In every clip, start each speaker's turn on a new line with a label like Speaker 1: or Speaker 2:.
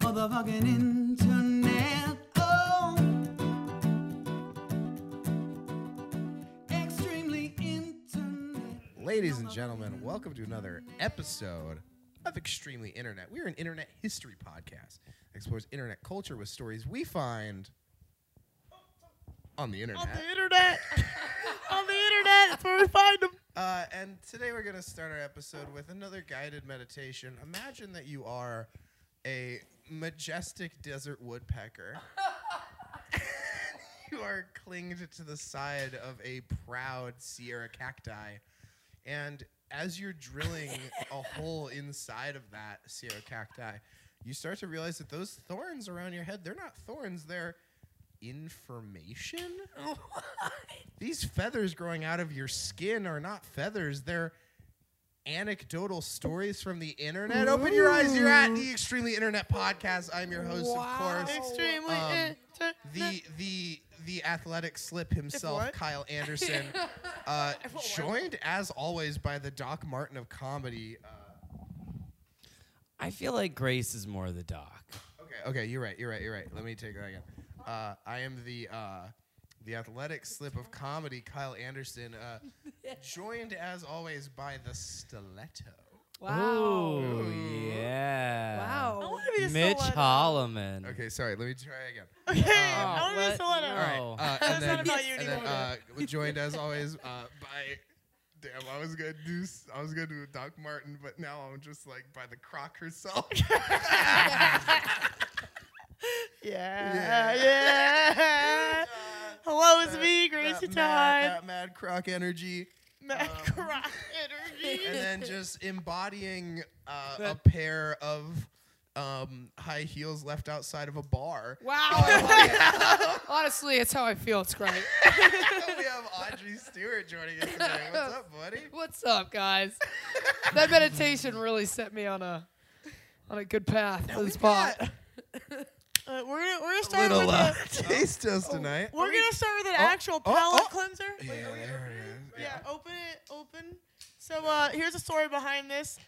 Speaker 1: motherfucking internet. Oh, extremely internet.
Speaker 2: Ladies and gentlemen, welcome to another episode of Extremely Internet. We're an internet history podcast that explores internet culture with stories we find on the internet.
Speaker 3: internet. on the internet. That's where we find them.
Speaker 2: Uh, and today we're going to start our episode with another guided meditation. Imagine that you are a majestic desert woodpecker. you are clinged to the side of a proud Sierra cacti. And as you're drilling a hole inside of that Sierra cacti, you start to realize that those thorns around your head, they're not thorns, they're information. These feathers growing out of your skin are not feathers, they're anecdotal stories from the internet. Open your eyes, you're at the Extremely Internet Podcast. I'm your host, of course.
Speaker 3: Extremely
Speaker 2: Um,
Speaker 3: internet.
Speaker 2: The the the athletic slip himself,
Speaker 3: what?
Speaker 2: Kyle Anderson, uh, joined as always by the Doc Martin of comedy. Uh,
Speaker 4: I feel like Grace is more the doc.
Speaker 2: okay, okay, you're right, you're right, you're right. Let me take that again. Uh, I am the uh, the athletic slip of comedy, Kyle Anderson, uh, joined as always by the stiletto.
Speaker 4: Wow. Ooh, yeah.
Speaker 3: I
Speaker 5: Wow.
Speaker 3: want to be a
Speaker 4: Mitch
Speaker 3: stiletto.
Speaker 4: Holloman.
Speaker 2: Okay, sorry. Let me try again.
Speaker 3: Okay, I want to be a
Speaker 4: Oh, what?
Speaker 3: stiletto.
Speaker 4: No.
Speaker 2: All right. Uh,
Speaker 4: Oh.
Speaker 2: and
Speaker 3: That's
Speaker 2: then,
Speaker 3: not about you
Speaker 2: and then,
Speaker 3: anymore.
Speaker 2: uh, joined as always uh, by. Damn, I was gonna do s- I was gonna do Doc Martin, but now I'm just like by the croc herself.
Speaker 3: yeah, yeah. Hello, it's me, Gracie
Speaker 2: that
Speaker 3: Time.
Speaker 2: Mad, that mad croc energy. Um,
Speaker 3: Mad Croc energy.
Speaker 2: and then just embodying uh, a
Speaker 4: That-
Speaker 2: pair of um, high heels left outside of a bar.
Speaker 5: Wow. Honestly, it's how I feel. It's great.
Speaker 2: we have Audrey Stewart joining us today. What's up, buddy?
Speaker 5: What's up, guys? That meditation really set me on a on a good path to the spot.
Speaker 3: Uh, we're gonna we're gonna start with Oh,
Speaker 2: uh,
Speaker 3: a,
Speaker 2: taste us tonight.
Speaker 3: we're gonna start with an
Speaker 2: Oh,
Speaker 3: actual
Speaker 2: oh,
Speaker 3: palate
Speaker 2: oh.
Speaker 3: cleanser.
Speaker 2: Yeah, there it is.
Speaker 3: Yeah, open it, open. So uh, here's a story behind this.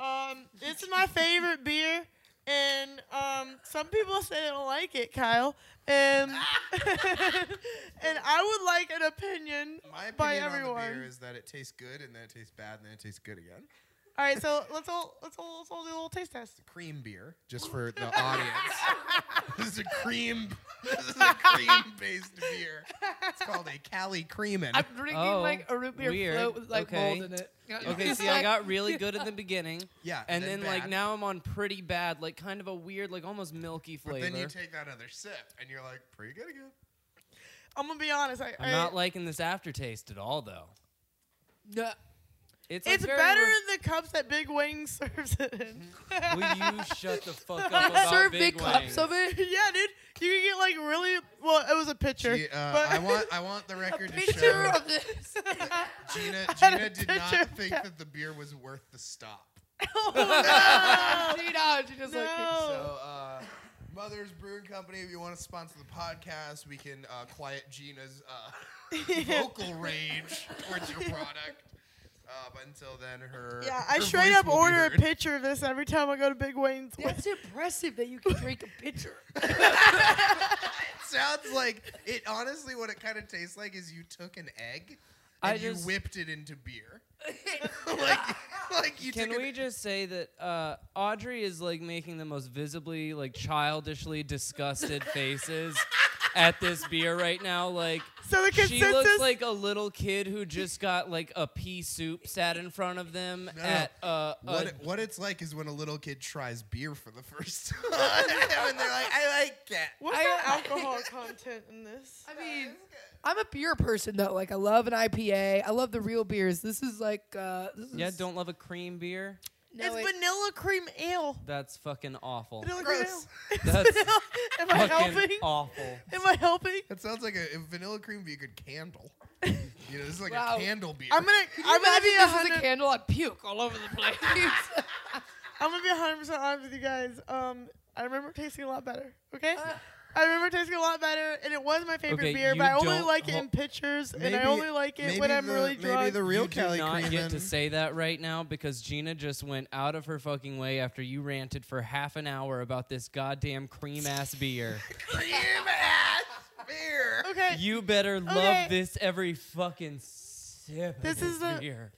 Speaker 3: Um, this is my favorite beer, and um, some people say they don't like it, Kyle. And and I would like an opinion,
Speaker 2: My opinion
Speaker 3: by
Speaker 2: on the beer
Speaker 3: everyone.
Speaker 2: is that it tastes good, and then it tastes bad, and then it tastes good again.
Speaker 3: All right, so let's all let's all let's all do a little taste test.
Speaker 2: Cream beer, just for the audience. this is a cream. This is a cream-based beer. It's called a Cali Creamin.
Speaker 5: I'm drinking
Speaker 4: Oh,
Speaker 5: like a root beer
Speaker 4: weird.
Speaker 5: float with like
Speaker 4: Okay.
Speaker 5: mold in it.
Speaker 4: Okay,
Speaker 5: It's
Speaker 4: see, I
Speaker 5: like-
Speaker 4: got really good at the beginning.
Speaker 2: Yeah,
Speaker 4: And
Speaker 2: then
Speaker 4: then, like,
Speaker 2: bad.
Speaker 4: now I'm on pretty bad, like, kind of a weird, like, almost milky
Speaker 2: But
Speaker 4: flavor.
Speaker 2: then you take that other sip, and you're like, pretty good again.
Speaker 3: I'm gonna be honest. I,
Speaker 4: I'm
Speaker 3: I-
Speaker 4: not liking this aftertaste at all, though.
Speaker 5: No.
Speaker 4: It's, like,
Speaker 3: it's
Speaker 4: very
Speaker 3: better
Speaker 4: re-
Speaker 3: in the cups that Big Wing serves it in.
Speaker 2: Mm-hmm.
Speaker 4: Will you shut the fuck up about
Speaker 5: Serve
Speaker 4: Big,
Speaker 5: big cups
Speaker 4: Wang?
Speaker 5: of it.
Speaker 3: yeah, dude, you can get like really well. It was a picture,
Speaker 2: Gee, uh,
Speaker 3: but
Speaker 2: I want, I want the record to
Speaker 5: Picture
Speaker 2: show
Speaker 5: of this.
Speaker 2: Gina,
Speaker 3: had a
Speaker 2: Gina did not
Speaker 3: picture of
Speaker 2: think
Speaker 3: that.
Speaker 2: that the beer was worth the stop.
Speaker 5: See now, she just
Speaker 3: No.
Speaker 5: like.
Speaker 2: So,
Speaker 3: Oh.
Speaker 2: uh, Mother's Brewing Company, if you want to sponsor the podcast, we can uh, quiet Gina's uh, vocal rage towards your product. Uh, but until then, her
Speaker 3: Yeah, I
Speaker 2: her
Speaker 3: straight
Speaker 2: voice
Speaker 3: up
Speaker 2: will be
Speaker 3: order a
Speaker 2: heard.
Speaker 3: picture of this every time I go to Big Wayne's.
Speaker 5: That's impressive that you can drink a pitcher.
Speaker 2: It sounds like it. Honestly, what it kind of tastes like is you took an egg
Speaker 4: I
Speaker 2: and
Speaker 4: just-
Speaker 2: you whipped it into beer. like, like you
Speaker 4: Can
Speaker 2: took
Speaker 4: we
Speaker 2: an,
Speaker 4: just say that uh, Audrey is like making the most visibly, like childishly disgusted faces at this beer right now? Like
Speaker 3: So the
Speaker 4: she looks
Speaker 3: consensus-
Speaker 4: like a little kid who just got like a pea soup sat in front of them
Speaker 2: No.
Speaker 4: at uh, a
Speaker 2: What, it, what it's like is when a little kid tries beer for the first time, and they're like, "I like it."
Speaker 3: What's
Speaker 5: I-
Speaker 3: the alcohol content in this?
Speaker 5: I mean, I'm a beer person though. Like I love an IPA. I love the real beers. This is like uh, this is
Speaker 4: yeah, don't love a cream beer.
Speaker 5: no,
Speaker 3: it's
Speaker 5: it-
Speaker 3: vanilla cream ale.
Speaker 4: That's fucking awful.
Speaker 3: Vanilla
Speaker 2: Gross.
Speaker 3: cream ale.
Speaker 4: That's
Speaker 3: Am I
Speaker 4: fucking
Speaker 3: helping?
Speaker 4: awful.
Speaker 3: Am I helping?
Speaker 2: That sounds like a if vanilla cream would be a good candle. you know, this is like
Speaker 5: Wow.
Speaker 2: a candle beer.
Speaker 3: I'm gonna.
Speaker 5: I'm
Speaker 3: I'm gonna be
Speaker 5: this is a
Speaker 3: hundred.
Speaker 5: candle. I puke all over the place.
Speaker 2: Uh,
Speaker 3: I'm gonna be hundred percent honest with you guys. Um, I remember it tasting a lot better. Okay. I remember it tasting a lot better, and it was my favorite
Speaker 4: Okay,
Speaker 3: beer.
Speaker 4: you
Speaker 3: But I only
Speaker 4: don't-
Speaker 3: like it
Speaker 4: hol-
Speaker 3: in pictures, and I
Speaker 2: Maybe-
Speaker 3: only like it
Speaker 2: maybe
Speaker 3: when I'm
Speaker 2: the-
Speaker 3: really drunk.
Speaker 2: Maybe the real
Speaker 4: you
Speaker 2: Kelly
Speaker 4: do not
Speaker 2: Creeman.
Speaker 4: get to say that right now because Gina just went out of her fucking way after you ranted for half an hour about this goddamn cream ass beer.
Speaker 2: cream ass beer.
Speaker 3: okay,
Speaker 4: you better
Speaker 3: Okay.
Speaker 4: love this every fucking sip.
Speaker 3: This
Speaker 4: of this
Speaker 3: is a-
Speaker 4: beer.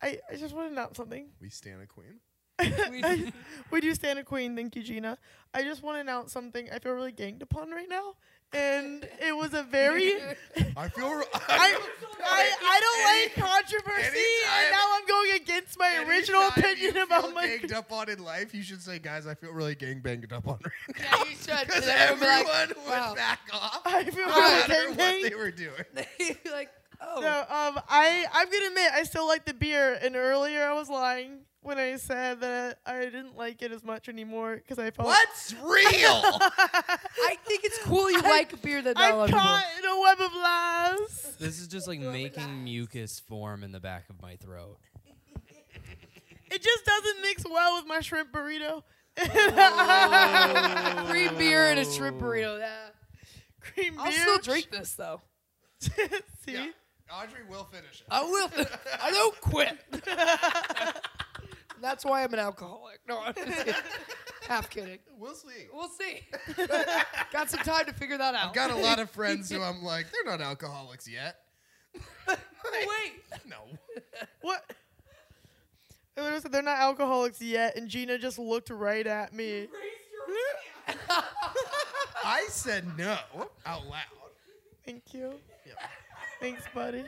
Speaker 3: I, I just want to announce something.
Speaker 2: We stand a queen.
Speaker 3: I- we do stand a queen. Thank you, Gina. I just want to announce something. I feel really ganged upon right now, and it was a very.
Speaker 2: I feel.
Speaker 3: I, I, I don't like controversy,
Speaker 2: anytime-
Speaker 3: and now I'm going against my original
Speaker 2: Anytime
Speaker 3: opinion
Speaker 2: you
Speaker 3: about
Speaker 2: feel
Speaker 3: my.
Speaker 2: ganged up on in life. You should say, guys, I feel really gang banged up on right now.
Speaker 5: Yeah, you should.
Speaker 2: Because
Speaker 5: Then everyone
Speaker 2: everyone
Speaker 5: be like,
Speaker 2: would
Speaker 5: wow.
Speaker 2: back off.
Speaker 3: I feel
Speaker 2: no
Speaker 3: really
Speaker 2: matter
Speaker 3: gang
Speaker 2: what
Speaker 3: banged.
Speaker 2: they were doing.
Speaker 5: You're like, oh,
Speaker 3: No, um, I I'm gonna admit I still like the beer, and earlier I was lying when I said that I didn't like it as much anymore because I felt
Speaker 2: What's real?
Speaker 5: I think it's cool you
Speaker 3: I-
Speaker 5: like beer that not a lot
Speaker 3: I'm
Speaker 5: of people.
Speaker 3: caught in a web of lies.
Speaker 4: This is just like making mucus form in the back of my throat.
Speaker 3: It just doesn't mix well with my shrimp burrito.
Speaker 5: Free beer and a shrimp burrito. Yeah.
Speaker 3: Cream
Speaker 5: I'll
Speaker 3: beer.
Speaker 5: still drink this though.
Speaker 3: See,
Speaker 2: Yeah. Audrey will finish it.
Speaker 5: I will. I don't quit. That's why I'm an alcoholic. No, I'm just kidding. half kidding.
Speaker 2: We'll see.
Speaker 5: We'll see. Got some time to figure that out.
Speaker 2: I've got a lot of friends who I'm like, they're not alcoholics yet.
Speaker 5: Wait.
Speaker 2: No.
Speaker 3: what? And they said They're not alcoholics yet, and Gina just looked right at me.
Speaker 2: I said no out loud.
Speaker 3: Thank you.
Speaker 2: Yeah.
Speaker 3: Thanks, buddy.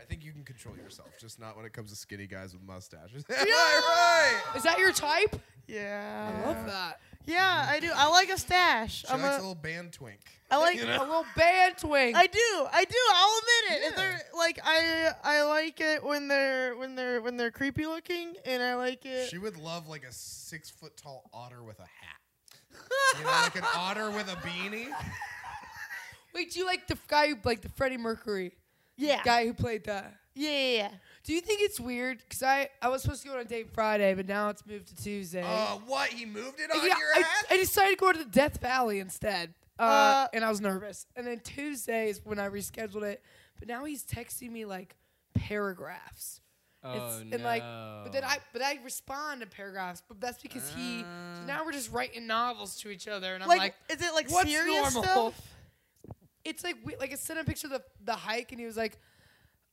Speaker 2: I think you can control yourself, just not when it comes to skinny guys with mustaches. Am I right?
Speaker 5: Is that your type?
Speaker 3: Yeah.
Speaker 5: I love that.
Speaker 3: Yeah, I do. I like a stash.
Speaker 2: She
Speaker 3: I'm
Speaker 2: likes a
Speaker 3: a,
Speaker 2: little band twink.
Speaker 3: I like.
Speaker 2: you
Speaker 5: A
Speaker 2: know?
Speaker 5: little band twink.
Speaker 3: I do. I do. I'll admit it. If
Speaker 2: Yeah.
Speaker 3: they're like, I I like it when they're when they're when they're creepy looking, and I like it.
Speaker 2: She would love like a six foot tall otter with a hat. You know, like an otter with a beanie.
Speaker 5: Wait, do you like the f- guy who like the Freddie Mercury
Speaker 3: yeah.
Speaker 5: guy who played that?
Speaker 3: yeah. Yeah. Yeah.
Speaker 5: Do you think it's weird? Cause I I was supposed to go on a date Friday, but now it's moved to Tuesday.
Speaker 2: Uh, what? He moved it on
Speaker 5: yeah,
Speaker 2: your
Speaker 5: I,
Speaker 2: ass?
Speaker 5: I decided to go to the Death Valley instead, uh,
Speaker 3: Uh,
Speaker 5: and I was nervous. And then Tuesday is when I rescheduled it, but now he's texting me like paragraphs.
Speaker 4: Oh no.
Speaker 5: and like, but then I but I respond to paragraphs, but that's because he. So now we're just writing novels to each other, and I'm
Speaker 3: Like,
Speaker 5: like,
Speaker 3: is it like
Speaker 5: what's
Speaker 3: serious
Speaker 5: normal?
Speaker 3: stuff?
Speaker 5: it's like we, like I sent him a picture of the the hike, and he was like,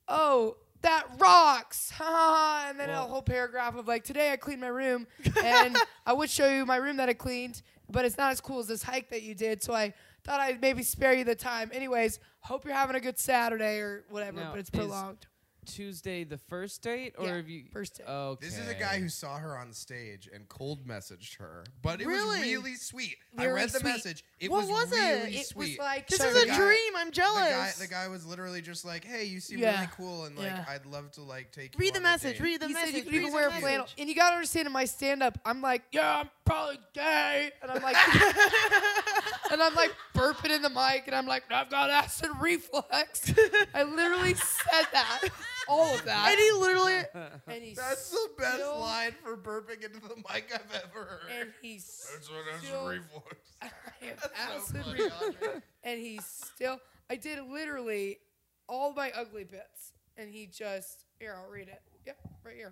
Speaker 5: oh. That rocks, and then
Speaker 4: Well-
Speaker 5: a whole paragraph of like, today I cleaned my room, and I would show you my room that I cleaned, but it's not as cool as this hike that you did, so I thought I'd maybe spare you the time. Anyways, hope you're having a good Saturday or whatever,
Speaker 4: Now,
Speaker 5: but it's
Speaker 4: is-
Speaker 5: prolonged.
Speaker 4: Tuesday the first date or
Speaker 5: Yeah,
Speaker 4: have you Oh,
Speaker 5: first date.
Speaker 4: Okay.
Speaker 2: This is a guy who saw her on stage and cold messaged her, but it
Speaker 3: Really?
Speaker 2: was really sweet. I
Speaker 5: Very
Speaker 2: read the
Speaker 5: sweet.
Speaker 2: message. It
Speaker 3: What
Speaker 2: was,
Speaker 3: was it?
Speaker 2: really
Speaker 5: it
Speaker 2: sweet.
Speaker 5: was like
Speaker 3: This
Speaker 5: so
Speaker 3: is a
Speaker 2: guy-
Speaker 3: dream. I'm
Speaker 2: the guy,
Speaker 3: jealous.
Speaker 2: the guy was literally just like, "Hey, you seem
Speaker 5: Yeah.
Speaker 2: really cool, and like,
Speaker 5: Yeah.
Speaker 2: I'd love to like take." you
Speaker 3: read the
Speaker 2: on a
Speaker 3: message.
Speaker 2: date."
Speaker 3: Read the
Speaker 5: he
Speaker 3: message.
Speaker 5: said you could
Speaker 3: read
Speaker 5: even
Speaker 3: the
Speaker 5: wear a
Speaker 3: message.
Speaker 5: flannel. And you gotta understand in my stand up, I'm like, yeah, I'm probably gay. And I'm like And I'm like burping in the mic and I'm like, I've got acid reflux. I literally said that. All of that.
Speaker 3: And he literally.
Speaker 5: And he
Speaker 2: That's the best
Speaker 5: still-
Speaker 2: line for burping into the mic I've ever heard.
Speaker 5: and he
Speaker 2: That's what acid
Speaker 5: still-
Speaker 2: reflux.
Speaker 5: I have
Speaker 2: That's so
Speaker 5: acid
Speaker 2: funny,
Speaker 5: reflux.
Speaker 2: Audrey.
Speaker 5: And he still I did literally all my ugly bits. And he just here, I'll read it. Yep, right here.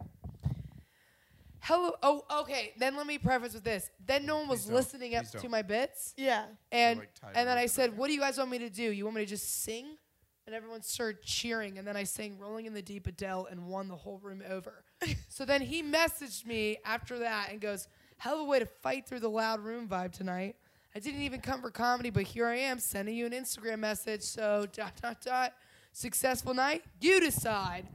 Speaker 5: Hello. Oh, okay. Then let me preface with this. Then no one was
Speaker 2: Please don't.
Speaker 5: listening up
Speaker 2: Please don't.
Speaker 5: to my bits.
Speaker 3: Yeah.
Speaker 5: And
Speaker 2: like, tied
Speaker 5: and then
Speaker 2: right
Speaker 5: I
Speaker 2: to the
Speaker 5: said,
Speaker 2: back.
Speaker 5: "What do you guys want me to do? You want me to just sing?" And everyone started cheering. And then I sang "Rolling in the Deep" Adele and won the whole room over. so then he messaged me after that and goes, "Hell of a way to fight through the loud room vibe tonight." I didn't even come for comedy, but here I am sending you an Instagram message. So dot dot dot. Successful night, you decide.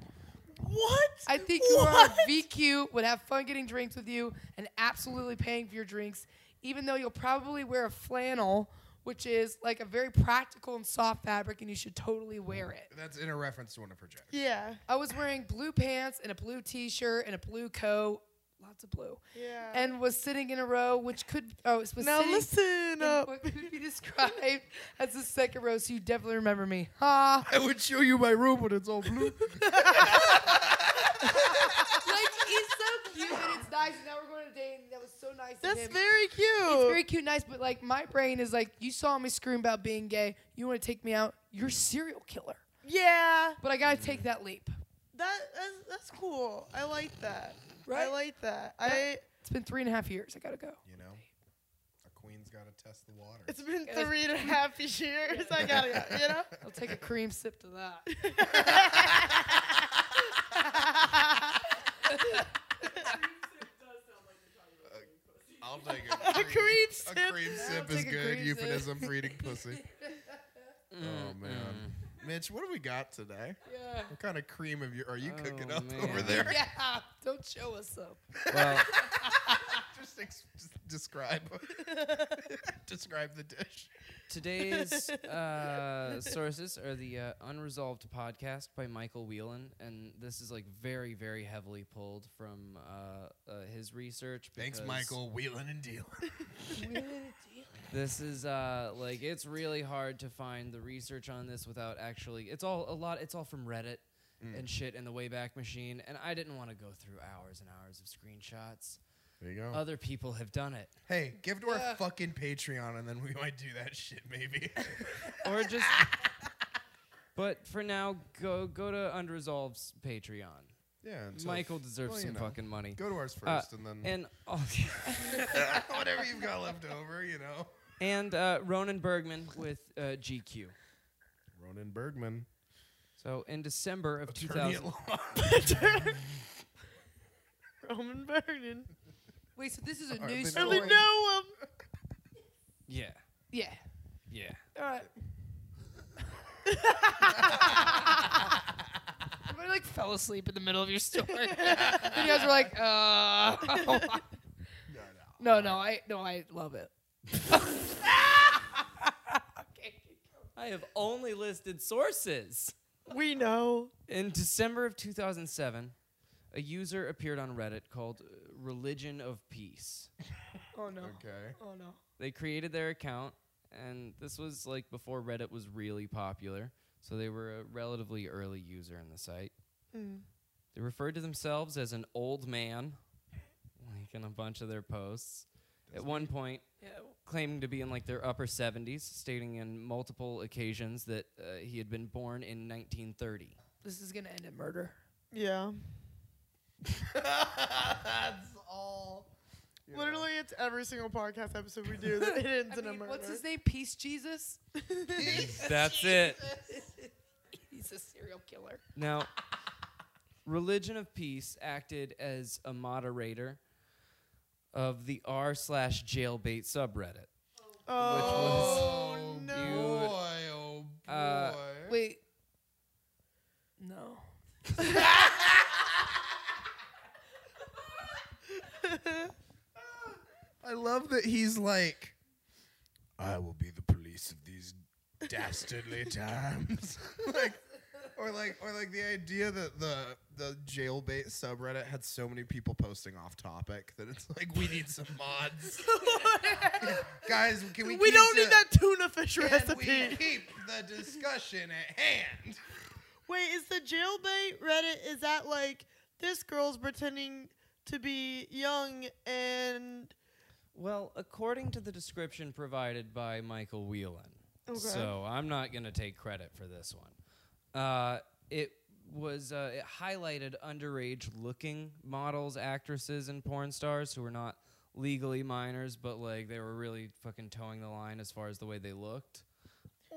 Speaker 3: What?
Speaker 5: I think you
Speaker 3: what?
Speaker 5: are VQ would have fun getting drinks with you and absolutely paying for your drinks, even though you'll probably wear a flannel, which is like a very practical and soft fabric, and you should totally wear it.
Speaker 2: That's in a reference to one of her jokes.
Speaker 3: Yeah.
Speaker 5: I was wearing blue pants and a blue T-shirt and a blue coat, lots of blue,
Speaker 3: Yeah.
Speaker 5: and was sitting in a row, which could oh, was
Speaker 3: now
Speaker 5: sitting
Speaker 3: listen
Speaker 5: in
Speaker 3: up.
Speaker 5: what could be described as the second row. So you definitely remember me, ha.
Speaker 2: I would show you my room, but it's all blue.
Speaker 5: like he's so cute and it's nice. And now we're going to date, and that was so nice. of
Speaker 3: That's
Speaker 5: him.
Speaker 3: very cute.
Speaker 5: It's very cute, nice, but like my brain is like, you saw me scream about being gay. You want to take me out? You're a serial killer.
Speaker 3: yeah,
Speaker 5: But I gotta take that leap.
Speaker 3: that that's, that's cool. I like that. I
Speaker 5: Right?
Speaker 3: like that. I
Speaker 5: It's been three and a half years. I gotta go.
Speaker 2: You know, a queen's got to test the water.
Speaker 3: it's been
Speaker 5: Gotta-
Speaker 3: three and a half years. I gotta go. You know.
Speaker 5: I'll take a cream sip to that.
Speaker 2: I'll take a,
Speaker 3: A cream
Speaker 2: A
Speaker 3: sip.
Speaker 2: cream
Speaker 5: I'll
Speaker 2: sip
Speaker 5: take
Speaker 2: is
Speaker 5: a
Speaker 2: good
Speaker 5: cream sip.
Speaker 2: euphemism for eating pussy. oh man, Mitch, what have we got today?
Speaker 5: Yeah.
Speaker 2: What kind of cream have you, are you cooking
Speaker 4: Oh,
Speaker 2: up over
Speaker 4: man.
Speaker 2: there?
Speaker 5: Yeah. Don't show us up.
Speaker 4: Well,
Speaker 2: just, ex- just describe, describe the dish.
Speaker 4: today's uh, sources are the uh, Unresolved podcast by Michael Whelan, and this is like very, very heavily pulled from uh, uh, his research.
Speaker 2: Thanks,
Speaker 4: because
Speaker 2: Michael. Wheeling and dealing.
Speaker 4: This is uh, like it's really hard to find the research on this without actually. It's all a lot. It's all from Reddit
Speaker 2: Mm.
Speaker 4: and shit and the Wayback Machine, and I didn't want to go through hours and hours of screenshots.
Speaker 2: There you go.
Speaker 4: Other people have done it.
Speaker 2: hey, give to our
Speaker 5: Yeah.
Speaker 2: fucking Patreon, and then we might do that shit maybe.
Speaker 4: or just but for now go go to unresolved's patreon
Speaker 2: yeah. until-
Speaker 4: michael deserves
Speaker 2: well, you
Speaker 4: some
Speaker 2: know,
Speaker 4: fucking money
Speaker 2: Go to ours first,
Speaker 4: Uh,
Speaker 2: and then
Speaker 4: and
Speaker 2: whatever you've got left over, you know.
Speaker 4: and uh, ronan bergman with uh, gq
Speaker 2: Ronan Bergman,
Speaker 4: so in december of
Speaker 2: attorney
Speaker 4: 2000
Speaker 2: at law.
Speaker 3: Roman Burden.
Speaker 5: Wait, so this is a
Speaker 2: Alright,
Speaker 5: new
Speaker 2: but-
Speaker 5: story.
Speaker 3: Really know him.
Speaker 4: yeah
Speaker 5: Yeah.
Speaker 4: yeah
Speaker 5: All right. Everybody like fell asleep in the middle of your story. and you guys were like, uh.
Speaker 2: no, no.
Speaker 5: no, no, I no, I love it.
Speaker 4: i have only listed sources
Speaker 3: We know.
Speaker 4: in december of 2007 a user appeared on reddit called uh, religion of peace
Speaker 5: Oh no.
Speaker 2: Okay.
Speaker 5: Oh no.
Speaker 4: they created their account and this was like before reddit was really popular so they were a relatively early user in the site they referred to themselves as an old man like in a bunch of their posts at one point
Speaker 5: Yeah.
Speaker 4: claiming to be in like their upper 70s stating in multiple occasions that uh, he had been born in 1930
Speaker 5: This is gonna end in murder.
Speaker 3: Yeah.
Speaker 2: That's all. you know.
Speaker 3: Literally, it's every single podcast episode we do that it ends
Speaker 5: I
Speaker 3: in a
Speaker 5: mean,
Speaker 3: murder.
Speaker 5: what's his name? Peace Jesus.
Speaker 4: that's it
Speaker 5: He's a serial killer.
Speaker 4: Now, Religion of Peace acted as a moderator of the r slash jailbait subreddit.
Speaker 3: Oh,
Speaker 2: Oh,
Speaker 3: no.
Speaker 2: boy, oh boy.
Speaker 4: Uh,
Speaker 5: Wait. No.
Speaker 2: I love that he's like, I will be the police of these dastardly times. like, or like, or like the idea that the the jailbait subreddit had so many people posting off topic that it's like we need some mods, guys. Can we?
Speaker 3: we
Speaker 2: keep
Speaker 3: don't
Speaker 2: the-
Speaker 3: need that tuna fish
Speaker 2: Can
Speaker 3: recipe.
Speaker 2: we keep the discussion at hand?
Speaker 3: Wait, is the jailbait Reddit? Is that like this girl's pretending to be young and
Speaker 4: Well, according to the description provided by Michael Whelan,
Speaker 3: Okay.
Speaker 4: so I'm not going to take credit for this one. Uh, it was uh, it highlighted underage looking models, actresses, and porn stars who were not legally minors, but like they were really fucking towing the line as far as the way they looked.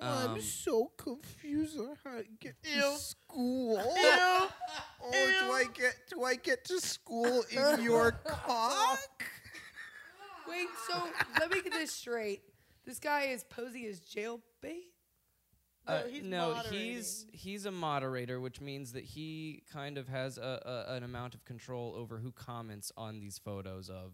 Speaker 4: Um,
Speaker 2: so confused on how to get
Speaker 3: Ew.
Speaker 2: school.
Speaker 3: ew?
Speaker 2: Oh, do I get do I get to school in your cock?
Speaker 5: Wait. So let me get this straight. This guy is posing as jailbait.
Speaker 3: No,
Speaker 4: Uh,
Speaker 3: he's
Speaker 4: no,
Speaker 3: moderating.
Speaker 4: he's he's a moderator, which means that he kind of has a, a an amount of control over who comments on these photos of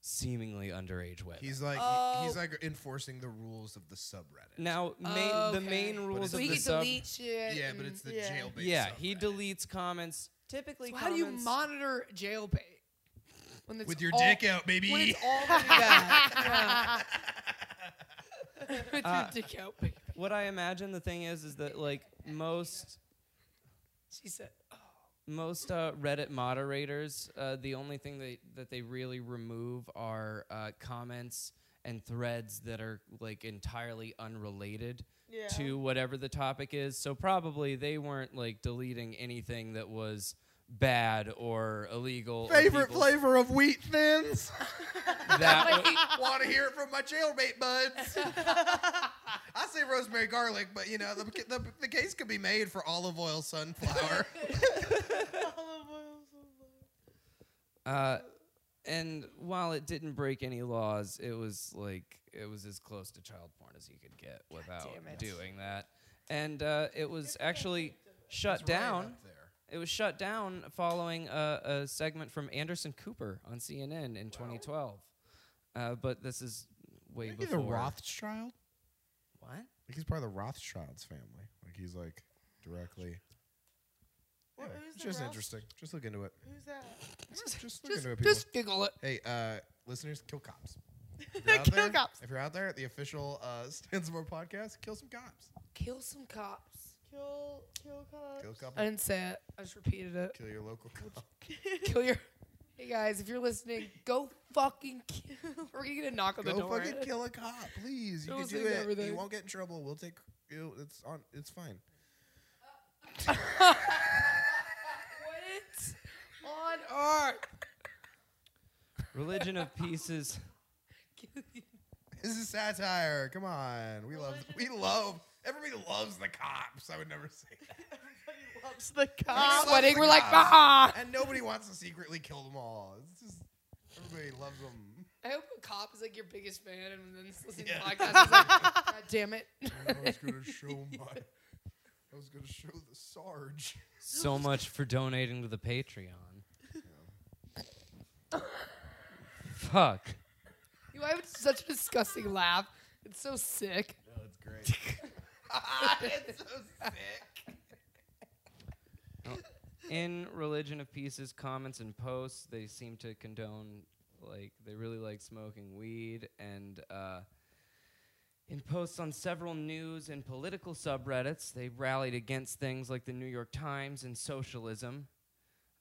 Speaker 4: seemingly underage women.
Speaker 2: He's like
Speaker 5: Oh.
Speaker 2: he's like enforcing the rules of the subreddit.
Speaker 4: now, main, the main
Speaker 5: Okay.
Speaker 4: rules
Speaker 2: it's
Speaker 4: of
Speaker 5: So he
Speaker 4: the
Speaker 5: can
Speaker 4: sub.
Speaker 5: delete shit.
Speaker 2: yeah, but
Speaker 5: and-
Speaker 2: it's the
Speaker 3: Yeah.
Speaker 2: jailbait.
Speaker 4: yeah, he
Speaker 2: subreddit.
Speaker 4: deletes comments. Typically,
Speaker 5: So how do you
Speaker 4: comments-
Speaker 5: monitor jailbait when it's
Speaker 2: with your
Speaker 5: all-
Speaker 2: dick out, baby.
Speaker 5: When it's all pretty bad. Yeah. with
Speaker 4: Uh,
Speaker 5: your dick out, baby.
Speaker 4: What I imagine the thing is, is that like most
Speaker 5: She said, "Oh,
Speaker 4: most uh, Reddit moderators, uh, the only thing they, that they really remove are uh, comments and threads that are like entirely unrelated
Speaker 3: Yeah.
Speaker 4: to whatever the topic is. So probably they weren't like deleting anything that was bad or illegal. or
Speaker 2: Favorite
Speaker 4: people-
Speaker 2: flavor of wheat thins?
Speaker 4: That wa-
Speaker 2: Want to hear it from my jailbait buds? I say rosemary garlic, but you know the, the the case could be made for olive oil sunflower.
Speaker 4: Uh, and while it didn't break any laws, it was like it was as close to child porn as you could get without
Speaker 5: damn it.
Speaker 4: doing that. And uh, it was actually shut down. it was shut down following a, a segment from Anderson Cooper on CNN in 2012. Uh, but this is way
Speaker 2: Maybe
Speaker 4: before.
Speaker 2: the Rothschild.
Speaker 4: What?
Speaker 2: Like he's part of the Rothschilds family. Like he's like directly.
Speaker 3: What-
Speaker 2: Yeah,
Speaker 3: who's
Speaker 2: it's
Speaker 3: the
Speaker 2: just
Speaker 3: Roth-
Speaker 2: interesting. Just look into it.
Speaker 3: Who's that?
Speaker 2: Just, just look
Speaker 5: Just,
Speaker 2: into it, people.
Speaker 5: just giggle it.
Speaker 2: hey, uh, listeners, kill cops. If you're out
Speaker 3: Kill
Speaker 2: there-
Speaker 3: cops.
Speaker 2: If you're out there, the official uh, Stansmore podcast, kill some cops.
Speaker 5: Kill some cops.
Speaker 3: Kill, kill cops.
Speaker 2: Kill a couple.
Speaker 5: I didn't say it. I just repeated it.
Speaker 2: kill your local cop.
Speaker 5: Kill your. Hey guys, if you're listening, go fucking kill. We're gonna get a knock on the
Speaker 2: Go
Speaker 5: door.
Speaker 2: fucking kill a cop, please. You
Speaker 5: Don't
Speaker 2: can do
Speaker 5: say
Speaker 2: it.
Speaker 5: everything.
Speaker 2: You won't get in trouble. We'll take. you it's on. It's fine.
Speaker 5: What on earth?
Speaker 4: Religion of Pieces.
Speaker 2: This is satire. Come on. We love. We love. Everybody loves the cops. I would never say that.
Speaker 3: Everybody loves the
Speaker 2: Everybody
Speaker 3: cops.
Speaker 2: loves
Speaker 5: Sweating,
Speaker 2: the
Speaker 5: we're like,
Speaker 2: cops.
Speaker 5: ah.
Speaker 2: And nobody wants to secretly kill them all. It's just everybody loves them.
Speaker 5: I hope a cop is like your biggest fan and then listening
Speaker 2: Yeah.
Speaker 5: to the podcast is like, God damn it.
Speaker 2: I was gonna show my. I was gonna show the Sarge.
Speaker 4: So much for donating to the Patreon. Fuck.
Speaker 5: You have such a disgusting laugh. It's so sick.
Speaker 2: No, it's great. it's so sick.
Speaker 4: In Religion of Pieces comments and posts, they seem to condone, like, they really like smoking weed. And uh, in posts on several news and political subreddits, they rallied against things like the New York Times and socialism.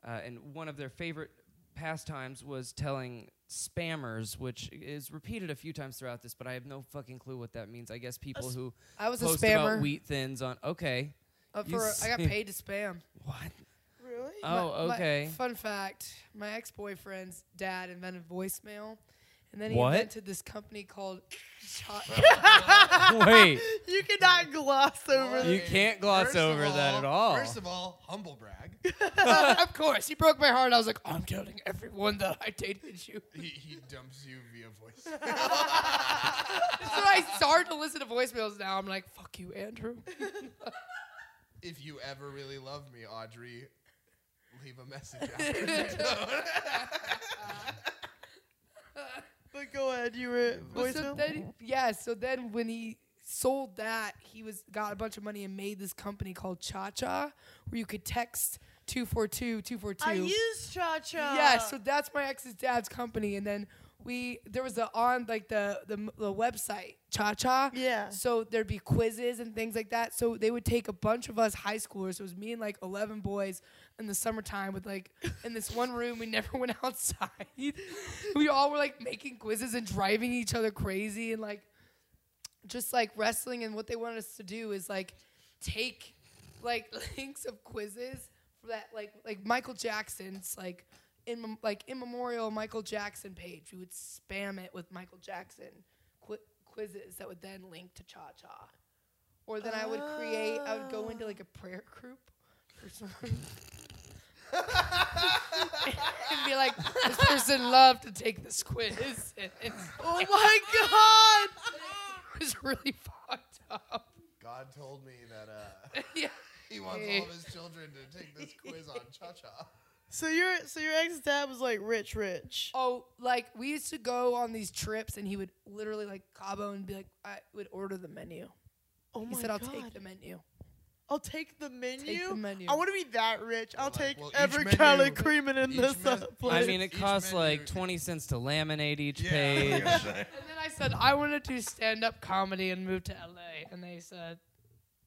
Speaker 4: Uh, and one of their favorite pastimes was telling spammers, which is repeated a few times throughout this, but I have no fucking clue what that means. I guess people
Speaker 3: sp-
Speaker 4: who
Speaker 5: I was a
Speaker 4: post
Speaker 5: spammer.
Speaker 4: about wheat thins on. Okay.
Speaker 5: Uh,
Speaker 4: You
Speaker 5: for, I got
Speaker 4: s-
Speaker 5: paid to spam.
Speaker 4: What?
Speaker 3: Really?
Speaker 4: Oh,
Speaker 5: My-
Speaker 4: okay.
Speaker 5: My, fun fact: my ex-boyfriend's dad invented voicemail, and then he
Speaker 4: What?
Speaker 5: invented this company called. Shot-
Speaker 4: Wait.
Speaker 3: You cannot gloss over
Speaker 4: You
Speaker 3: that.
Speaker 4: can't gloss
Speaker 2: First of
Speaker 4: over that at all.
Speaker 2: First of all, humble brag.
Speaker 5: of course, he broke my heart. I was like, I'm telling everyone that I dated you.
Speaker 2: He, he dumps you via voice.
Speaker 5: so I started to listen to voicemails now. I'm like, fuck you, Andrew.
Speaker 2: if you ever really love me, Audrey, leave a message. After the
Speaker 3: But go ahead. You were
Speaker 5: But so
Speaker 3: voicemail.
Speaker 5: then, yeah. So then, when he sold that, he was got a bunch of money and made this company called Cha Cha, where you could text two four two two four two.
Speaker 3: I use Cha Cha.
Speaker 5: Yeah, so that's my ex's dad's company, and then we there was a on like the the, m- the website Cha Cha.
Speaker 3: Yeah.
Speaker 5: So there'd be quizzes and things like that. So they would take a bunch of us high schoolers. It was me and like eleven boys in the summertime with like in this one room. We never went outside. we all were like making quizzes and driving each other crazy and like just like wrestling and what they wanted us to do is like take like links of quizzes for that like like Michael Jackson's like in mem- like in memorial Michael Jackson page we would spam it with Michael Jackson qui- quizzes that would then link to Cha Cha or then I would create I would go into like a prayer group or something and be like this person loved to take this quiz and it's-
Speaker 3: Oh my God.
Speaker 5: it was really fucked up
Speaker 2: God told me that uh,
Speaker 5: yeah.
Speaker 2: he wants
Speaker 5: Hey.
Speaker 2: all of his children to take this quiz on Cha Cha.
Speaker 3: So your so your ex dad was like rich, rich.
Speaker 5: Oh, like we used to go on these trips, and he would literally like Cabo and be like, I would order the menu.
Speaker 3: Oh
Speaker 5: he
Speaker 3: my
Speaker 5: said, "I'll
Speaker 3: God.
Speaker 5: take the menu."
Speaker 3: I'll take the menu.
Speaker 5: menu.
Speaker 3: I want to be that rich. I'll
Speaker 2: Like,
Speaker 3: take
Speaker 2: well, each
Speaker 3: every kind
Speaker 2: menu-
Speaker 3: of creaming in
Speaker 2: each
Speaker 3: this
Speaker 2: mes-
Speaker 3: up,
Speaker 4: I
Speaker 3: please.
Speaker 4: mean, it
Speaker 2: Each
Speaker 4: costs
Speaker 2: menu-
Speaker 4: like 20 cents to laminate each
Speaker 2: I was
Speaker 4: page.
Speaker 2: gonna say.
Speaker 5: And then I said, "I want to do stand up comedy and move to LA," and they said,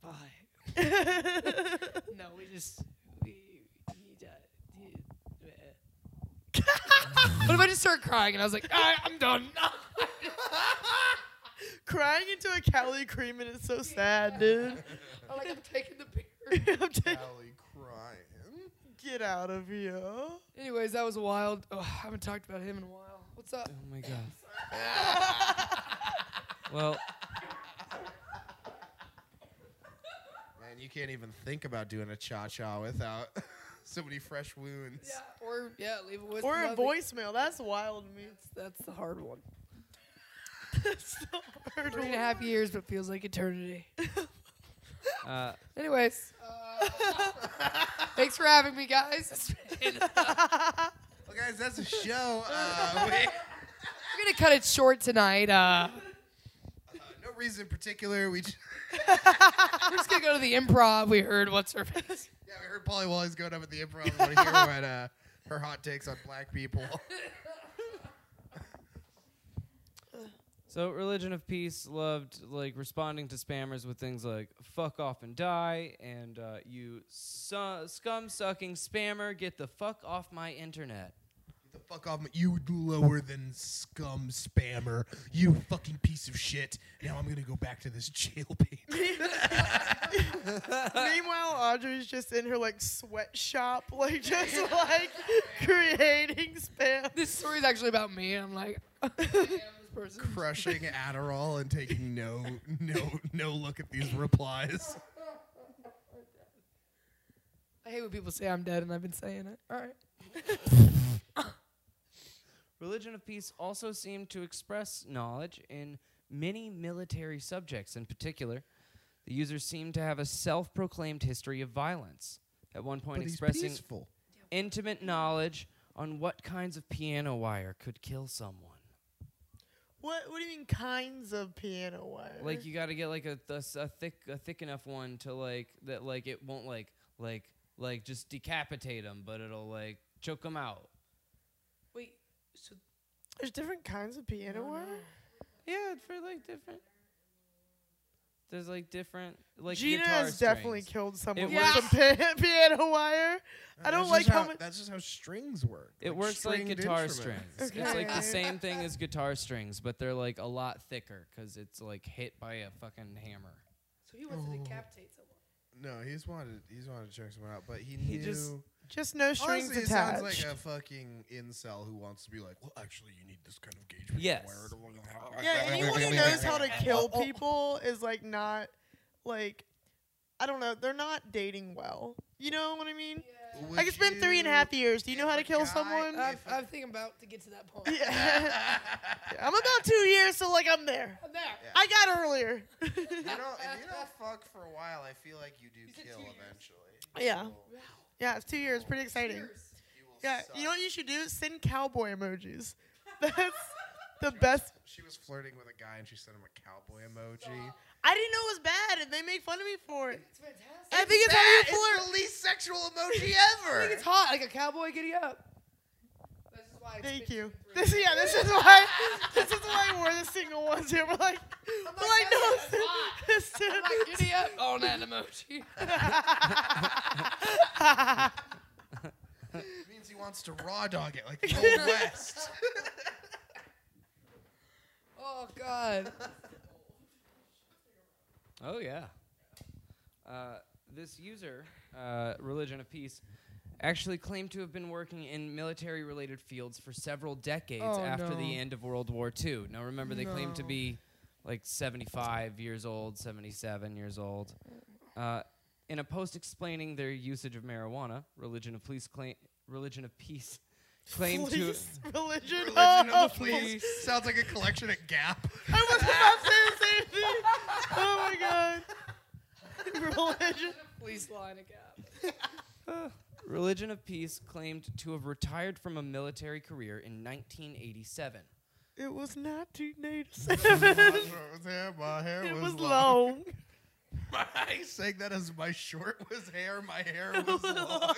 Speaker 5: "Bye." no, we just we, we uh, if I just start crying? And I was like, All right, I'm done.
Speaker 3: Crying into a Cali cream and it's so sad, dude.
Speaker 5: I'm like, I'm taking the beer.
Speaker 3: I'm just-
Speaker 2: Allie crying.
Speaker 3: Get out of here.
Speaker 5: Anyways, that was wild. Ugh, I haven't talked about him in a while. What's up?
Speaker 4: Oh my god. well,
Speaker 2: Man, you can't even think about doing a cha cha without so many fresh wounds.
Speaker 5: Or yeah, leave a voice.
Speaker 3: Or a voicemail. That's wild to me.
Speaker 5: That's the hard one.
Speaker 3: That's so hard.
Speaker 5: Three and a half years, but feels like eternity.
Speaker 4: uh,
Speaker 5: Anyways, thanks for having me, guys. We're
Speaker 2: Well, guys, that's a show. Uh, we-
Speaker 5: gonna cut it short tonight. Uh,
Speaker 2: uh, no reason in particular. We just,
Speaker 5: we're just gonna go to the improv. We heard what's her face.
Speaker 2: yeah, we heard Polly Wally's going up at the improv. We want to hear what uh, her hot takes on black people.
Speaker 4: so Religion of Peace loved like responding to spammers with things like "fuck off and die" and uh, "you su- scum sucking spammer, get the fuck off my internet."
Speaker 2: Get the fuck off my, you lower than scum spammer. You fucking piece of shit. Now I'm gonna go back to this jailbait.
Speaker 3: Meanwhile, Audrey's just in her like sweatshop, like just like creating spam.
Speaker 5: This story's actually about me. I'm like, I am this person.
Speaker 2: Crushing Adderall and taking no, no, no look at these replies.
Speaker 5: I hate when people say I'm dead, and I've been saying it. All right.
Speaker 4: Religion of Peace also seemed to express knowledge in many military subjects in particular. The users seemed to have a self proclaimed history of violence, at one point expressing
Speaker 2: peaceful.
Speaker 4: intimate knowledge on what kinds of piano wire could kill someone.
Speaker 3: What What do you mean kinds of piano wire?
Speaker 4: Like you got to get like a, th- a thick a thick enough one to like that like it won't like like like just decapitate them, but it'll like choke them out.
Speaker 5: Wait. So
Speaker 3: there's different kinds of piano wire.
Speaker 4: Yeah, for like different. There's like different like
Speaker 3: Gina
Speaker 4: guitar
Speaker 3: has definitely
Speaker 4: strings.
Speaker 3: killed someone
Speaker 4: works-
Speaker 3: with some pi- piano wire. I don't like how, much.
Speaker 2: That's Uh, just how strings work.
Speaker 4: It works like
Speaker 2: stringed
Speaker 4: guitar strings.
Speaker 2: instruments.
Speaker 4: It's like
Speaker 3: Okay.
Speaker 4: the same thing as guitar strings, but they're like a lot thicker because it's like hit by a fucking hammer.
Speaker 5: so he wants
Speaker 3: Oh.
Speaker 5: to decapitate someone.
Speaker 2: No, he's wanted. He's wanted to check someone out, but he,
Speaker 4: He
Speaker 2: knew.
Speaker 4: just-
Speaker 3: Just no strings
Speaker 2: honestly, it
Speaker 3: attached.
Speaker 2: sounds like a fucking incel who wants to be like, well, actually, you need this kind of gauge. for
Speaker 4: Yes.
Speaker 2: your wire."
Speaker 3: yeah, anyone who knows how to kill people is like not like I don't know. They're not dating well. You know what I mean?
Speaker 2: Would
Speaker 3: Like it's been three and a
Speaker 2: you-
Speaker 3: half years. Do you know
Speaker 2: if
Speaker 3: how
Speaker 2: a
Speaker 3: to kill
Speaker 2: guy-
Speaker 3: someone?
Speaker 5: I'm, I'm thinking about to get to that point.
Speaker 3: Yeah. I'm about two years, so like I'm there.
Speaker 5: I'm there.
Speaker 2: Yeah.
Speaker 3: I got earlier.
Speaker 2: You know, if you don't fuck for a while, I feel like you do
Speaker 5: said
Speaker 2: kill
Speaker 5: two years.
Speaker 2: eventually.
Speaker 3: Yeah.
Speaker 2: You will-
Speaker 3: yeah, it's two years. Pretty exciting.
Speaker 5: Cheers.
Speaker 2: you will
Speaker 3: Yeah, you know
Speaker 2: suck.
Speaker 3: what you should do? Send cowboy emojis. That's the best.
Speaker 2: She was flirting with a guy and she sent him a cowboy emoji.
Speaker 3: I didn't know it was bad, and they make fun of me for it.
Speaker 5: It's fantastic.
Speaker 3: I think it's how
Speaker 2: That
Speaker 3: you
Speaker 2: is
Speaker 3: flirt.
Speaker 2: the least sexual emoji
Speaker 5: I think
Speaker 2: ever.
Speaker 5: it's hot, like a cowboy giddy up. This is why it's
Speaker 3: Thank
Speaker 5: 15
Speaker 3: you.
Speaker 5: through.
Speaker 3: This yeah, this is why this is why we're the single ones here. We're like, we're like no,
Speaker 5: that's hot.
Speaker 3: it's,
Speaker 5: I'm like giddy up Oh, on that emoji.
Speaker 2: It means he wants to raw dog it like the old west.
Speaker 5: Oh God.
Speaker 4: Oh yeah. Uh, this user, uh, Religion of Peace, actually claimed to have been working in military-related fields for several decades
Speaker 5: Oh,
Speaker 4: after
Speaker 5: no.
Speaker 4: the end of World War II. Now remember, they claimed to
Speaker 5: No.
Speaker 4: be like 75 years old, 77 years old. Uh, in a post explaining their usage of marijuana, Religion of Peace claim Religion of Peace claimed to.
Speaker 3: Police, religion,
Speaker 2: Religion
Speaker 3: oh,
Speaker 2: of the police. Sounds like a collection at Gap.
Speaker 3: I was about to say the same thing. Oh my god. Religion.
Speaker 5: Please line again.
Speaker 4: Religion of Peace claimed to have retired from a military career in 1987.
Speaker 3: It was 1987.
Speaker 2: my hair
Speaker 3: it was
Speaker 2: long.
Speaker 3: long.
Speaker 2: I sang that as my short was hair, my hair was long.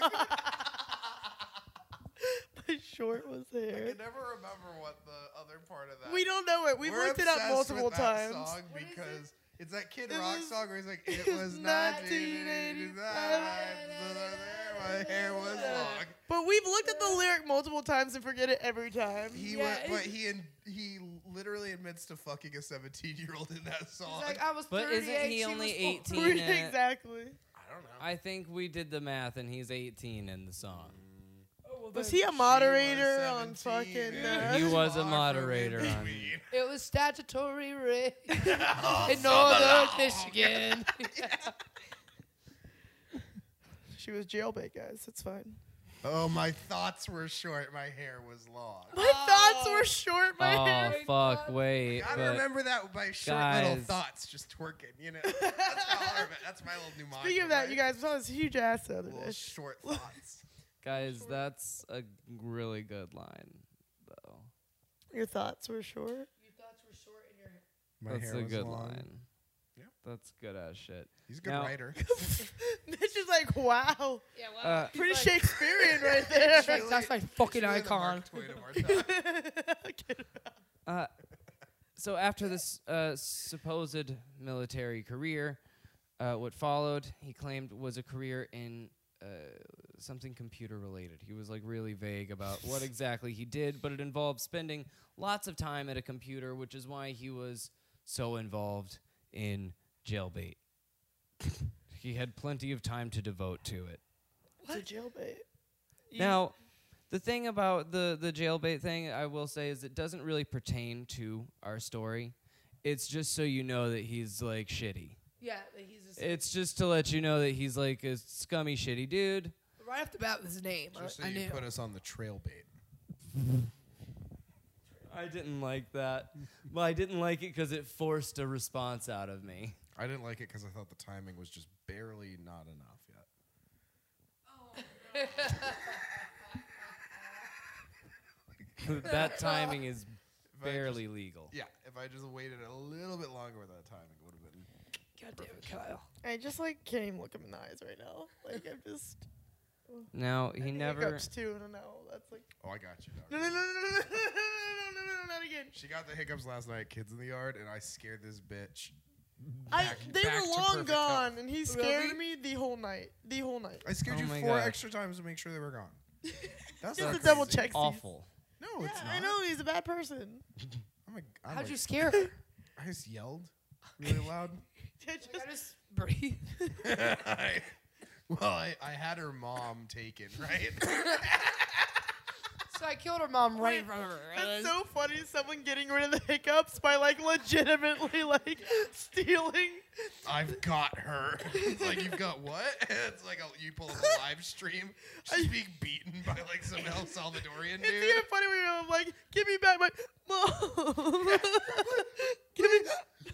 Speaker 3: My short was
Speaker 2: I can
Speaker 3: there.
Speaker 2: never remember what the other part of that.
Speaker 3: We don't know it. We've
Speaker 2: We're
Speaker 3: looked it up
Speaker 2: obsessed
Speaker 3: multiple
Speaker 2: with that
Speaker 3: times.
Speaker 2: song because It's that Kid
Speaker 3: It
Speaker 2: Rock
Speaker 3: was-
Speaker 2: song where he's like,
Speaker 3: it
Speaker 2: "It
Speaker 3: was
Speaker 2: was 1985,
Speaker 3: 1985,
Speaker 2: so my hair was long."
Speaker 3: But we've looked at the lyric multiple times and forget it every time.
Speaker 2: He
Speaker 5: Yeah,
Speaker 2: went, but
Speaker 5: it's-
Speaker 2: he in, he literally admits to fucking a 17 year old in that song.
Speaker 5: He's like, I was
Speaker 4: But
Speaker 5: 38.
Speaker 4: isn't he
Speaker 5: she
Speaker 4: only
Speaker 5: was 40."
Speaker 4: 18? Tina.
Speaker 3: exactly.
Speaker 2: I don't know.
Speaker 4: I think we did the math, and he's 18 in the song.
Speaker 5: Oh, well,
Speaker 3: Was
Speaker 5: then
Speaker 3: he
Speaker 2: She
Speaker 3: a
Speaker 2: was
Speaker 3: moderator on
Speaker 2: 17,
Speaker 3: fucking?
Speaker 2: man.
Speaker 3: Uh,
Speaker 4: He was
Speaker 2: Far
Speaker 4: a
Speaker 2: from
Speaker 4: moderator
Speaker 2: in
Speaker 4: on-
Speaker 2: between.
Speaker 5: It was statutory rape in northern Michigan.
Speaker 3: she was jailbait, guys. It's fine.
Speaker 2: Oh, my thoughts were short. My hair was long.
Speaker 3: My
Speaker 5: Oh.
Speaker 3: thoughts were short. My
Speaker 4: Oh
Speaker 3: hair.
Speaker 4: fuck! Wait,
Speaker 2: I
Speaker 4: but-
Speaker 2: remember that by short little
Speaker 4: Guys.
Speaker 2: thoughts, just twerking. You know, that's my, that's my little new mantra.
Speaker 3: Speaking of that,
Speaker 2: right?
Speaker 3: you guys I saw this huge ass the other
Speaker 2: little
Speaker 3: day.
Speaker 2: short thoughts.
Speaker 4: guys, that's a really good line, though.
Speaker 3: Your thoughts were short.
Speaker 5: Your thoughts were short in your
Speaker 4: that's a good line.
Speaker 2: Yeah.
Speaker 4: That's good ass shit.
Speaker 2: He's a good
Speaker 4: Now-
Speaker 2: writer.
Speaker 3: Mitch is like, wow,
Speaker 5: Yeah,
Speaker 4: Uh,
Speaker 5: wow.
Speaker 3: pretty Shakespearean right there.
Speaker 5: Shakespeare. That's my fucking
Speaker 2: He's really the
Speaker 5: icon.
Speaker 2: Mark Twain of our time.
Speaker 4: Uh, so after this uh, supposed military career, uh, what followed, he claimed, was a career in uh, something computer related. He was like really vague about what exactly he did, but it involved spending lots of time at a computer, which is why he was so involved in jailbait. he had plenty of time to devote to it.
Speaker 3: What? It's a jailbait.
Speaker 4: Now, the thing about the the jailbait thing, I will say, is it doesn't really pertain to our story. It's just so you know that he's like shitty.
Speaker 5: Yeah, that he's just,
Speaker 4: It's just to let you know that he's like a scummy, shitty dude.
Speaker 5: right off the bat with his name. I-
Speaker 2: Just so
Speaker 5: I
Speaker 2: you
Speaker 5: knew.
Speaker 2: put us on the trail bait.
Speaker 4: I didn't like that. well, I didn't like it because it forced a response out of me.
Speaker 2: I didn't like it because I thought the timing was just barely not enough yet.
Speaker 4: that timing is
Speaker 2: If I just-
Speaker 4: barely legal.
Speaker 2: yeah, if I just waited a little bit longer with that timing, it would have been.
Speaker 5: God damn it, Kyle.
Speaker 3: I just like can't even look him in the eyes right now. Like I'm just.
Speaker 4: Now
Speaker 3: I
Speaker 4: he
Speaker 3: need
Speaker 4: never.
Speaker 3: Hiccups too. No, no, that's like.
Speaker 2: Oh, I got you. Dog.
Speaker 3: No, no, no, no, no, no, no, no, no, no, no, no, not again.
Speaker 2: She got the hiccups last night, kids in the yard, and I scared this bitch.
Speaker 3: I,
Speaker 2: Back-
Speaker 3: they
Speaker 2: back
Speaker 3: were
Speaker 2: to
Speaker 3: long
Speaker 2: perfect health.
Speaker 3: gone, and he scared
Speaker 5: Really?
Speaker 3: me the whole night. The whole night.
Speaker 2: I scared
Speaker 4: Oh
Speaker 2: you
Speaker 4: my
Speaker 2: four
Speaker 4: God.
Speaker 2: extra times to make sure they were gone. That's
Speaker 3: Just
Speaker 2: not
Speaker 3: to double
Speaker 2: crazy.
Speaker 3: check.
Speaker 4: Awful.
Speaker 2: No, it's
Speaker 3: yeah,
Speaker 2: not.
Speaker 3: I know he's a bad person.
Speaker 2: I'm a, I'm
Speaker 5: How'd
Speaker 2: a-
Speaker 5: you scare her?
Speaker 2: I just yelled really loud.
Speaker 3: I just,
Speaker 5: I just breathe.
Speaker 2: I- well, I, I had her mom taken, right?
Speaker 5: so I killed her mom right in
Speaker 3: Wait,
Speaker 5: front of her.
Speaker 3: that's so funny. Someone getting rid of the hiccups by like legitimately like stealing.
Speaker 2: I've got her. It's like you've got what? It's like a, you pull up a live stream. She's being beaten by like some El Salvadorian
Speaker 3: It's even
Speaker 2: dude.
Speaker 3: funny when you're like, "Give me back my mom." Give me,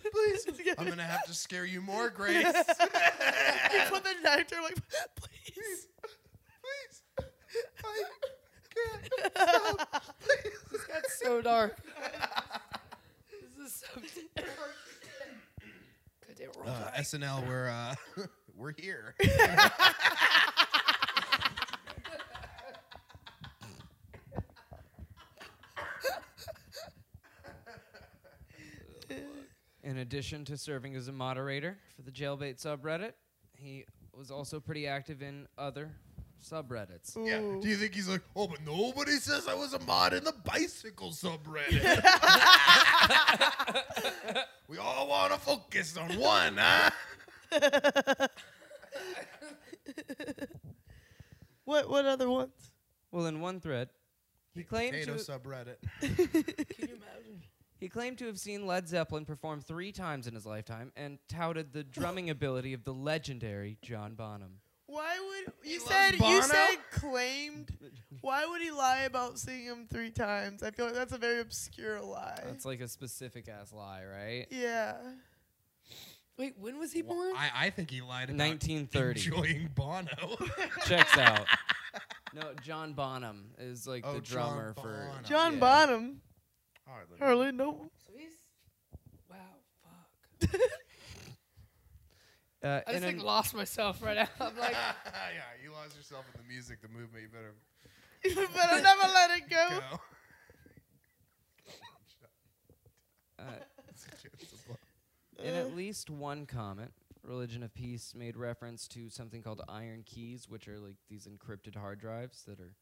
Speaker 3: please.
Speaker 2: I'm gonna have to scare you more, Grace.
Speaker 3: You put the knife to her, like, please.
Speaker 2: Please, I can't.
Speaker 5: That's so dark. this is so dark. God damn it, roll
Speaker 2: Uh,
Speaker 5: back.
Speaker 2: SNL, we're uh, we're here.
Speaker 4: In addition to serving as a moderator for the jailbait subreddit, he was also pretty active in other subreddits.
Speaker 2: Yeah.
Speaker 3: Ooh.
Speaker 2: Do you think he's like, oh, but nobody says I was a mod in the bicycle subreddit? we all want to focus on one, huh?
Speaker 3: What? What other ones?
Speaker 4: Well, in one thread, he claimed to
Speaker 2: subreddit.
Speaker 5: Can you imagine?
Speaker 4: he claimed to have seen Led Zeppelin perform three times in his lifetime and touted the drumming ability of the legendary John Bonham.
Speaker 3: Why would you
Speaker 2: loves
Speaker 3: said you
Speaker 2: Bono?
Speaker 3: said claimed? Why would he lie about seeing him three times? I feel like that's a very obscure lie.
Speaker 4: That's like a specific ass lie, right?
Speaker 3: yeah.
Speaker 5: Wait, when was he born?
Speaker 2: I, I think he lied about
Speaker 4: 1930
Speaker 2: enjoying Bono.
Speaker 4: checks out. No, John Bonham is like
Speaker 2: Oh,
Speaker 4: the
Speaker 2: John
Speaker 4: drummer for
Speaker 2: Bonham.
Speaker 3: John
Speaker 4: Yeah.
Speaker 3: Bonham.
Speaker 2: Hardly.
Speaker 3: Hardly know.
Speaker 5: so he's. Wow, fuck.
Speaker 4: Uh,
Speaker 5: I
Speaker 4: in
Speaker 5: just like
Speaker 4: an-
Speaker 5: lost myself right now. I'm like,
Speaker 2: yeah, you lost yourself in the music, the movement. You better
Speaker 3: but I never let it go.
Speaker 2: go.
Speaker 4: uh,
Speaker 2: It's a blow.
Speaker 3: Uh,
Speaker 4: In at
Speaker 3: Eh.
Speaker 4: at least one comment. Religion of Peace made reference to something called iron keys, which are like these encrypted hard drives that are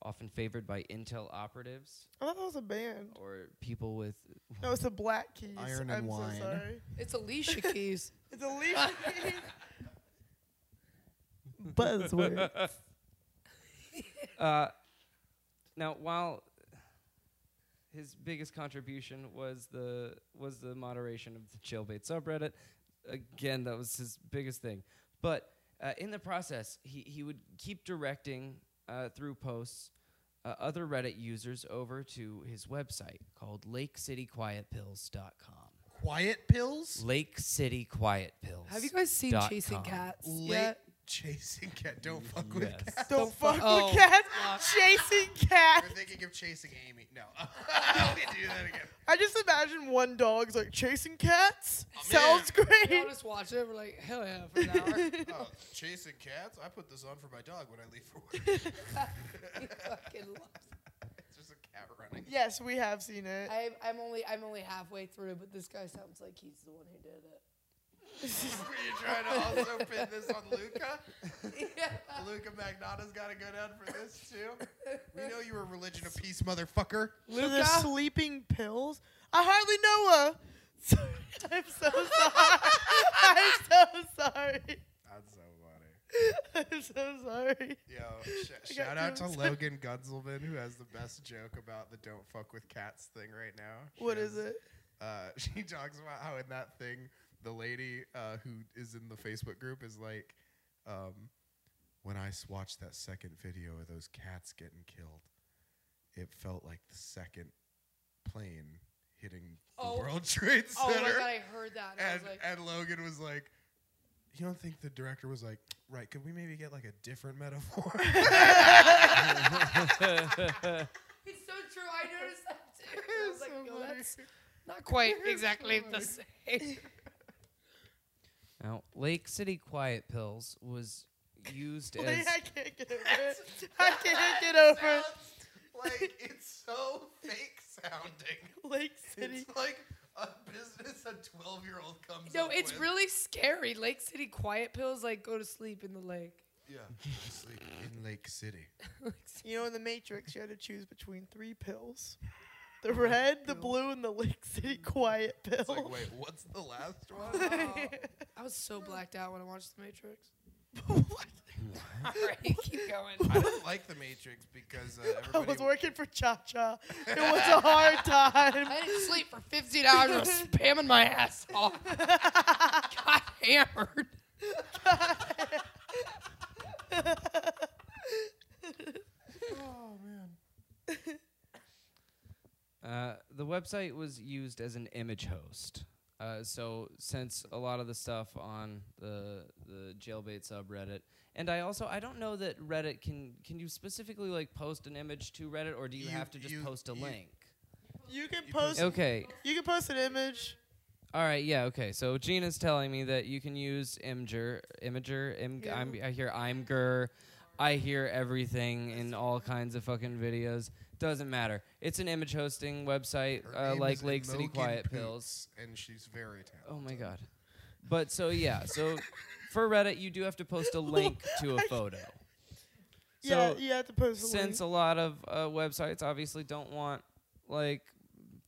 Speaker 4: often favored by Intel operatives
Speaker 3: I thought that was a band.
Speaker 4: or people with.
Speaker 3: No, it's the Black Keys.
Speaker 2: Oh. Iron and
Speaker 3: I'm
Speaker 2: Wine.
Speaker 3: so sorry.
Speaker 5: It's Alicia Keys.
Speaker 3: It's Alicia Keys. Buzzword.
Speaker 4: Uh, now, while his biggest contribution was the was the moderation of the Chillbait subreddit, again that was his biggest thing. But uh, in the process, he he would keep directing uh, through posts uh, other Reddit users over to his website called LakeCityQuietPills.com.
Speaker 2: Quiet pills?
Speaker 4: Lake City Quiet Pills.
Speaker 5: Have you guys seen
Speaker 4: Dot
Speaker 5: Chasing
Speaker 4: com.
Speaker 5: Cats?
Speaker 2: Late chasing cat. Don't fuck with
Speaker 4: Yes.
Speaker 2: cats.
Speaker 3: Don't fuck
Speaker 5: Oh,
Speaker 3: with cats. Chasing cats.
Speaker 2: We're thinking of chasing Amy. No. Let me do that again.
Speaker 3: I just imagine one dog's like chasing cats.
Speaker 2: I'm
Speaker 3: Sounds
Speaker 5: We all
Speaker 3: great.
Speaker 5: just watch it. We're like, hell yeah, for an hour.
Speaker 2: Oh, chasing cats? I put this on for my dog when I leave for work.
Speaker 5: He fucking loves it.
Speaker 2: it's just a cat running.
Speaker 3: yes, we have seen it.
Speaker 5: I'm, I'm only I'm only halfway through, but this guy sounds like he's the one who did it.
Speaker 2: Were you trying to also pin this on Luca?
Speaker 5: Yeah.
Speaker 2: Luca Magnata's got to go down for this too. We know you were religion of peace, motherfucker.
Speaker 3: For the
Speaker 5: Luca?
Speaker 3: sleeping pills? I hardly know her. So- I'm so sorry. I'm so sorry.
Speaker 2: That's so funny.
Speaker 3: I'm so sorry.
Speaker 2: Yo, sh-
Speaker 3: I got
Speaker 2: shout out to
Speaker 3: goosebumps.
Speaker 2: Logan Gunzelman who has the best joke about the "don't fuck with cats" thing right now. She
Speaker 3: What is
Speaker 2: has-
Speaker 3: it?
Speaker 2: Uh, she talks about how in that thing, the lady uh, who is in the Facebook group is like, um, "When I s- watched that second video of those cats getting killed, it felt like the second plane hitting the
Speaker 5: Oh.
Speaker 2: World Trade Center."
Speaker 5: Oh my god, I heard that. And I
Speaker 2: and
Speaker 5: was like,
Speaker 2: and Logan was like, "You don't think the director was like, right? Could we maybe get like a different metaphor?"
Speaker 5: it's so true. I noticed that too. I was
Speaker 2: It's
Speaker 5: like,
Speaker 2: so
Speaker 5: yo,
Speaker 2: funny.
Speaker 5: that's not quite exactly
Speaker 2: so
Speaker 5: the same.
Speaker 4: Now, Lake City Quiet Pills was used
Speaker 3: Like,
Speaker 4: as
Speaker 3: I can't get over it. I can't get over it.
Speaker 2: like it's so fake sounding.
Speaker 3: Lake City.
Speaker 2: It's like a business a twelve-year-old comes.
Speaker 5: No,
Speaker 2: up
Speaker 5: it's
Speaker 2: with.
Speaker 5: really scary. Lake City quiet pills like go to sleep in the lake.
Speaker 2: Yeah, it's like in Lake City.
Speaker 3: You know, in the Matrix, you had to choose between three pills the red, the blue, and the Lake City quiet
Speaker 2: It's like,
Speaker 3: pill.
Speaker 2: wait, what's the last one?
Speaker 5: Wow. I was so blacked out when I watched The Matrix.
Speaker 3: What?
Speaker 5: All right, keep going.
Speaker 2: I don't like The Matrix because uh,
Speaker 3: I
Speaker 2: everybody.
Speaker 3: was working for Cha Cha. It was a hard time.
Speaker 5: I didn't sleep for 15 hours. I was spamming my ass off. Got hammered.
Speaker 2: Oh man.
Speaker 4: Uh, the website was used as an image host. Uh, so since a lot of the stuff on the the jailbait subreddit, and I also I don't know that Reddit can can you specifically like post an image to Reddit or do you,
Speaker 2: You-
Speaker 4: have to just
Speaker 2: you-
Speaker 4: post a
Speaker 2: you-
Speaker 4: link?
Speaker 3: You can
Speaker 2: You
Speaker 3: post.
Speaker 2: post-
Speaker 4: Okay,
Speaker 3: You can post an image.
Speaker 4: all right, yeah, okay. So Gina's telling me that you can use Imgur, Imager, Im-
Speaker 5: Yeah.
Speaker 4: I'm, I hear Imgur, I hear everything in all kinds of fucking videos. Doesn't matter. It's an image hosting website,
Speaker 2: Her
Speaker 4: uh,
Speaker 2: name
Speaker 4: like
Speaker 2: is
Speaker 4: Lake City
Speaker 2: Imogen
Speaker 4: Quiet
Speaker 2: Poots,
Speaker 4: Pills.
Speaker 2: and she's very talented.
Speaker 4: Oh my god. But so yeah, so for Reddit you do have to post a link to a photo.
Speaker 3: yeah,
Speaker 4: So
Speaker 3: you have to post a
Speaker 4: Since a
Speaker 3: link.
Speaker 4: lot of uh, websites obviously don't want like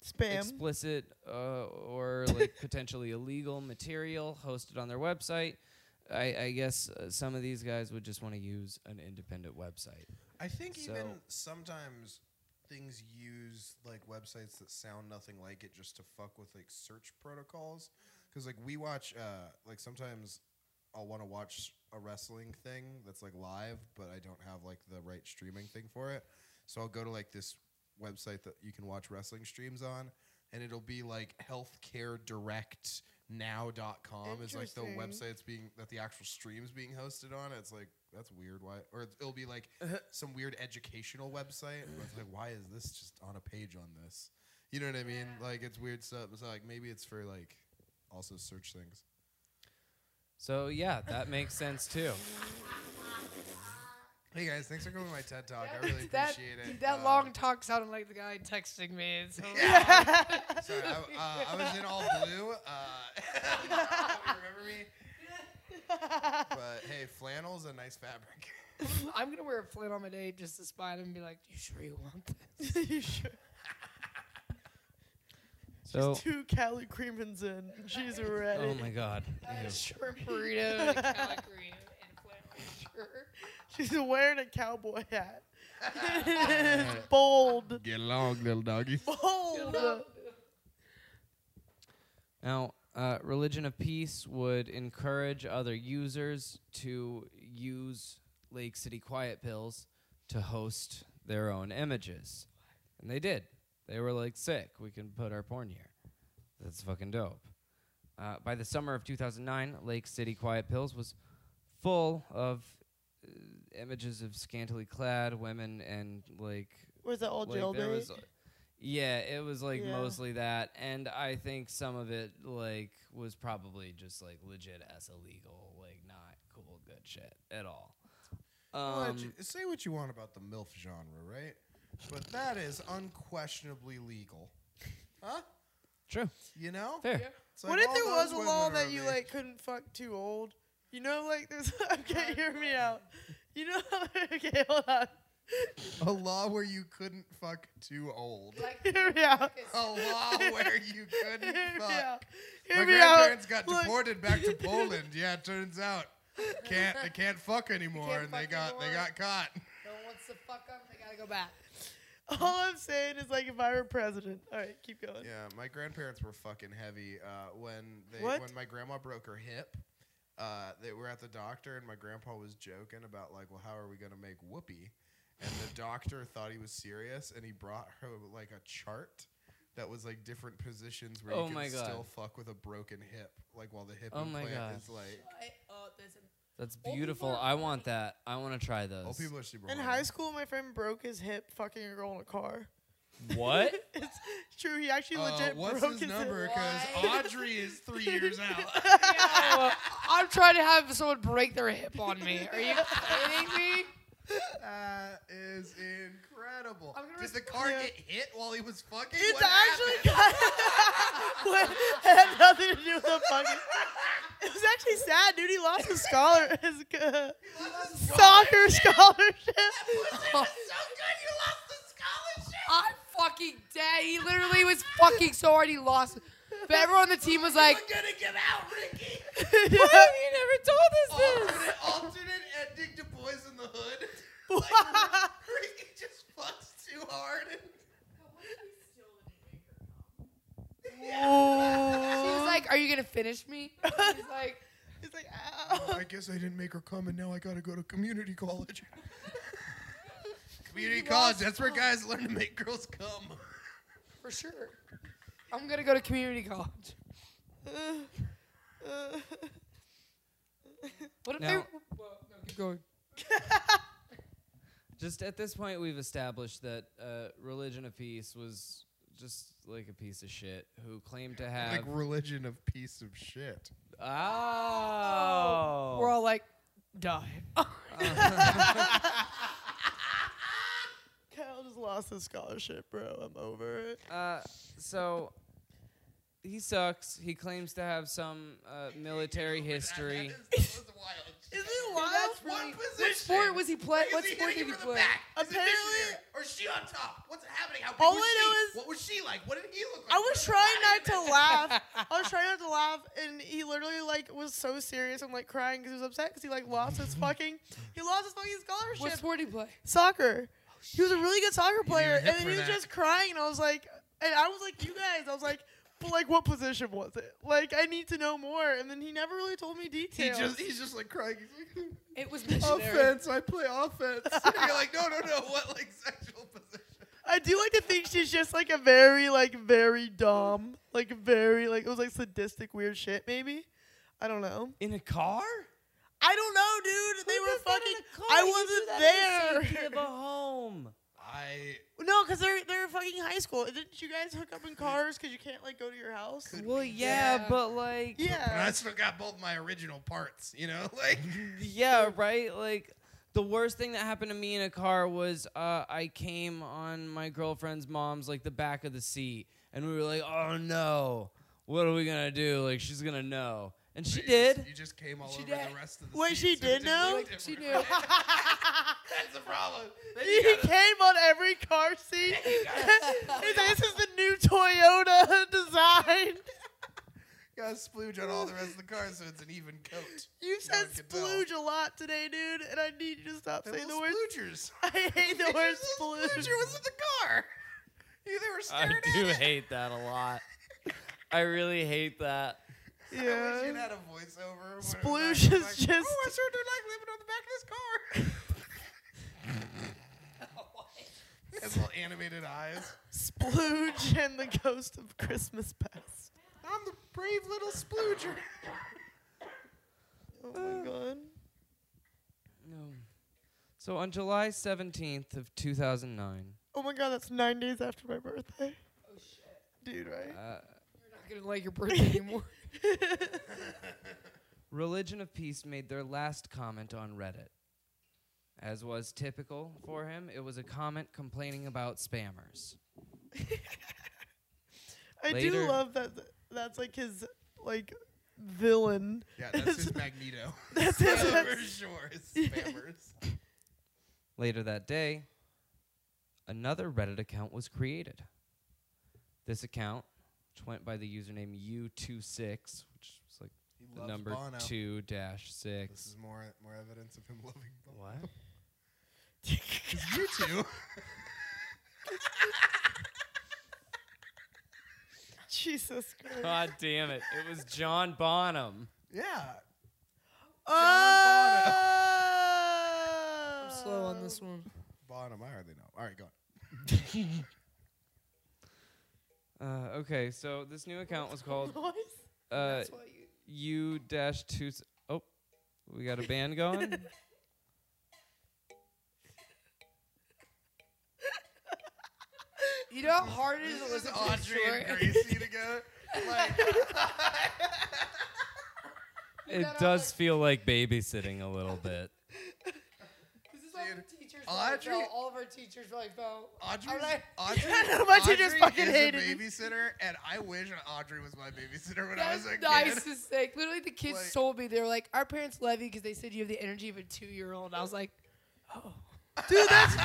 Speaker 3: spam.
Speaker 4: explicit uh, or like potentially illegal material hosted on their website, I, I guess uh, some of these guys would just want to use an independent website.
Speaker 2: I think even
Speaker 4: So-
Speaker 2: sometimes things use like websites that sound nothing like it just to fuck with like search protocols. Because like we watch, uh, like sometimes I'll want to watch a wrestling thing that's like live, but I don't have like the right streaming thing for it. So I'll go to like this website that you can watch wrestling streams on, and it'll be like healthcaredirectnow.com is like the
Speaker 3: Interesting.
Speaker 2: website it's being that the actual stream's being hosted on. It's like that's weird. Why? Or it's- it'll be like
Speaker 5: Uh-huh.
Speaker 2: some weird educational website. Where it's like why is this just on a page on this? You know what I mean? Like it's weird stuff. So like maybe it's for like also search things.
Speaker 4: So yeah, that makes sense too.
Speaker 2: Hey guys, thanks for coming to my TED talk. I
Speaker 5: That-
Speaker 2: really
Speaker 5: that,
Speaker 2: appreciate it.
Speaker 5: That
Speaker 2: Uh,
Speaker 5: long talk sounded like the guy texting me. So
Speaker 2: Sorry, I, uh, I was in all blue. Uh, remember me? But hey, flannel's a nice fabric.
Speaker 5: I'm gonna wear a flannel on my date just to spy him and be like, "You sure you want this?"
Speaker 3: you should.
Speaker 4: So,
Speaker 3: Two Cali Creamins in. She's ready.
Speaker 4: oh my god.
Speaker 5: A
Speaker 4: Ew.
Speaker 5: shrimp burrito, and a calabrino, and a flat shirt.
Speaker 3: She's wearing a cowboy hat. it is bold.
Speaker 2: Get along, little doggy.
Speaker 3: Bold.
Speaker 4: Now, uh, religion of peace would encourage other users to use Lake City Quiet Pills to host their own images, and they did. They were like, "Sick, we can put our porn here. That's fucking dope." Uh, by the summer of 2009, Lake City Quiet Pills was full of uh, images of scantily clad women and like
Speaker 3: Where's that old
Speaker 4: like,
Speaker 3: jail
Speaker 4: there
Speaker 3: date?
Speaker 4: was- yeah, it was like
Speaker 3: Yeah.
Speaker 4: mostly that, and I think some of it like was probably just like legit as illegal, like not cool, good shit at all. Um,
Speaker 2: say what you want about the MILF genre, right? But that is unquestionably legal. Huh?
Speaker 4: true,
Speaker 2: You know?
Speaker 4: fair.
Speaker 2: It's
Speaker 3: What
Speaker 2: like
Speaker 3: if
Speaker 2: all
Speaker 3: there
Speaker 2: those
Speaker 3: was a
Speaker 2: women
Speaker 3: law
Speaker 2: are
Speaker 3: that you
Speaker 2: amazing.
Speaker 3: like couldn't fuck too old? You know, like there's. Okay, hear me out. You know, okay, hold on.
Speaker 2: A law where you couldn't fuck too old.
Speaker 5: Like,
Speaker 3: Hear me out.
Speaker 2: A law where you
Speaker 3: Hear
Speaker 2: couldn't
Speaker 3: me
Speaker 2: fuck.
Speaker 3: out.
Speaker 2: My
Speaker 3: Hear me out.
Speaker 2: grandparents got
Speaker 3: Look.
Speaker 2: deported back to Poland. Yeah, it turns out can't they can't fuck anymore,
Speaker 5: can't
Speaker 2: and they
Speaker 5: fuck
Speaker 2: got they
Speaker 5: anymore.
Speaker 2: got caught.
Speaker 5: no one wants to fuck up. They gotta go back.
Speaker 3: All I'm saying is like if I were president. All right, keep going.
Speaker 2: Yeah, my grandparents were fucking heavy uh, when they
Speaker 3: What?
Speaker 2: when my grandma broke her hip. Uh, they were at the doctor, and my grandpa was joking about like, well, how are we gonna make whoopee? And the doctor thought he was serious, and he brought her like a chart that was like different positions where
Speaker 4: Oh
Speaker 2: you
Speaker 4: my
Speaker 2: can
Speaker 4: God.
Speaker 2: still fuck with a broken hip, like while the hip
Speaker 4: Oh my
Speaker 2: implant
Speaker 4: God.
Speaker 2: is like.
Speaker 4: That's
Speaker 5: people
Speaker 4: beautiful.
Speaker 5: are
Speaker 4: I want that. I want to try those.
Speaker 2: Old people are super.
Speaker 3: In
Speaker 2: horny.
Speaker 3: high school, my friend broke his hip fucking a girl in a car.
Speaker 4: What?
Speaker 3: it's true. He actually
Speaker 2: Uh,
Speaker 3: legit
Speaker 2: what's
Speaker 3: broke
Speaker 2: his
Speaker 3: hip.
Speaker 2: number? Because
Speaker 5: Why?
Speaker 2: Audrey is three years out.
Speaker 5: I'm trying to have someone break their hip on me. Are you kidding me?
Speaker 2: That is incredible.
Speaker 5: I'm gonna
Speaker 2: Did the
Speaker 5: resp-
Speaker 2: car
Speaker 3: Yeah.
Speaker 2: get hit while he was fucking?
Speaker 3: It's
Speaker 2: What happened?
Speaker 3: actually Wait, it had nothing to do with the fucking. It was actually sad, dude. He lost his scholar, his uh, soccer scholarship.
Speaker 5: I'm fucking dead. He literally was fucking so hard he lost. But everyone on the team was like,
Speaker 3: Why have you never told us
Speaker 5: Oh.
Speaker 2: alternate, alternate ending to Boys in the Hood.
Speaker 3: Why?
Speaker 2: Ricky just fucks too hard.
Speaker 5: she was like, are you gonna finish me? He's like,
Speaker 3: He's like, ow.
Speaker 2: guess Oh, I didn't make her come, and now I gotta go to community college. community
Speaker 5: He
Speaker 2: college.
Speaker 5: lost-
Speaker 2: That's where guys learn to make girls come.
Speaker 5: for sure. I'm gonna go to community college.
Speaker 3: Uh, uh,
Speaker 5: What if
Speaker 4: Now-
Speaker 5: they? Well, no, keep going.
Speaker 4: just at this point, we've established that uh, religion of peace was just like a piece of shit who claimed to have.
Speaker 2: Like religion of piece of shit.
Speaker 4: oh,
Speaker 5: We're all like, die.
Speaker 3: Kyle just lost his scholarship, bro. I'm over it.
Speaker 4: Uh, so he sucks. He claims to have some uh, military history.
Speaker 2: That is, that was wild.
Speaker 3: Is it
Speaker 5: Yeah,
Speaker 3: wild?
Speaker 5: that's
Speaker 2: One
Speaker 5: really.
Speaker 2: position.
Speaker 5: What sport was he playing?
Speaker 2: Like,
Speaker 5: What
Speaker 2: is
Speaker 5: sport
Speaker 2: hitting you
Speaker 5: did he
Speaker 2: from the
Speaker 5: play?
Speaker 2: back? Is it
Speaker 3: Apparently-
Speaker 2: missionary? or is she on top? What's happening? How big
Speaker 3: All
Speaker 2: was
Speaker 3: I know
Speaker 2: she?
Speaker 3: is-
Speaker 2: what was she like? What did he look like?
Speaker 3: I
Speaker 2: What
Speaker 3: was
Speaker 2: did
Speaker 3: trying not
Speaker 2: the
Speaker 3: to laugh. I was trying not to laugh, and he literally like was so serious and like crying because he was upset because he like lost his fucking he lost his fucking scholarship.
Speaker 5: What sport did he play?
Speaker 3: soccer.
Speaker 2: Oh,
Speaker 3: He was a really good soccer player,
Speaker 2: hit
Speaker 3: and then
Speaker 2: for
Speaker 3: he was
Speaker 2: that.
Speaker 3: just crying, and I was like, and I was like, you guys, I was like, but like, what position was it? Like, I need to know more. And then he never really told me
Speaker 2: He
Speaker 3: details.
Speaker 2: just he's just like crying. He's like,
Speaker 5: It was
Speaker 2: offense. I play offense. And you're like, no, no, no. What like sexual position?
Speaker 3: I do like to think she's just like a very like very dumb, like very like it was like sadistic weird shit maybe. I don't know.
Speaker 4: In a car?
Speaker 3: I don't know, dude. they were
Speaker 4: does that in
Speaker 3: fucking.
Speaker 4: a car?
Speaker 3: I
Speaker 4: You do
Speaker 3: wasn't
Speaker 4: that in the
Speaker 3: there.
Speaker 4: safety of a home.
Speaker 2: I
Speaker 3: No, because they're they're fucking high school. Didn't you guys hook up in cars because you can't like go to your house?
Speaker 4: Well, yeah,
Speaker 5: Yeah.
Speaker 4: but like,
Speaker 3: Yeah.
Speaker 2: still got both my original parts. You know, like
Speaker 4: yeah, right? Like, The worst thing that happened to me in a car was uh, I came on my girlfriend's mom's like the back of the seat, and we were like, "Oh no, what are we gonna do? Like she's gonna know." And she
Speaker 2: You just-
Speaker 4: did.
Speaker 2: You just came all
Speaker 5: She
Speaker 2: over
Speaker 5: did.
Speaker 2: the rest of the
Speaker 3: Wait,
Speaker 2: seat,
Speaker 3: she
Speaker 2: so it
Speaker 3: did
Speaker 2: didn't
Speaker 3: know?
Speaker 2: look
Speaker 5: She knew.
Speaker 2: different. That's the problem. Then
Speaker 3: He
Speaker 2: you gotta-
Speaker 3: came on every car seat. He's like, this is the new Toyota design.
Speaker 2: got a splooge on all the rest of the car, so it's an even coat.
Speaker 3: You said
Speaker 2: one could tell.
Speaker 3: splooge a lot today, dude, and I need you to stop
Speaker 2: They're
Speaker 3: saying the
Speaker 2: little
Speaker 3: word.
Speaker 2: sploogers.
Speaker 3: I hate the
Speaker 2: Your
Speaker 3: word
Speaker 2: little
Speaker 3: splooge.
Speaker 2: splooger was in the car. You they were
Speaker 4: I
Speaker 2: staring at
Speaker 4: do
Speaker 2: it.
Speaker 4: hate that a lot. I really hate that.
Speaker 2: I wish
Speaker 3: Yeah.
Speaker 2: you'd had a voiceover. when it was
Speaker 3: Splooge
Speaker 2: like-
Speaker 3: is
Speaker 2: like,
Speaker 3: just-
Speaker 2: Oh, I sure do like living on the back of this car. His little animated eyes.
Speaker 3: Splooge and the ghost of Christmas past.
Speaker 2: I'm the brave little splooger.
Speaker 3: Oh my god.
Speaker 4: No. So on July 17th of 2009,
Speaker 3: Oh my god, that's nine days after my birthday. Oh shit. Dude, right?
Speaker 4: uh,
Speaker 5: not gonna like your birthday anymore.
Speaker 4: Religion of Peace made their last comment on Reddit. As was typical for him, it was a comment complaining about spammers.
Speaker 3: I
Speaker 4: Later.
Speaker 3: do love that. th- That's like his like villain.
Speaker 2: Yeah, that's his Magneto.
Speaker 3: That's his-
Speaker 2: for sure. His spammers.
Speaker 4: Later that day, another Reddit account was created. This account, which went by the username U26, which is like
Speaker 2: He
Speaker 4: the
Speaker 2: loves
Speaker 4: number
Speaker 2: Bono.
Speaker 4: 2 dash
Speaker 2: This
Speaker 4: 6.
Speaker 2: is more more evidence of him loving Bono.
Speaker 4: What?
Speaker 2: 'Cause you two.
Speaker 3: Jesus Christ.
Speaker 4: God damn it. It was John Bonham.
Speaker 2: yeah.
Speaker 3: oh!
Speaker 5: I'm slow on this one.
Speaker 2: Uh, Bonham, I hardly know. All right, go on.
Speaker 4: Uh, okay, so this new account was called
Speaker 3: Noise?
Speaker 4: uh,
Speaker 5: That's why you.
Speaker 4: U dash two. s- Oh, we got a band going.
Speaker 5: You know how hard it is to
Speaker 2: This is
Speaker 5: listen to
Speaker 2: Audrey and
Speaker 5: Detroit?
Speaker 2: Gracie together. Like,
Speaker 4: it does feel like babysitting a little bit.
Speaker 5: This is why our
Speaker 2: Dude,
Speaker 5: teachers
Speaker 2: Audrey-
Speaker 5: Audrey, felt. All of our teachers were like, "Bro,
Speaker 2: Audrey's,
Speaker 5: Alright.
Speaker 2: Audrey,
Speaker 3: know, my teachers
Speaker 2: Audrey
Speaker 3: fucking
Speaker 2: is
Speaker 3: hated
Speaker 2: a
Speaker 3: me.
Speaker 2: babysitter, and I wish Audrey was my babysitter when
Speaker 5: that's
Speaker 2: I was a
Speaker 5: nice
Speaker 2: kid.
Speaker 5: to say." Literally, the kids
Speaker 2: Like-
Speaker 5: told me they were like, "Our parents love you because they said you have the energy of a two-year-old." I was like, "Oh,
Speaker 3: Dude, that's.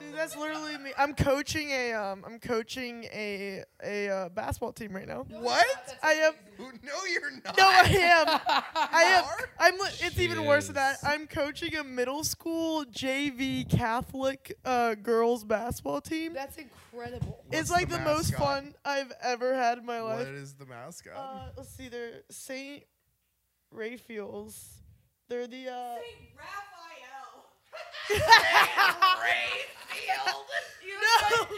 Speaker 3: Dude, that's literally me. I'm coaching a um, I'm coaching a a uh, basketball team right now.
Speaker 2: What?
Speaker 3: I am.
Speaker 2: Who? No, you're not.
Speaker 3: No, I am. I am.
Speaker 2: Are?
Speaker 3: I'm. li- It's even worse than that.
Speaker 4: Jeez.
Speaker 3: I'm coaching a middle school JV Catholic uh, girls basketball team.
Speaker 5: that's incredible."
Speaker 2: What's
Speaker 3: it's like
Speaker 2: the
Speaker 3: the, most
Speaker 2: mascot?
Speaker 3: fun I've ever had in my
Speaker 2: What
Speaker 3: life.
Speaker 2: is the mascot?
Speaker 3: Uh, let's see. They're Saint Raphael's. They're the. Uh, no, no,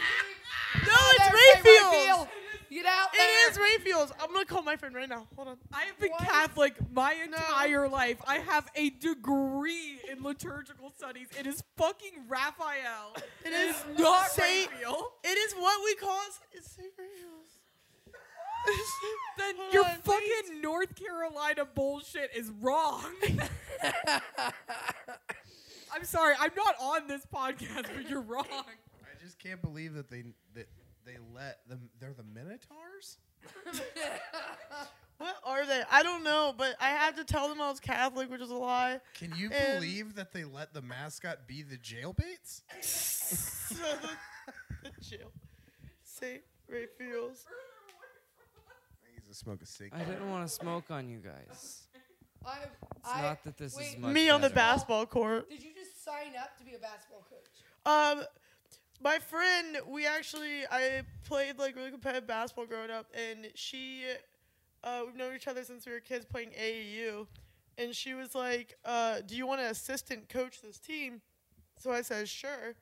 Speaker 5: That's
Speaker 3: it's
Speaker 5: right,
Speaker 3: Raphael's.
Speaker 5: Raphael. Get out there.
Speaker 3: It is Raphael's. I'm gonna call my friend right now. Hold on.
Speaker 6: I have been
Speaker 5: What?
Speaker 6: Catholic my entire life. I have a degree in liturgical studies. It is fucking Raphael.
Speaker 3: It
Speaker 6: It
Speaker 3: is
Speaker 6: is not
Speaker 3: Saint.
Speaker 6: Raphael.
Speaker 3: It is what we call. It's Saint Raphael's.
Speaker 6: Then
Speaker 3: Hold
Speaker 6: your
Speaker 3: on,
Speaker 6: fucking North Carolina bullshit is wrong. I'm sorry, I'm not on this podcast, but you're wrong.
Speaker 2: I just can't believe that they that they let them. They're the Minotaurs.
Speaker 3: What are they? I don't know, but I had to tell them I was Catholic, which is a lie.
Speaker 2: Can you
Speaker 3: And-
Speaker 2: believe that they let the mascot be the jailbaits?
Speaker 3: so the, the jail. Saint Raphael's.
Speaker 2: I used to smoke a
Speaker 4: I
Speaker 2: cigarette.
Speaker 4: didn't want to smoke on you guys.
Speaker 5: I,
Speaker 4: It's not that this is
Speaker 5: wait,
Speaker 4: much
Speaker 3: Me on the
Speaker 4: better.
Speaker 3: basketball court.
Speaker 5: Did you just sign up to be a basketball coach?
Speaker 3: Um, my friend, we actually I played like really competitive basketball growing up, and she, uh, we've known each other since we were kids playing AAU, and she was like, uh, "Do you want to assistant coach this team?" So I said, "Sure,"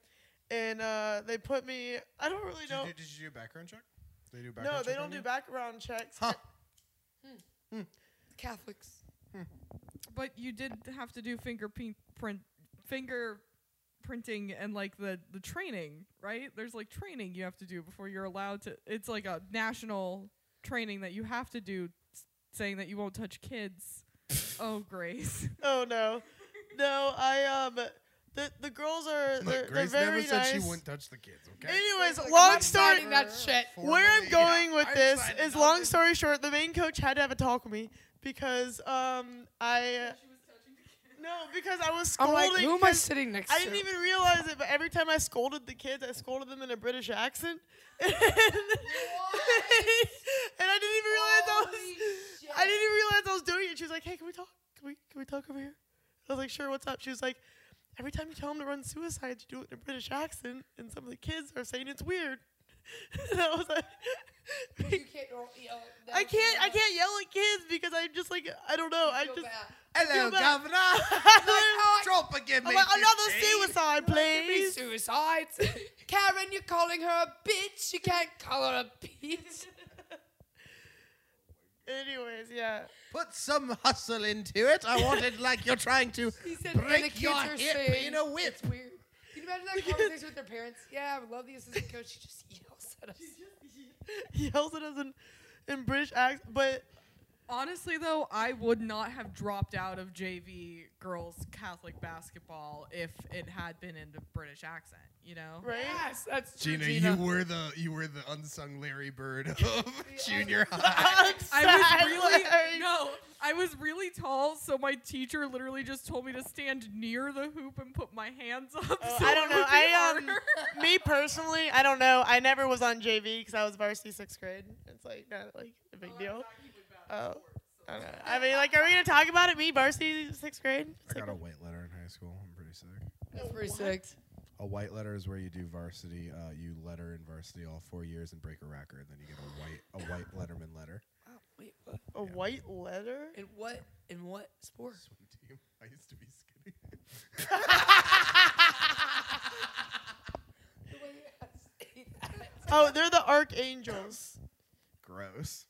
Speaker 3: and uh, they put me. I don't really
Speaker 2: Did,
Speaker 3: know.
Speaker 2: you do, did you do a background check? They do a background
Speaker 3: No, they
Speaker 2: check
Speaker 3: don't
Speaker 2: on
Speaker 3: do
Speaker 2: you?
Speaker 3: background checks.
Speaker 2: Huh.
Speaker 5: Catholics.
Speaker 6: But you did have to do finger pin- print, finger printing and like the the training, right? There's like training you have to do before you're allowed to. It's like a national training that you have to do, s- saying that you won't touch kids. Oh, Grace.
Speaker 3: Oh no, no. I um, the the girls are
Speaker 2: Look,
Speaker 3: they're, they're
Speaker 2: Grace
Speaker 3: very
Speaker 2: never
Speaker 3: nice.
Speaker 2: said she wouldn't touch the kids. Okay.
Speaker 3: Anyways,
Speaker 5: Like, I'm
Speaker 3: long
Speaker 5: not
Speaker 3: story.
Speaker 5: signing that shit.
Speaker 3: Where I'm
Speaker 2: Formally,
Speaker 3: going
Speaker 2: yeah,
Speaker 3: with
Speaker 2: I
Speaker 3: this
Speaker 2: decided
Speaker 3: is
Speaker 2: not
Speaker 3: long
Speaker 2: to-
Speaker 3: story short, the main coach had to have a talk with me because um I no because I was
Speaker 5: I'm
Speaker 3: scolding.
Speaker 5: like, who am I
Speaker 3: 'cause
Speaker 5: sitting next
Speaker 3: I
Speaker 5: to?
Speaker 3: didn't even realize it, but every time I scolded the kids, I scolded them in a British accent. and, I didn't even realize I was I didn't even realize I was doing it. And she was like, "Hey, can we talk? Can we can we talk over here?" I was like, "Sure, what's up?" She was like, "Every time you tell them to run suicide, you do it in a British accent, and some of the kids are saying it's weird." and I was like,
Speaker 5: You can't yell at them.
Speaker 3: "I can't, I can't yell at kids because I just like I don't know. I
Speaker 5: Feel
Speaker 3: just
Speaker 5: bad.
Speaker 3: feel
Speaker 2: Hello,
Speaker 3: bad.
Speaker 2: Governor.
Speaker 3: I'm
Speaker 2: Trump again.
Speaker 3: like another
Speaker 2: suicide.
Speaker 3: suicide,
Speaker 5: Like, give me
Speaker 3: please."
Speaker 5: suicides. Karen, you're calling her a bitch. You can't call her a bitch.
Speaker 3: Anyways, yeah.
Speaker 2: Put some hustle into it. I want it like you're trying to
Speaker 5: He said, and the
Speaker 2: break
Speaker 5: kids
Speaker 2: your
Speaker 5: are
Speaker 2: hip
Speaker 5: saying
Speaker 2: in a whip.
Speaker 5: It's weird. Can you imagine that conversation with their parents? Yeah, I love the assistant coach. She just yells at us.
Speaker 3: He yells at us in, in British accent, but
Speaker 6: Honestly, though, I would not have dropped out of JV girls Catholic basketball if it had been in the British accent, you know?
Speaker 3: right?
Speaker 5: Yes, that's true,
Speaker 2: Gina,
Speaker 5: Gina.
Speaker 2: you were the you were the unsung Larry Bird of junior high.
Speaker 3: I'm
Speaker 6: I
Speaker 3: sad,
Speaker 6: was really
Speaker 3: like-
Speaker 6: no. I was really tall, so my teacher literally just told me to stand near the hoop and put my hands up.
Speaker 3: Oh,
Speaker 6: so
Speaker 3: I don't
Speaker 6: it would
Speaker 3: know.
Speaker 6: be
Speaker 3: I, um,
Speaker 6: harder.
Speaker 3: me personally, I don't know. I never was on JV because I was varsity sixth grade. It's like not like a big deal. Oh, I don't know. I mean, like, are we gonna talk about it? Me varsity sixth grade. It's
Speaker 2: I got
Speaker 3: like,
Speaker 2: a white letter in high school. I'm pretty sick.
Speaker 5: That's pretty sick.
Speaker 2: A white letter is where you do varsity. Uh, you letter in varsity all four years and break a record, and then you get a white a white Letterman letter.
Speaker 5: Wow, wait, what?
Speaker 3: a white letter.
Speaker 5: In what? In what sport?
Speaker 2: Swim team. I used to be skinny.
Speaker 5: The way you say that.
Speaker 3: Oh, they're the archangels.
Speaker 2: Gross.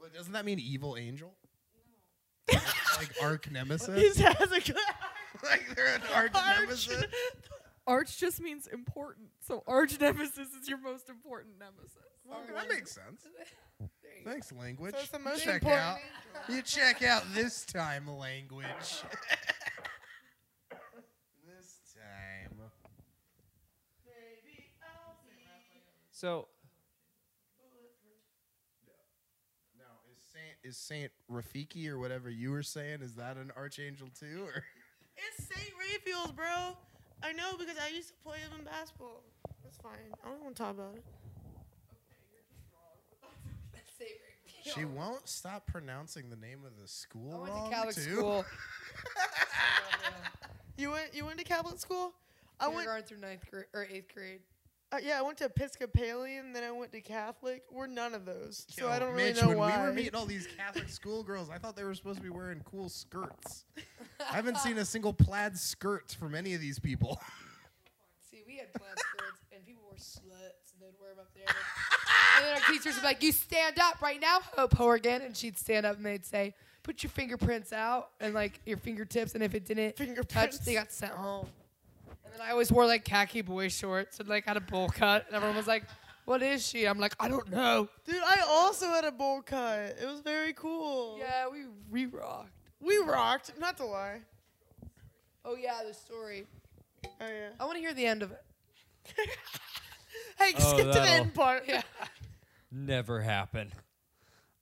Speaker 2: Well, doesn't that mean evil angel? like arch
Speaker 3: He
Speaker 2: nemesis?
Speaker 3: has a good
Speaker 2: like they're an arch
Speaker 3: arch.
Speaker 2: nemesis?
Speaker 6: Arch just means important, so arch nemesis is your most important nemesis.
Speaker 2: Okay, Oh, that makes sense.
Speaker 5: There you go.
Speaker 2: Thanks, language.
Speaker 3: So it's the most
Speaker 2: check
Speaker 3: important
Speaker 2: out. You check out this time, language. this time.
Speaker 4: So
Speaker 2: Now, is Saint is Saint Rafiki or whatever you were saying? Is that an archangel too? Or
Speaker 3: It's St. Raphael's, bro. I know because I used to play him in basketball. That's fine. I don't want to talk about it.
Speaker 2: she won't stop pronouncing the name of the school
Speaker 3: Oh,
Speaker 5: I went
Speaker 2: wrong
Speaker 5: to Catholic
Speaker 2: too.
Speaker 5: school.
Speaker 3: You went. You went to Catholic school. I
Speaker 5: I
Speaker 3: went.
Speaker 5: went through ninth grade or eighth grade.
Speaker 3: Uh, yeah, I went to Episcopalian, then I went to Catholic. We're none of those, so I
Speaker 2: Yo,
Speaker 3: don't
Speaker 2: Mitch,
Speaker 3: really know
Speaker 2: when
Speaker 3: why.
Speaker 2: we were meeting all these Catholic schoolgirls, I thought they were supposed to be wearing cool skirts. I haven't seen a single plaid skirt from any of these people.
Speaker 5: See, we had class skirts, and people were sluts, and they'd wear them up there. and then our teachers would be like, "You stand up right now, Hope Horgan," and she'd stand up, and they'd say, "Put your fingerprints out and like your fingertips, and if it didn't touch,
Speaker 3: Fingerprints.
Speaker 5: they got sent home." And then I always wore like khaki boy shorts and like had a bowl cut, and everyone was like, "What is she?" I'm like, "I don't know."
Speaker 3: Dude, I also had a bowl cut. It was very cool.
Speaker 5: Yeah, we we rocked.
Speaker 3: we rocked. Not to lie.
Speaker 5: Oh yeah, the story.
Speaker 3: Oh yeah.
Speaker 5: I want to hear the end of it.
Speaker 3: Hey,
Speaker 4: Oh,
Speaker 3: skip to the
Speaker 4: that'll-
Speaker 3: end part.
Speaker 5: Yeah.
Speaker 4: never happen.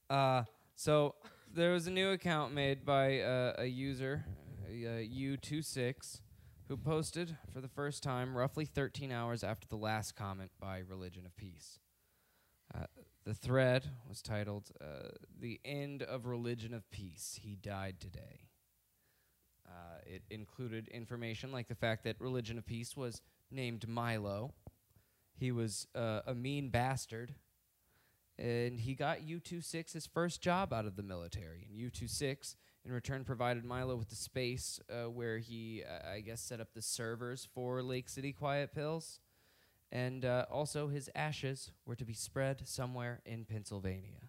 Speaker 4: Uh, so there was a new account made by uh, a user, uh, U26, who posted for the first time roughly 13 hours after the last comment by Religion of Peace. Uh, the thread was titled uh, "The End of Religion of Peace." He died today. Uh, it included information like the fact that Religion of Peace was named Milo. He was uh, a mean bastard and he got U26 his first job out of the military. And U26, in return, provided Milo with the space uh, where he, uh, I guess, set up the servers for Lake City Quiet Pills. And uh, also, his ashes were to be spread somewhere in Pennsylvania.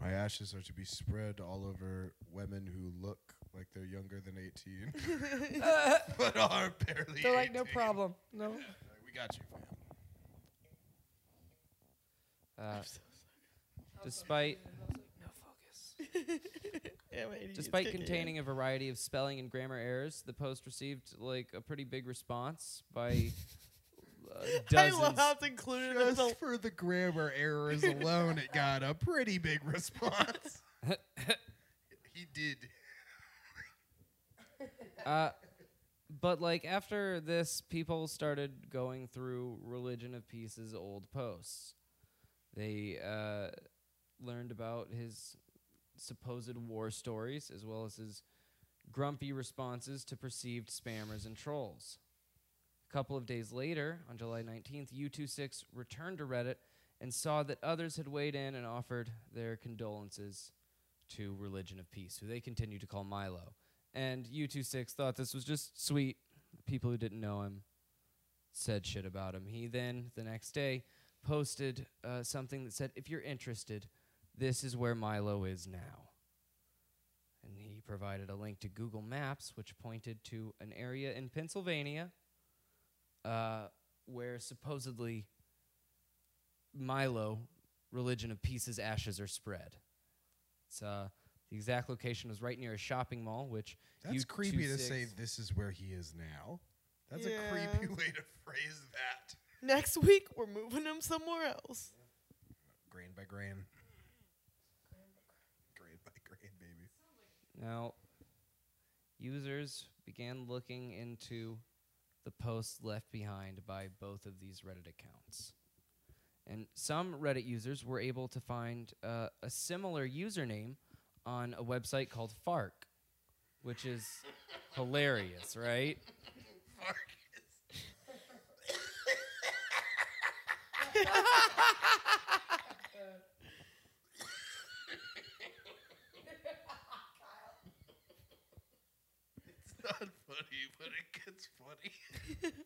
Speaker 2: My ashes are to be spread all over women who look like they're younger than 18, but are barely.
Speaker 5: They're like, "No
Speaker 2: 18."
Speaker 5: problem." No.
Speaker 2: Like, We got you, fam.
Speaker 4: Uh, despite
Speaker 5: No focus.
Speaker 3: Yeah, my ADD is
Speaker 4: Despite
Speaker 3: kicking in.
Speaker 4: containing a variety of spelling and grammar errors, the post received like a pretty big response by uh, dozens.
Speaker 3: I love how it's included as a
Speaker 2: Just for the grammar errors alone, it got a pretty big response. he did.
Speaker 4: Uh, but like after this, people started going through Religion of Peace's old posts. They uh, learned about his supposed war stories as well as his grumpy responses to perceived spammers and trolls. A couple of days later, on July 19th, U26 returned to Reddit and saw that others had weighed in and offered their condolences to Religion of Peace, who they continue to call Milo. And U26 thought this was just sweet. People who didn't know him said shit about him. He then, the next day, posted uh, something that said, If you're interested, this is where Milo is now. And he provided a link to Google Maps, which pointed to an area in Pennsylvania uh, where supposedly Milo, religion of peace's ashes, are spread. It's, uh, the exact location was right near a shopping mall, which
Speaker 2: That's
Speaker 4: you
Speaker 2: creepy to
Speaker 4: 26
Speaker 2: say this is where he is now. That's
Speaker 3: Yeah.
Speaker 2: a creepy way to phrase that.
Speaker 3: next week we're moving him somewhere else.
Speaker 2: Grain by grain. Grain by grain, baby.
Speaker 4: Now, users began looking into the posts left behind by both of these Reddit accounts. And some Reddit users were able to find uh, a similar username on a website called Fark, which is hilarious, right?
Speaker 2: It's not funny, but it gets funny.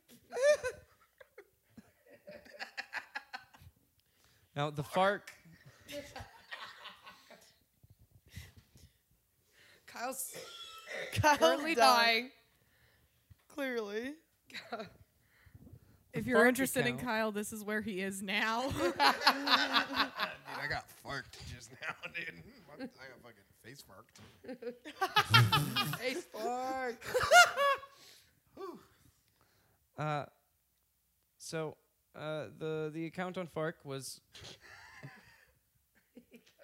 Speaker 4: Now, the Fark,
Speaker 5: Kyle's
Speaker 3: Kyle's
Speaker 5: currently dying.
Speaker 3: Clearly.
Speaker 6: If
Speaker 4: The
Speaker 6: you're
Speaker 4: Fark
Speaker 6: interested in
Speaker 4: account.
Speaker 6: Kyle, this is where he is now.
Speaker 2: Dude, I got farked just now, dude. I got fucking face farked.
Speaker 5: Facebook.
Speaker 4: uh, so uh, the the account on Fark was.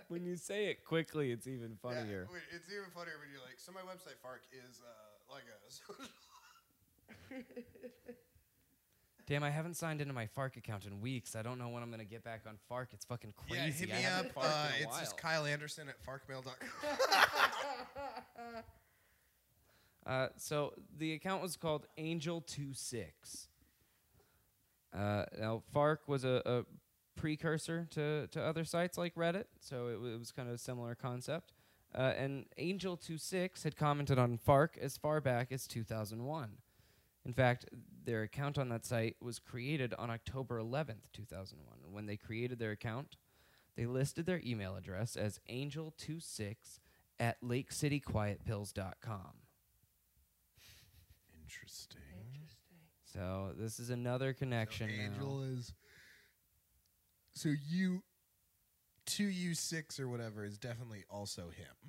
Speaker 4: when you say it quickly, it's even funnier.
Speaker 2: wait, it's even funnier when you're like, so my website fark is uh, like a social.
Speaker 4: Damn, I haven't signed into my Fark account in weeks. I don't know when I'm gonna get back on Fark. It's fucking crazy.
Speaker 2: Yeah, hit
Speaker 4: I
Speaker 2: me up.
Speaker 4: haven't
Speaker 2: Uh,
Speaker 4: farked in a
Speaker 2: it's just
Speaker 4: while.
Speaker 2: Kyle Anderson at farkmail.com.
Speaker 4: Uh, so the account was called Angel26. Uh, now, Fark was a, a precursor to, to other sites like Reddit, so it, w- it was kind of a similar concept. Uh, and Angel26 had commented on Fark as far back as 2001. In fact, their account on that site was created on October 11th, 2001. And when they created their account, they listed their email address as angel26 at lakecityquietpills.com.
Speaker 2: Interesting.
Speaker 4: So this is another connection.
Speaker 2: Angel is. So you, two U six or whatever is definitely also him.
Speaker 4: now.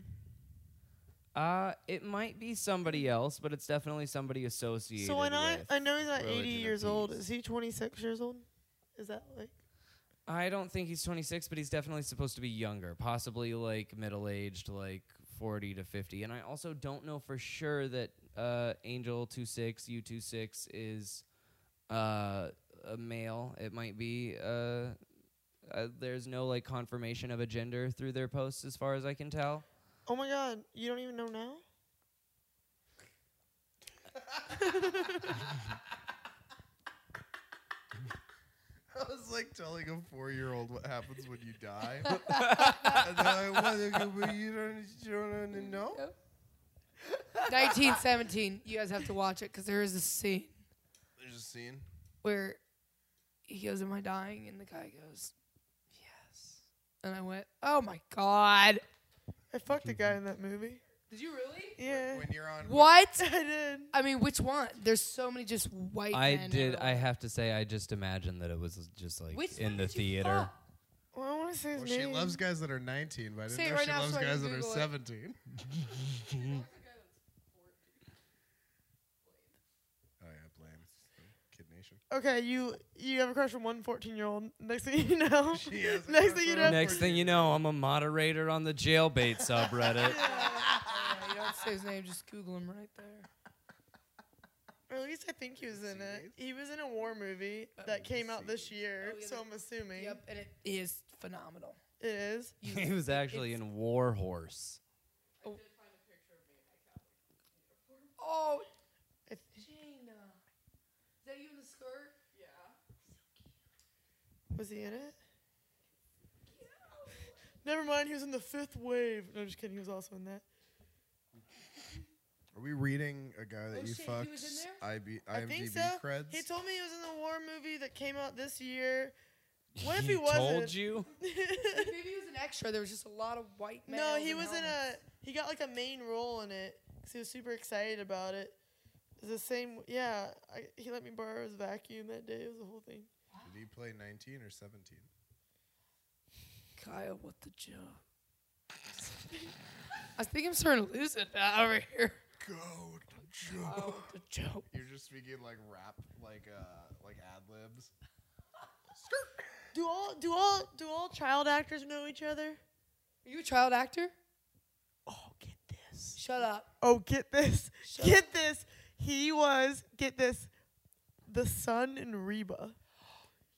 Speaker 4: Uh, it might be somebody else, but it's definitely somebody associated.
Speaker 3: So when I
Speaker 4: with
Speaker 3: I know he's not
Speaker 4: Religion
Speaker 3: eighty
Speaker 4: of
Speaker 3: years old.
Speaker 4: Peace.
Speaker 3: Is he twenty six years old? Is that like
Speaker 4: I don't think he's 26, but he's definitely supposed to be younger, possibly like middle aged, like 40 to 50. And I also don't know for sure that uh, Angel 26 U 26 is uh, a male. It might be. Uh, uh, there's no like confirmation of a gender through their posts, as far as I can tell.
Speaker 3: Oh my god, you don't even know now?
Speaker 2: I was like telling a four year old what happens when you die. and they're like, what? They go, "Well, you don't, you
Speaker 5: Mm,
Speaker 2: don't know?
Speaker 5: 1917. You guys have to watch it because there is a scene
Speaker 2: There's a scene.
Speaker 5: where he goes, "Am I dying?" And the guy goes, "Yes." And I went, "Oh my god!"
Speaker 3: I fucked a guy in that movie.
Speaker 5: Did you really?
Speaker 3: Yeah.
Speaker 2: When you're on.
Speaker 5: Eh, What?
Speaker 3: I did.
Speaker 5: I mean, which one? There's so many just white.
Speaker 4: I
Speaker 5: men
Speaker 4: did. I
Speaker 5: everywhere.
Speaker 4: have to say, I just imagined that it was just like
Speaker 5: Which
Speaker 4: in
Speaker 5: one
Speaker 4: the
Speaker 5: did you
Speaker 4: theater.
Speaker 5: fuck?
Speaker 3: Well, I want want to say his
Speaker 2: Well, she
Speaker 3: name.
Speaker 2: loves guys that are 19, but I
Speaker 5: Say it
Speaker 2: didn't know
Speaker 5: right
Speaker 2: she
Speaker 5: now
Speaker 2: loves
Speaker 5: so I can
Speaker 2: guys that are
Speaker 5: Google it.
Speaker 2: 17. Oh yeah, blame Kid Nation.
Speaker 3: Okay, you you have a crush on one 14 year old. Next thing you know,
Speaker 2: She has a
Speaker 3: next
Speaker 2: crush
Speaker 3: thing you
Speaker 2: on
Speaker 3: know,
Speaker 2: a
Speaker 4: Next thing you know, I'm a moderator on the jailbait subreddit.
Speaker 5: Yeah, you don't say his name, just Google him right there.
Speaker 3: or at least I think he was in it. He was in a war movie that came out this year,
Speaker 5: Oh, yeah,
Speaker 3: so
Speaker 5: the-
Speaker 3: I'm assuming
Speaker 5: Yep, and it is phenomenal.
Speaker 3: it is.
Speaker 5: You-
Speaker 4: he was actually in War Horse.
Speaker 5: Oh,
Speaker 3: If-
Speaker 5: Jana. Is that you in the skirt?
Speaker 3: Was he in it? Never mind, he was in the fifth wave. No, I'm just kidding. He was also in that.
Speaker 2: Are we reading a guy that
Speaker 5: Oh,
Speaker 2: you
Speaker 5: shit, he
Speaker 2: fucked?
Speaker 5: was in
Speaker 2: IB, IMDb
Speaker 3: I think so.
Speaker 2: creds.
Speaker 3: He told me he was in the war movie that came out this year. What if
Speaker 4: he
Speaker 3: he wasn't?
Speaker 4: told you?
Speaker 5: Maybe he was an extra. There was just a lot of white men.
Speaker 3: no, he was in a. He got like a main role in it because he was super excited about it. It's the same. Yeah, I, he let me borrow his vacuum that day. It was the whole thing.
Speaker 2: Did he play 19 or 17?
Speaker 5: Kyle, what the joke? I think I'm starting to lose it now over here.
Speaker 2: Go to Joe.
Speaker 5: Kyle, what the joke?
Speaker 2: You're just speaking like rap, like uh, like ad libs.
Speaker 3: Do all do all do all child actors know each other?
Speaker 5: Are you a child actor?
Speaker 3: Oh, get this.
Speaker 5: Shut up.
Speaker 3: Oh, get this.
Speaker 5: Shut
Speaker 3: get this. He was get this. The son in Reba.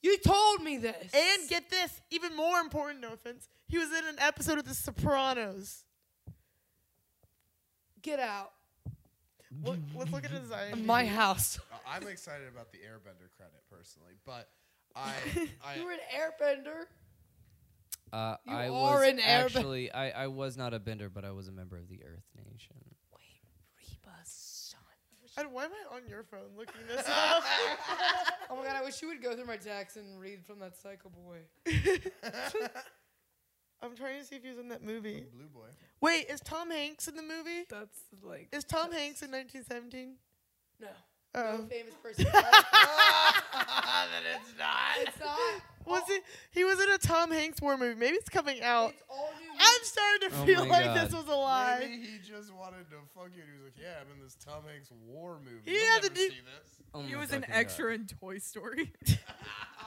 Speaker 5: You told me this.
Speaker 3: And get this, even more important, no offense, he was in an episode of The Sopranos.
Speaker 5: get out.
Speaker 3: Look, let's look at his IMDb.
Speaker 5: My house.
Speaker 2: Uh, I'm excited about the Airbender credit personally, but I, I
Speaker 5: You were an airbender.
Speaker 4: Uh,
Speaker 5: You
Speaker 4: I
Speaker 5: are
Speaker 4: was
Speaker 5: an airb-
Speaker 4: actually I, I was not a bender, but I was a member of the Earth Nation.
Speaker 5: Wait, Reba's son.
Speaker 3: And why am I on your phone looking this up?
Speaker 5: Oh my god, I wish you would go through my text and read from that psycho boy.
Speaker 3: I'm trying to see if he was in that movie.
Speaker 2: blue boy.
Speaker 3: Wait, is Tom Hanks in the movie?
Speaker 5: That's like
Speaker 3: Is Tom Hanks in 1917?
Speaker 5: no, no
Speaker 3: Oh.
Speaker 5: famous person. it's
Speaker 2: then it's not.
Speaker 5: not.
Speaker 3: Was he? He was in a Tom Hanks war movie. Maybe it's coming out.
Speaker 5: It's all new.
Speaker 3: I'm starting to
Speaker 4: Oh
Speaker 3: feel
Speaker 4: my
Speaker 3: like
Speaker 4: God.
Speaker 3: this was a lie.
Speaker 2: Maybe he just wanted to fuck you. And he was like, "Yeah, I'm in this Tom Hanks war movie.
Speaker 3: He
Speaker 2: You'll
Speaker 3: had to
Speaker 2: never
Speaker 3: do-
Speaker 2: see this."
Speaker 4: Oh
Speaker 6: He
Speaker 4: my
Speaker 6: was an
Speaker 4: fucking God.
Speaker 6: extra in Toy Story.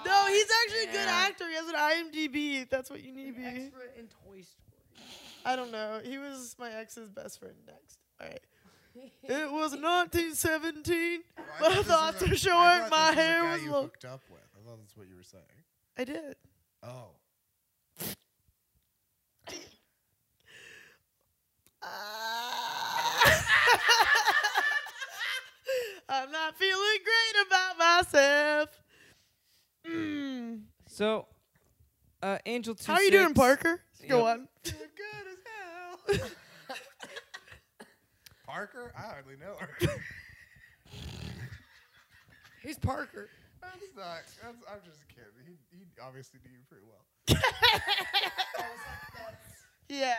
Speaker 3: No, he's actually a good
Speaker 5: Yeah.
Speaker 3: actor. He has an IMDb. That's what you need to be.
Speaker 5: Extra in Toy Story.
Speaker 3: I don't know. He was my ex's best friend next. All right. It was 1917.
Speaker 2: I
Speaker 3: My
Speaker 2: thought this
Speaker 3: thoughts
Speaker 2: was a-
Speaker 3: are
Speaker 2: I thought
Speaker 3: short.
Speaker 2: this
Speaker 3: My
Speaker 2: was a
Speaker 3: hair
Speaker 2: guy
Speaker 3: was
Speaker 2: you
Speaker 3: long.
Speaker 2: hooked up with. I thought that's what you were saying.
Speaker 3: I did.
Speaker 2: Oh,
Speaker 3: I'm not feeling great about myself. Mm.
Speaker 4: So, uh, Angel.
Speaker 3: How are you doing,
Speaker 4: 26
Speaker 3: Parker? Go
Speaker 4: Yep.
Speaker 3: on.
Speaker 2: feeling good as hell. Parker, I hardly know her.
Speaker 5: Who's Parker?
Speaker 2: That's not. That's, I'm just kidding. He, he obviously knew you pretty well.
Speaker 3: Yeah,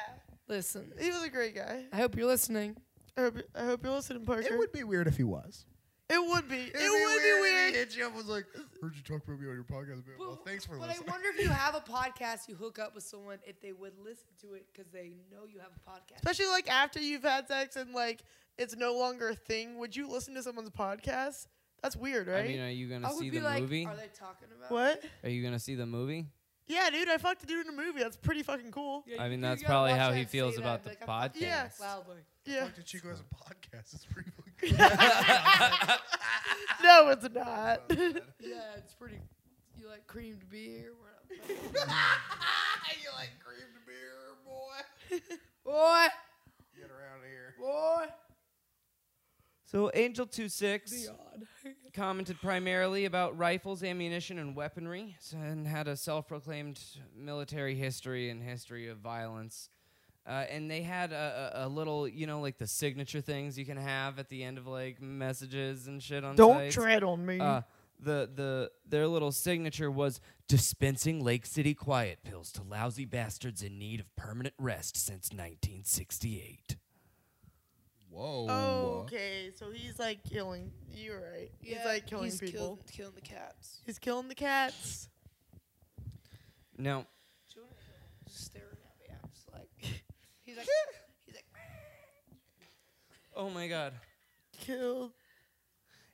Speaker 5: Listen,
Speaker 3: he was a great guy.
Speaker 5: I hope you're listening.
Speaker 3: I hope, I hope you're listening, Parker.
Speaker 2: It would be weird if he was.
Speaker 3: It would be. It, would be weird.
Speaker 2: He hit you up was like, "Heard you talk about me on your podcast, man. Well, thanks for
Speaker 5: but
Speaker 2: listening."
Speaker 5: I wonder if you have a podcast, you hook up with someone if they would listen to it because they know you have a podcast.
Speaker 3: Especially like after you've had sex and like it's no longer a thing. Would you listen to someone's podcast? That's weird, right?
Speaker 4: I mean, are you gonna
Speaker 5: I would
Speaker 4: see
Speaker 5: be
Speaker 4: the
Speaker 5: like,
Speaker 4: movie?
Speaker 5: are they talking about
Speaker 3: what?
Speaker 4: Are you gonna see the movie?
Speaker 3: Yeah, dude, I fucked a dude in a movie. That's pretty fucking cool.
Speaker 5: Yeah,
Speaker 4: I
Speaker 5: you-
Speaker 4: mean,
Speaker 5: you
Speaker 4: that's
Speaker 5: gotta
Speaker 4: probably
Speaker 5: watch
Speaker 4: how
Speaker 5: that
Speaker 4: he
Speaker 5: and say
Speaker 4: feels
Speaker 5: that,
Speaker 4: about
Speaker 5: be
Speaker 4: the
Speaker 5: like, I'm
Speaker 4: podcast.
Speaker 5: fucking
Speaker 3: Yes.
Speaker 5: Loudly.
Speaker 3: Yeah.
Speaker 2: Talk to Chico has a podcast. It's pretty fucking good.
Speaker 3: No, it's not.
Speaker 5: Yeah, it's pretty. You like creamed beer? We're not-
Speaker 2: you like creamed beer, boy?
Speaker 5: Boy,
Speaker 2: Get around here.
Speaker 5: boy.
Speaker 4: So, Angel 26
Speaker 5: The odd.
Speaker 4: commented primarily about rifles, ammunition, and weaponry, s- and had a self proclaimed military history and history of violence. Uh, and they had a, a, a little, you know, like the signature things you can have at the end of like messages and shit on
Speaker 3: Don't
Speaker 4: sites.
Speaker 3: tread on me.
Speaker 4: Uh, the the their little signature was dispensing Lake City quiet pills to lousy bastards in need of permanent rest since 1968.
Speaker 2: Whoa.
Speaker 3: Oh, okay, so he's like killing. You're right. he's like killing people.
Speaker 5: killing the cats.
Speaker 3: he's killing the cats.
Speaker 4: Now,
Speaker 5: just staring at me. I'm just like, he's like, he's like,
Speaker 4: Oh my god.
Speaker 3: Killed.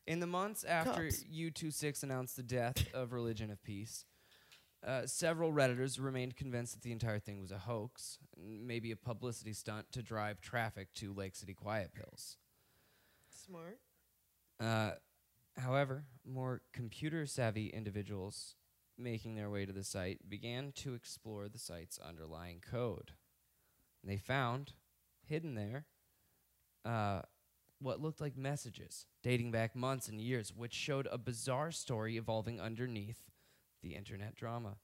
Speaker 4: In the months after
Speaker 3: Cops.
Speaker 4: U26 announced the death of Religion of Peace, uh, several Redditors remained convinced that the entire thing was a hoax, n- maybe a publicity stunt to drive traffic to Lake City Quiet Pills.
Speaker 3: Smart.
Speaker 4: Uh, however, more computer savvy individuals making their way to the site began to explore the site's underlying code. And they found, hidden there, uh, what looked like messages dating back months and years, which showed a bizarre story evolving underneath the internet drama.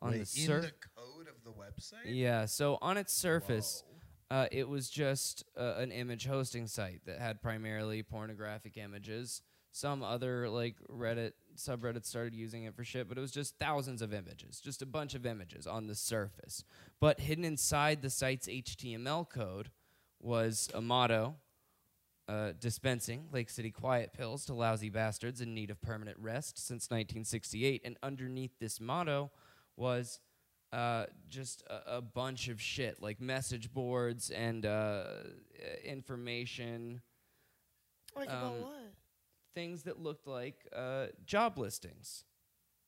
Speaker 4: On
Speaker 2: Wait,
Speaker 4: the
Speaker 2: in
Speaker 4: surface.
Speaker 2: the code of the website.
Speaker 4: Yeah, so on its surface,
Speaker 2: Whoa.
Speaker 4: uh, it was just uh, an image hosting site that had primarily pornographic images. Some other like Reddit subreddit started using it for shit, but it was just thousands of images, just a bunch of images on the surface. But hidden inside the site's HTML code was a motto uh, dispensing Lake City quiet pills to lousy bastards in need of permanent rest since 1968. And underneath this motto was uh, just a, a bunch of shit, like message boards and uh, information,
Speaker 3: Like about
Speaker 4: Um,
Speaker 3: what?
Speaker 4: things that looked like uh, job listings,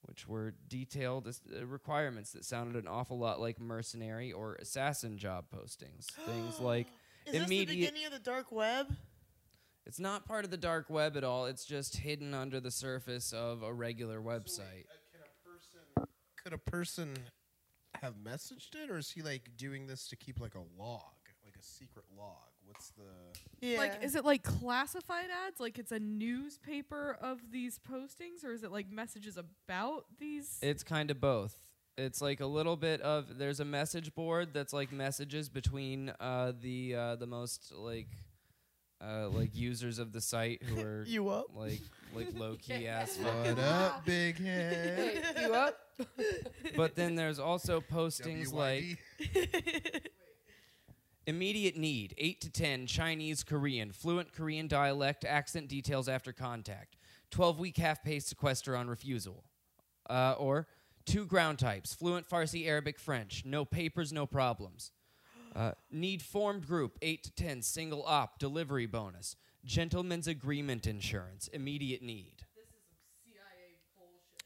Speaker 4: which were detailed as- uh, requirements that sounded an awful lot like mercenary or assassin job postings. things like
Speaker 3: Is this the
Speaker 4: immediate-
Speaker 3: beginning of the dark web?
Speaker 4: It's not part of the dark web at all. It's just hidden under the surface of a regular
Speaker 2: So
Speaker 4: website.
Speaker 2: wait, uh, can a person could a person have messaged it, or is he like doing this to keep like a log, like a secret log? What's the
Speaker 3: Yeah.
Speaker 6: Like, is it like classified ads? Like, it's a newspaper of these postings, or is it like messages about these?
Speaker 4: It's kind of both. It's like a little bit of there's a message board that's like messages between uh, the uh, the most like uh, like users of the site who are
Speaker 3: you up?
Speaker 4: like like low key ass
Speaker 2: what
Speaker 4: fucking.
Speaker 2: up, big head?
Speaker 5: "Hey, you up?
Speaker 4: But then there's also postings like
Speaker 2: WYD?
Speaker 4: Immediate need 8 to 10 Chinese Korean, fluent Korean dialect, accent details after contact. 12 week half pay sequester on refusal. Uh, or two ground types fluent Farsi, Arabic, French. No papers, no problems. Uh, need formed group 8 to 10 single op delivery bonus. Gentleman's agreement insurance. Immediate need.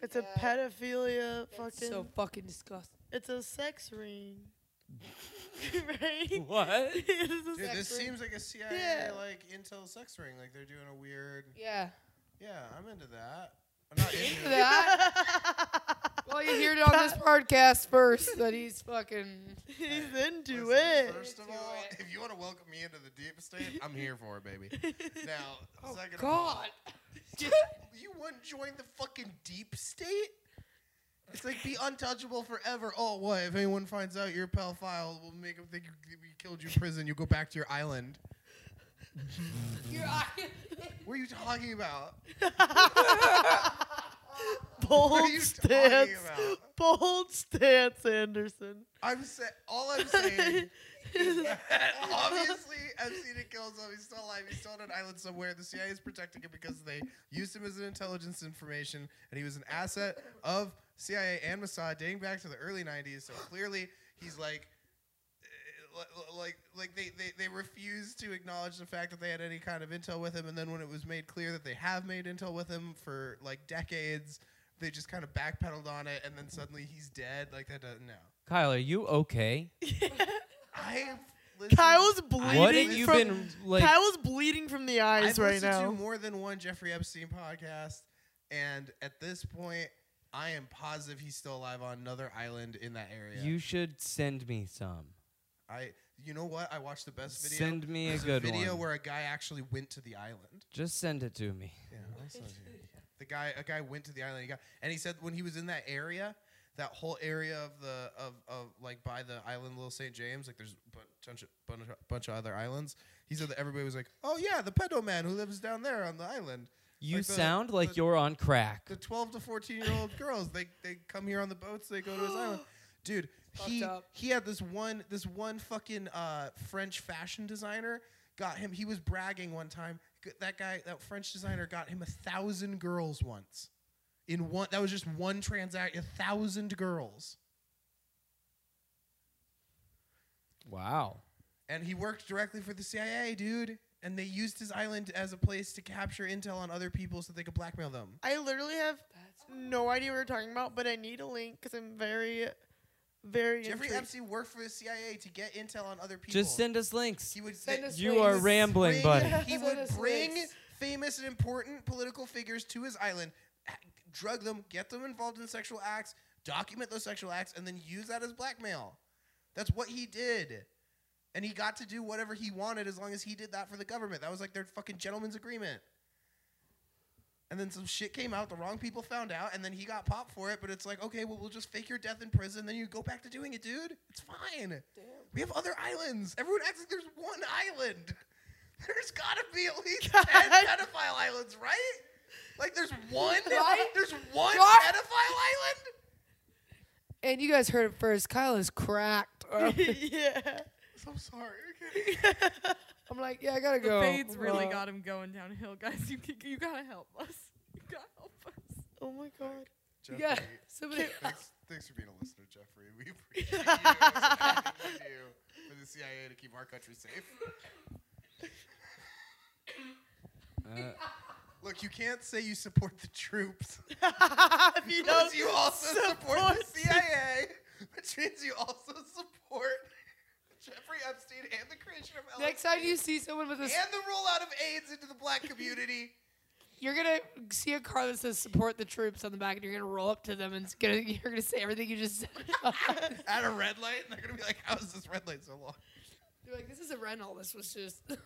Speaker 3: It's
Speaker 5: Yeah.
Speaker 3: a pedophilia fucking.
Speaker 5: That's so fucking disgusting.
Speaker 3: it's a sex ring. right?
Speaker 4: What?
Speaker 3: it is a
Speaker 2: Dude,
Speaker 3: sex
Speaker 2: this
Speaker 3: ring.
Speaker 2: seems like a CIA
Speaker 3: Yeah.
Speaker 2: like intel sex ring. Like they're doing a weird.
Speaker 5: Yeah.
Speaker 2: Yeah, I'm into that. I'm not into that.
Speaker 5: That, well, you hear it on this podcast first that he's fucking.
Speaker 3: He's into
Speaker 2: Listen,
Speaker 3: it.
Speaker 2: First of
Speaker 5: Into
Speaker 2: all,
Speaker 5: it.
Speaker 2: if you want to welcome me into the deep state, I'm here for it, baby. Now, second of all,
Speaker 5: God.
Speaker 2: you wouldn't join the fucking deep state? It's like be untouchable forever. Oh, what? If anyone finds out your pal file, we'll make them think you- we killed you in prison. You go back to your island.
Speaker 5: Your eye-
Speaker 2: What are you talking about?
Speaker 3: Bold
Speaker 2: you
Speaker 3: stance.
Speaker 2: talking about?
Speaker 3: Bold stance, Anderson.
Speaker 2: I'm sa- all I'm saying is that obviously Epstein killed himself. He's still alive. He's still on an island somewhere. The CIA is protecting him because they used him as an intelligence information, and he was an asset of CIA and Mossad dating back to the early '90s. So clearly, he's like. eh, li- li- Like, like they, they, they refused to acknowledge the fact that they had any kind of intel with him, and then when it was made clear that they have made intel with him for like decades, they just kind of backpedaled on it, and then suddenly he's dead. Like that doesn't no.
Speaker 4: Kyle, are you okay?
Speaker 2: I've
Speaker 3: Kyle's bleeding.
Speaker 4: What have you
Speaker 3: from,
Speaker 4: been like?
Speaker 3: Kyle's bleeding from the eyes
Speaker 2: I've
Speaker 3: right
Speaker 2: listened to
Speaker 3: now.
Speaker 2: more than one Jeffrey Epstein podcast, and at this point, I am positive he's still alive on another island in that area.
Speaker 4: You should send me some.
Speaker 2: I, you know what? I watched the best video.
Speaker 4: Send me a
Speaker 2: There's
Speaker 4: good
Speaker 2: video
Speaker 4: one.
Speaker 2: where a guy actually went to the island.
Speaker 4: Just send it to me.
Speaker 2: Yeah, the guy, a guy went to the island. He got, and he said when he was in that area, that whole area of the of, of like by the island, Little St. James, like there's a bunch of bunch of, bunch of other islands. He said that everybody was like, "Oh yeah, the pedo man who lives down there on the island."
Speaker 4: You
Speaker 2: Like the-
Speaker 4: sound like
Speaker 2: the-
Speaker 4: you're on crack.
Speaker 2: the 12 to 14 year old girls they they come here on the boats they go to his island dude
Speaker 5: Fucked
Speaker 2: he
Speaker 5: up.
Speaker 2: he had this one this one fucking uh french fashion designer got him he was bragging one time G- that guy that french designer got him a thousand girls once in one that was just one transaction a thousand girls
Speaker 4: Wow.
Speaker 2: and he worked directly for the CIA, dude. And they used his island as a place to capture intel on other people so they could blackmail them.
Speaker 3: I literally have
Speaker 5: That's
Speaker 3: no idea what we're talking about, but I need a link because I'm very, very
Speaker 2: Jeffrey
Speaker 3: intrigued.
Speaker 2: Epstein worked for the CIA to get intel on other people.
Speaker 4: Just send us links.
Speaker 2: He would
Speaker 5: Send us
Speaker 4: You are
Speaker 5: links.
Speaker 4: rambling,
Speaker 2: bring-
Speaker 4: buddy.
Speaker 2: He
Speaker 5: Send
Speaker 2: would
Speaker 5: us
Speaker 2: bring
Speaker 5: links.
Speaker 2: famous and important political figures to his island, ha- drug them, get them involved in sexual acts, document those sexual acts, and then use that as blackmail. That's what he did. And he got to do whatever he wanted as long as he did that for the government. That was like their fucking gentleman's agreement. And then some shit came out, the wrong people found out, and then he got popped for it. But it's like, okay, well, we'll just fake your death in prison, then you go back to doing it, dude. It's fine. We have other islands. Everyone acts like there's one island. There's gotta be at least ten pedophile islands, right? Like there's one.
Speaker 5: Right?
Speaker 2: There's one
Speaker 5: Right?
Speaker 2: pedophile island.
Speaker 5: And you guys heard it first. Kyle is cracked. I'm
Speaker 3: yeah.
Speaker 2: So sorry.
Speaker 5: like, yeah, I gotta
Speaker 6: The
Speaker 5: go.
Speaker 6: fades really
Speaker 5: Uh,
Speaker 6: got him going downhill, guys. You c- you gotta help us. You gotta help us.
Speaker 3: Oh my god.
Speaker 5: You got somebody.
Speaker 7: thanks, thanks for being a listener, Jeffrey. We appreciate you. It's everything we do for the CIA to keep our country safe.
Speaker 4: Uh,
Speaker 2: Look, you can't say you support the troops
Speaker 3: if you don't,
Speaker 2: because you also support,
Speaker 3: support
Speaker 2: the CIA, which means you also support Jeffrey Epstein and the creation of
Speaker 5: Next
Speaker 2: LSD
Speaker 5: time you see someone with a,
Speaker 2: and
Speaker 5: s-
Speaker 2: the rollout of AIDS into the black community.
Speaker 5: you're gonna see a car that says "Support the Troops" on the back, and you're gonna roll up to them, and it's gonna, you're gonna say everything you just said. They're
Speaker 2: at a red light, and they're gonna be like, "How is this red light so long?"
Speaker 5: like, "This is a rental. This was just."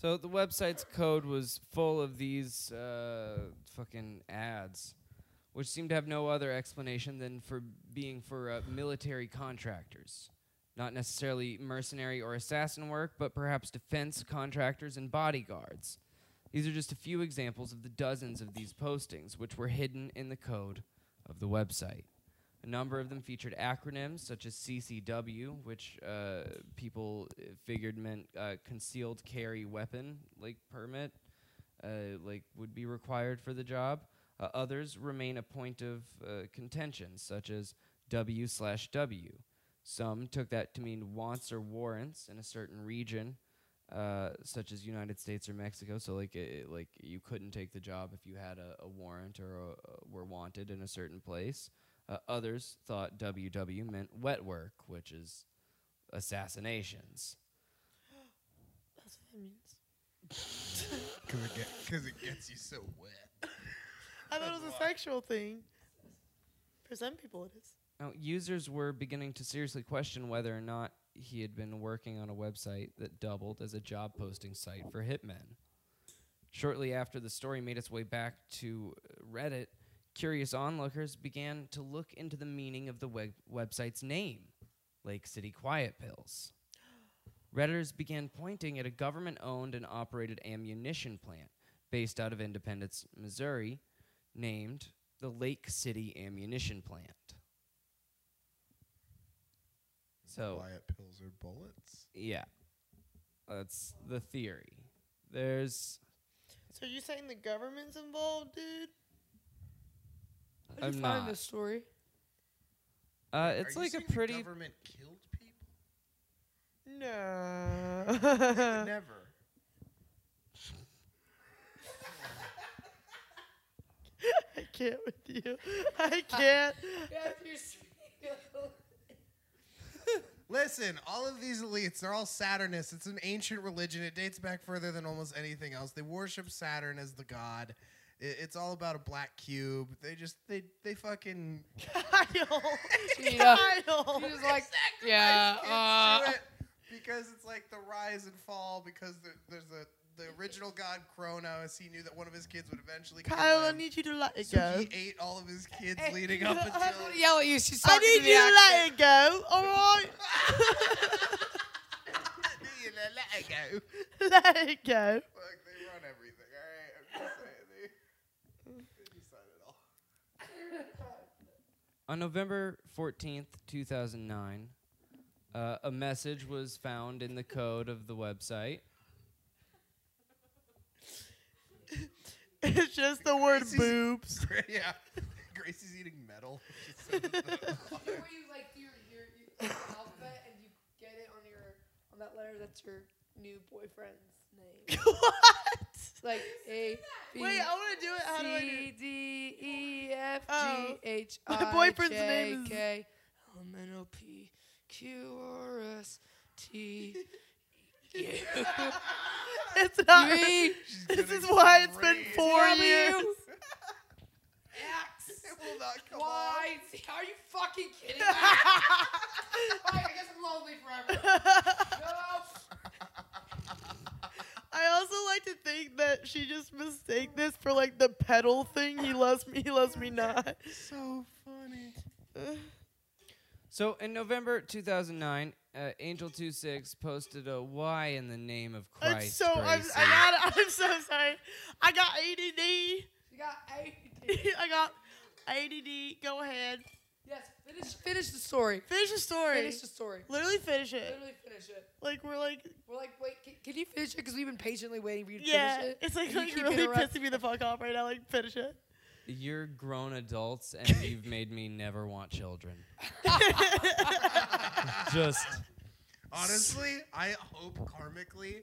Speaker 4: so the website's code was full of these uh, fucking ads, which seemed to have no other explanation than for being for uh, military contractors. Not necessarily mercenary or assassin work, but perhaps defense contractors and bodyguards. These are just a few examples of the dozens of these postings, which were hidden in the code of the website. A number of them featured acronyms such as CCW, which uh, people uh, figured meant uh, concealed carry weapon, like permit, uh, like would be required for the job. Uh, others remain a point of uh, contention, such as W slash W. Some took that to mean wants or warrants in a certain region, uh, such as United States or Mexico. So like it, like you couldn't take the job if you had a, a warrant or a, were wanted in a certain place. Uh, others thought WW meant wet work, which is assassinations.
Speaker 3: That's what that means.
Speaker 2: Because it, gets you so wet.
Speaker 3: I thought it was a sexual thing. For some people, it is.
Speaker 4: Now, users were beginning to seriously question whether or not he had been working on a website that doubled as a job posting site for hitmen. Shortly after the story made its way back to uh, Reddit, curious onlookers began to look into the meaning of the web- website's name, Lake City Quiet Pills. Redditors began pointing at a government owned and operated ammunition plant based out of Independence, Missouri, named the Lake City Ammunition Plant. So,
Speaker 2: Quiet pills or bullets?
Speaker 4: yeah, that's the theory. There's.
Speaker 3: So you saying the government's involved, dude?
Speaker 5: How'd
Speaker 4: I'm
Speaker 5: you
Speaker 4: not.
Speaker 5: find this story?
Speaker 4: Uh, it's like a pretty.
Speaker 2: government killed people.
Speaker 3: No.
Speaker 2: Never.
Speaker 3: I can't with you. I can't.
Speaker 2: Listen, all of these elites, they're all Saturnists. It's an ancient religion. It dates back further than almost anything else. They worship Saturn as the god. I- It's all about a black cube. They just they they fucking
Speaker 3: Kyle.
Speaker 5: Gina.
Speaker 3: Kyle.
Speaker 5: She was like,
Speaker 2: sacrifice
Speaker 5: yeah,
Speaker 2: kids
Speaker 5: uh,
Speaker 2: to it because it's like the rise and fall. Because there, there's a the original god Kronos. He knew that one of his kids would eventually kill
Speaker 3: Kyle, I
Speaker 2: him.
Speaker 3: need you to let it
Speaker 2: So
Speaker 3: go.
Speaker 2: he ate all of his kids
Speaker 5: Hey,
Speaker 2: leading up
Speaker 5: I'm
Speaker 2: until.
Speaker 5: gonna yell at you. She's
Speaker 3: I
Speaker 5: talking
Speaker 3: need
Speaker 5: to
Speaker 3: you
Speaker 5: the
Speaker 3: to
Speaker 5: accent.
Speaker 3: let it go, all right?
Speaker 2: You know, let it go.
Speaker 3: let it
Speaker 2: Look, they
Speaker 3: go.
Speaker 2: run everything. All right, I'm just saying they, they decide it all.
Speaker 4: On November 14th, 2009, uh, a message was found in the code of the website.
Speaker 3: It's just the word
Speaker 2: Gracie's-
Speaker 3: boobs.
Speaker 2: Gra- yeah, Gracie's eating metal. She said that-
Speaker 5: Where you like your, your, your the alphabet and you get it on your on that letter, that's your new boyfriend's name.
Speaker 3: what?
Speaker 5: like A B
Speaker 3: Wait, I want to do it. How do I do it?
Speaker 5: C D E F
Speaker 3: Oh.
Speaker 5: G H
Speaker 3: My
Speaker 5: I
Speaker 3: boyfriend's
Speaker 5: J
Speaker 3: name is-
Speaker 5: K L M N O P Q R S T E, U
Speaker 3: It's not.
Speaker 5: V
Speaker 3: This is why it's been
Speaker 7: great.
Speaker 3: four
Speaker 5: W.
Speaker 3: years.
Speaker 5: X
Speaker 7: will not come on.
Speaker 5: Y Z. Are you fucking kidding me? Like, I guess I'm lonely forever. Nope.
Speaker 3: I also like to think that she just mistake this for like the pedal thing. He loves me. He loves me not.
Speaker 2: So funny.
Speaker 4: So in November 2009, uh, Angel 26 posted a "Why in the name of Christ?"
Speaker 3: I'm so I'm,
Speaker 4: Gracie?"
Speaker 3: I got I'm so sorry. I got ADD.
Speaker 5: You got A.
Speaker 3: I got ADD. Go ahead.
Speaker 5: Yes, finish finish the story.
Speaker 3: Finish the story.
Speaker 5: Finish the story.
Speaker 3: Literally finish it.
Speaker 5: Literally finish it.
Speaker 3: Like we're like
Speaker 5: We're like, wait, can, can you finish it? Because we've been patiently waiting for you to
Speaker 3: yeah.
Speaker 5: finish it.
Speaker 3: It's like,
Speaker 5: And you
Speaker 3: like
Speaker 5: keep
Speaker 3: really
Speaker 5: interrupt-
Speaker 3: pissing me the fuck off right now. Like finish it.
Speaker 4: You're grown adults, and you've made me never want children. Just
Speaker 2: Honestly, I hope karmically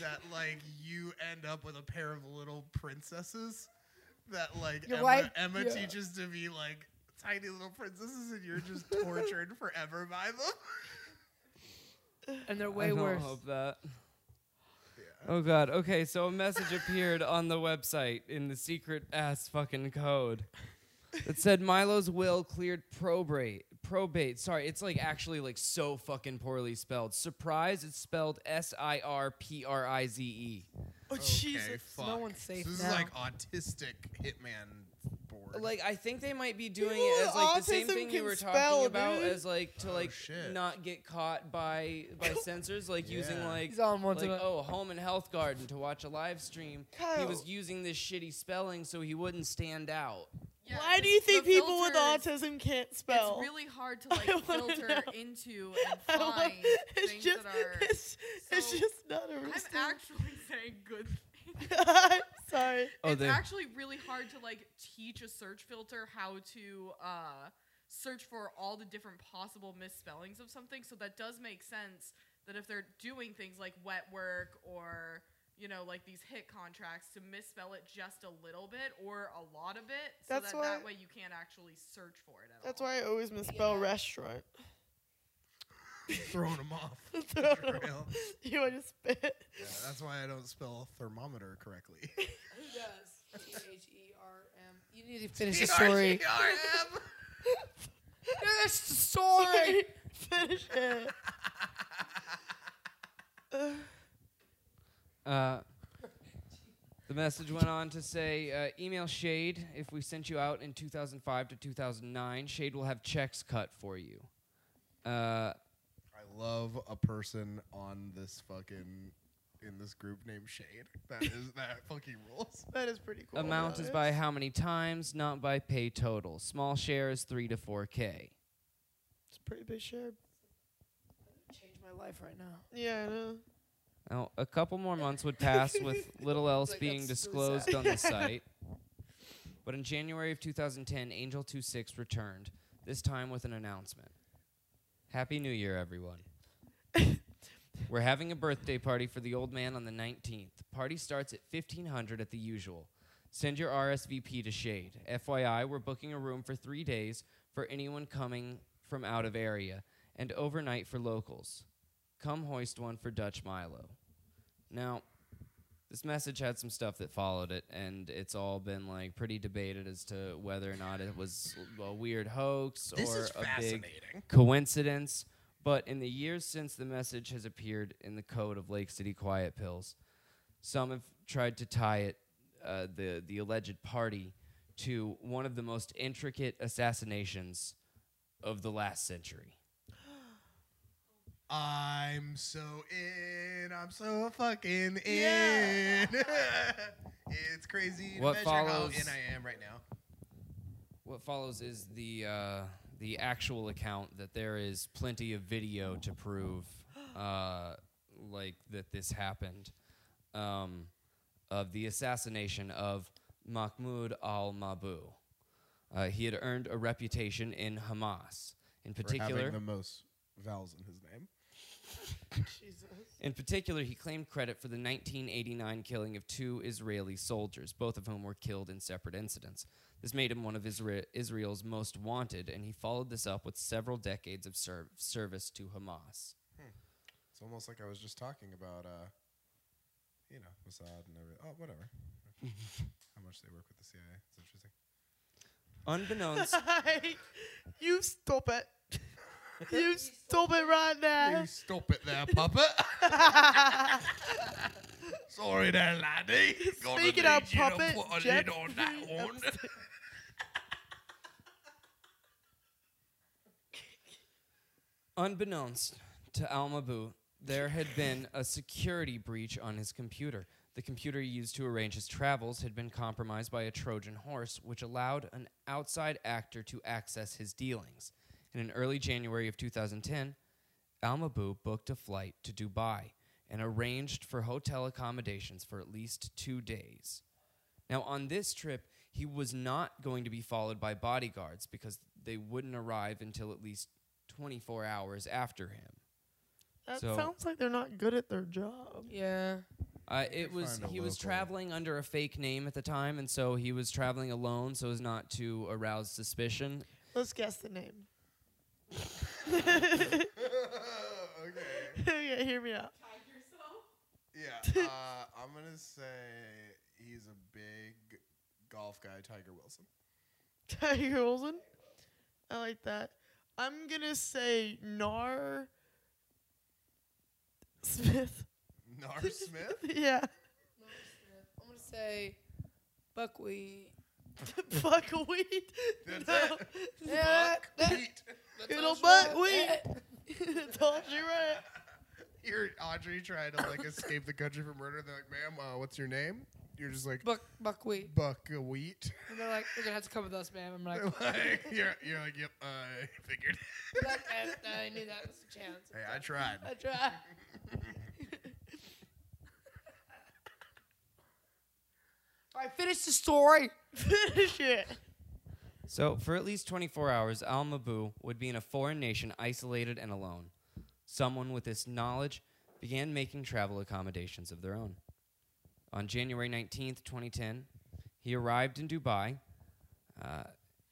Speaker 2: that like you end up with a pair of little princesses that like
Speaker 5: Your
Speaker 2: Emma,
Speaker 5: wife-
Speaker 2: Emma
Speaker 5: yeah.
Speaker 2: teaches to be like tiny little princesses and you're just tortured forever by them.
Speaker 5: And they're way
Speaker 4: I don't
Speaker 5: worse.
Speaker 4: hope that. Oh god. Okay, so a message appeared on the website in the secret ass fucking code. It said Milo's will cleared probate. Probate. Sorry, it's like actually like so fucking poorly spelled. Surprise. It's spelled S I R P R I Z E.
Speaker 3: Oh Jesus.
Speaker 5: No one's safe
Speaker 2: this
Speaker 5: now.
Speaker 2: is like autistic hitman board.
Speaker 4: Like I think they might be doing
Speaker 3: People
Speaker 4: it
Speaker 3: with
Speaker 4: as like the same
Speaker 3: autism
Speaker 4: thing you
Speaker 3: can
Speaker 4: were
Speaker 3: spell,
Speaker 4: talking about
Speaker 3: dude.
Speaker 4: as like to
Speaker 2: Oh,
Speaker 4: like
Speaker 2: shit.
Speaker 4: not get caught by by censors like using
Speaker 2: Yeah.
Speaker 4: like
Speaker 5: He's on one
Speaker 4: like
Speaker 5: tonight.
Speaker 4: oh home and health garden to watch a live stream. He was
Speaker 3: Kyle.
Speaker 4: using this shitty spelling so he wouldn't stand out.
Speaker 3: Why do you think
Speaker 6: the
Speaker 3: people with
Speaker 6: filters-
Speaker 3: autism can't spell?
Speaker 6: It's really hard to
Speaker 3: I
Speaker 6: like
Speaker 3: wanna
Speaker 6: filter
Speaker 3: know.
Speaker 6: into
Speaker 3: I
Speaker 6: and
Speaker 3: don't-
Speaker 6: find
Speaker 3: it's
Speaker 6: things
Speaker 3: just,
Speaker 6: that are.
Speaker 3: It's, it's
Speaker 6: so-
Speaker 3: just not a
Speaker 6: I'm
Speaker 3: reason.
Speaker 6: actually saying good things.
Speaker 3: I'm sorry.
Speaker 4: Oh,
Speaker 6: it's
Speaker 4: they-
Speaker 6: actually really hard to like teach a search filter how to uh, search for all the different possible misspellings of something. So that does make sense that if they're doing things like wet work or you know like these hit contracts to misspell it just a little bit or a lot of it, so
Speaker 3: That's
Speaker 6: that
Speaker 3: why-
Speaker 6: that way you can't actually search for it at
Speaker 3: That's
Speaker 6: all.
Speaker 3: why I always misspell restaurant.
Speaker 2: throwing them off.
Speaker 3: Throw
Speaker 2: For
Speaker 3: 'em.
Speaker 2: real.
Speaker 3: you want to spit?
Speaker 2: Yeah, that's why I don't spell thermometer correctly.
Speaker 5: Who does? T H E R M. You need to finish the
Speaker 7: E
Speaker 5: story.
Speaker 2: TRGRM.
Speaker 5: finish the story.
Speaker 3: Finish it. Uh,
Speaker 4: Uh, the message went on to say, uh, email Shade. If we sent you out in 2005 to 2009, Shade will have checks cut for you. Uh,
Speaker 2: I love a person on this fucking in this group named Shade. That is that fucking rules.
Speaker 3: that is pretty cool.
Speaker 4: amount
Speaker 3: though.
Speaker 4: is by how many times, not by pay total. Small share is 3 to 4K.
Speaker 3: It's a pretty big share.
Speaker 5: Change my life right now.
Speaker 3: Yeah, I know.
Speaker 4: Now, a couple more months would pass with little else
Speaker 5: Like,
Speaker 4: being
Speaker 5: that's really
Speaker 4: disclosed on the site. But in January of 2010, Angel 26 returned, this time with an announcement. Happy New Year, everyone. We're having a birthday party for the old man on the 19th. Party starts at 1500 at the usual. Send your RSVP to Shade. FYI, we're booking a room for 3 days for anyone coming from out of area and overnight for locals. Come hoist one for Dutch Milo. Now, this message had some stuff that followed it, and it's all been like pretty debated as to whether or not it was a weird hoax or a big coincidence. But in the years since the message has appeared in the code of Lake City Quiet Pills, some have tried to tie it, uh, the the alleged party, to one of the most intricate assassinations of the last century.
Speaker 2: I'm so in. I'm so fucking in.
Speaker 3: Yeah.
Speaker 2: it's crazy to
Speaker 4: What
Speaker 2: measure
Speaker 4: follows-
Speaker 2: how in I am right now.
Speaker 4: What follows is the uh, the actual account that there is plenty of video to prove, uh, like that this happened, um, of the assassination of Mahmoud al Mabou. Uh, he had earned a reputation in Hamas, in
Speaker 2: For having
Speaker 4: particular
Speaker 2: the most vowels in his name.
Speaker 4: In particular, he claimed credit for the 1989 killing of two Israeli soldiers, both of whom were killed in separate incidents. This made him one of Isra- Israel's most wanted, and he followed this up with several decades of serv- service to Hamas.
Speaker 2: It's almost like I was just talking about, uh, you know, Mossad and everything. Oh, whatever. How much they work with the CIA. It's interesting. Oh,
Speaker 4: Unbeknownst,
Speaker 3: you stop it. You stop it right now.
Speaker 2: You stop it there, puppet. Sorry there, laddie. Gonna
Speaker 3: Speaking
Speaker 2: need
Speaker 3: of
Speaker 2: you to
Speaker 3: puppet,
Speaker 2: put a lid on that
Speaker 3: Jeffrey
Speaker 2: one.
Speaker 4: unbeknownst to Al Mabu, there had been a security breach on his computer. The computer he used to arrange his travels had been compromised by a Trojan horse, which allowed an outside actor to access his dealings. And in early January of 2010, Al Mabu booked a flight to Dubai and arranged for hotel accommodations for at least two days. Now, on this trip, he was not going to be followed by bodyguards because they wouldn't arrive until at least 24 hours after him.
Speaker 3: That
Speaker 4: So-
Speaker 3: sounds like they're not good at their job.
Speaker 5: Yeah.
Speaker 4: Uh, it was
Speaker 2: find a
Speaker 4: he was
Speaker 2: local.
Speaker 4: traveling under a fake name at the time, and so he was traveling alone, so as not to arouse suspicion.
Speaker 3: Let's guess the name.
Speaker 7: okay.
Speaker 3: okay, hear me out.
Speaker 6: Hide yourself.
Speaker 7: Yeah. Uh, I'm gonna say he's a big golf guy, Tiger Wilson.
Speaker 3: Tiger Olsen. I like that. I'm gonna say Nar Smith.
Speaker 7: Nar Smith.
Speaker 3: yeah.
Speaker 5: I'm gonna say buckwheat.
Speaker 3: Buckwheat.
Speaker 7: That's
Speaker 3: no.
Speaker 5: Yeah, that-
Speaker 7: Pete.
Speaker 3: Good old
Speaker 5: That's
Speaker 3: buckwheat. Told you right.
Speaker 7: You're Audrey trying to like escape the country for murder. They're like, "Ma'am, uh, what's your name?" You're just like
Speaker 5: Buck buckwheat.
Speaker 7: buckwheat.
Speaker 5: And they're like, you're gonna have to come with us, ma'am. I'm like,
Speaker 7: They're like, you're, you're like, "Yep, I figured."
Speaker 5: like I, I knew that was a chance.
Speaker 7: hey, I tried.
Speaker 5: I tried. All right, finish the story.
Speaker 3: Finish it.
Speaker 4: So, for at least 24 hours, Al Mabu would be in a foreign nation, isolated and alone. Someone with this knowledge began making travel accommodations of their own. On January 19th, 2010, he arrived in Dubai, uh,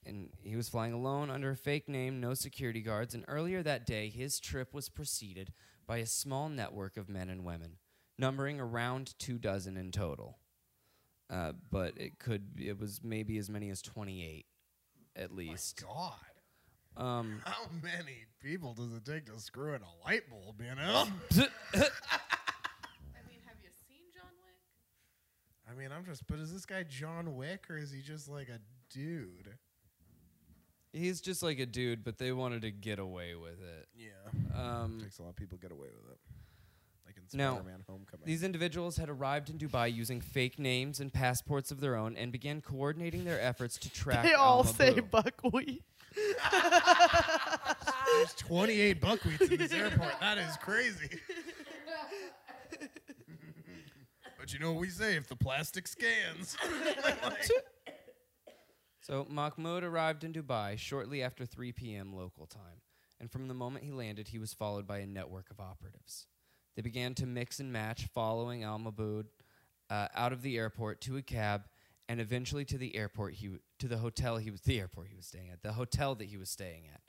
Speaker 4: and he was flying alone under a fake name, no security guards. And earlier that day, his trip was preceded by a small network of men and women, numbering around two dozen in total. Uh, but it could, it was maybe as many as 28 at least.
Speaker 7: God,
Speaker 4: Um,
Speaker 7: how many people does it take to screw in a light bulb? You know.
Speaker 6: I mean, have you seen John Wick?
Speaker 7: I mean, I'm just. But is this guy John Wick or is he just like a dude?
Speaker 4: he's just like a dude, but they wanted to get away with it.
Speaker 7: Yeah.
Speaker 4: Um,
Speaker 7: Takes a lot of people to get away with it. Like in
Speaker 4: Now,
Speaker 7: Spider-Man: Homecoming.
Speaker 4: these individuals had arrived in Dubai using fake names and passports of their own and began coordinating their efforts to track.
Speaker 3: They all
Speaker 4: Alma
Speaker 3: say
Speaker 4: Boo.
Speaker 3: buckwheat.
Speaker 7: There's 28 buckwheats in this airport. That is crazy. but you know what we say: if the plastic scans.
Speaker 4: So Mahmoud arrived in Dubai shortly after 3 p.m. local time, and from the moment he landed, he was followed by a network of operatives. They began to mix and match, following Al Mahmoud uh, out of the airport to a cab, and eventually to the airport he w- to the hotel he was the airport he was staying at, the hotel that he was staying at.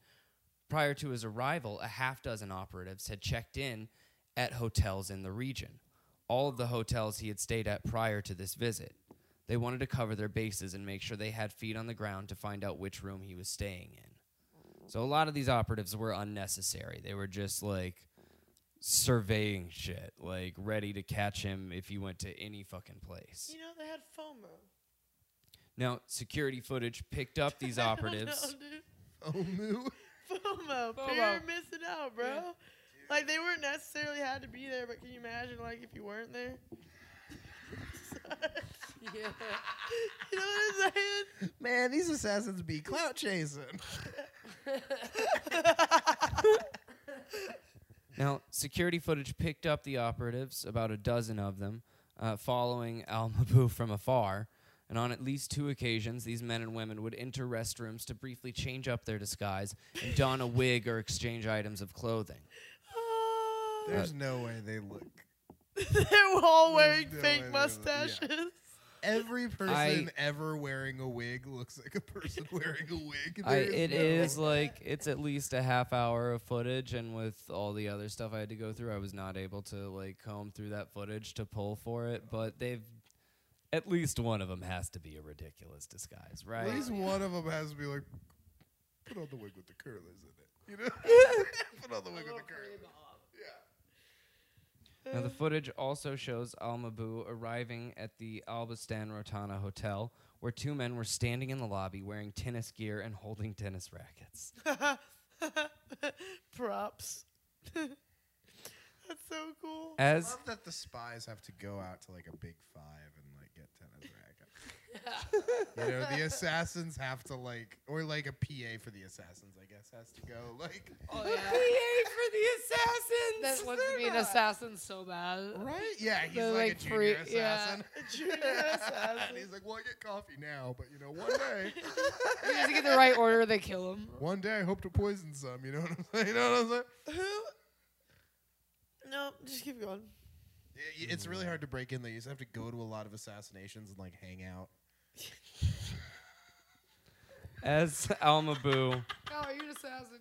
Speaker 4: Prior to his arrival, a half dozen operatives had checked in at hotels in the region, all of the hotels he had stayed at prior to this visit. They wanted to cover their bases and make sure they had feet on the ground to find out which room he was staying in. So a lot of these operatives were unnecessary. They were just like surveying shit, like ready to catch him if he went to any fucking place.
Speaker 3: You know they had FOMO.
Speaker 4: Now, security footage picked up these
Speaker 3: I don't
Speaker 4: operatives.
Speaker 3: know, dude.
Speaker 7: oh moo.
Speaker 3: FOMO.
Speaker 5: FOMO.
Speaker 3: You're missing out, bro.
Speaker 5: Yeah.
Speaker 3: Like they weren't necessarily had to be there, but can you imagine like if you weren't there?
Speaker 5: Yeah.
Speaker 3: You know what I'm saying?
Speaker 7: Man, these assassins be clout chasing.
Speaker 4: Now, security footage picked up the operatives, about a dozen of them, uh, following Al Mabu from afar, and on at least two occasions, these men and women would enter restrooms to briefly change up their disguise and don a wig or exchange items of clothing.
Speaker 3: Oh,
Speaker 7: There's no way they look.
Speaker 3: They're all wearing
Speaker 7: no
Speaker 3: fake
Speaker 7: way they would- yeah.
Speaker 3: mustaches.
Speaker 2: Every person
Speaker 4: I-
Speaker 2: ever wearing a wig looks like a person wearing a wig.
Speaker 4: I,
Speaker 2: There
Speaker 4: it
Speaker 2: no-
Speaker 4: is like it's at least a half hour of footage, and with all the other stuff I had to go through, I was not able to like comb through that footage to pull for it. But they've at least one of them has to be a ridiculous disguise, right?
Speaker 7: At least one of them has to be like, put on the wig with the curlers in it. You know? put on the wig with the curlers. Yeah.
Speaker 4: Now, the footage also shows Al Mabu arriving at the Albistan Rotana Hotel, where two men were standing in the lobby wearing tennis gear and holding tennis rackets.
Speaker 3: Props. That's so cool.
Speaker 2: I
Speaker 4: As
Speaker 2: love that the spies have to go out to like a big five and like get tennis rackets. you know, the assassins have to like, or like a PA for the assassins, I guess, has to go like,
Speaker 5: Oh, yeah. PA for the assassins. That wants to be an assassin so bad.
Speaker 2: right? Yeah, he's
Speaker 5: They're,
Speaker 2: like,
Speaker 5: like,
Speaker 2: a junior
Speaker 5: free- yeah.
Speaker 2: assassin. and he's like, well, I get coffee now, but you know, one day,
Speaker 5: He doesn't get the right order, they kill him.
Speaker 2: one day I hope to poison some. You know what I'm saying? You know what I'm saying?
Speaker 3: Who? No, just keep going.
Speaker 2: I- i- It's really hard to break in there. You just have to go to a lot of assassinations and like hang out.
Speaker 4: as Al Mabu
Speaker 5: Kyle, are you an assassin?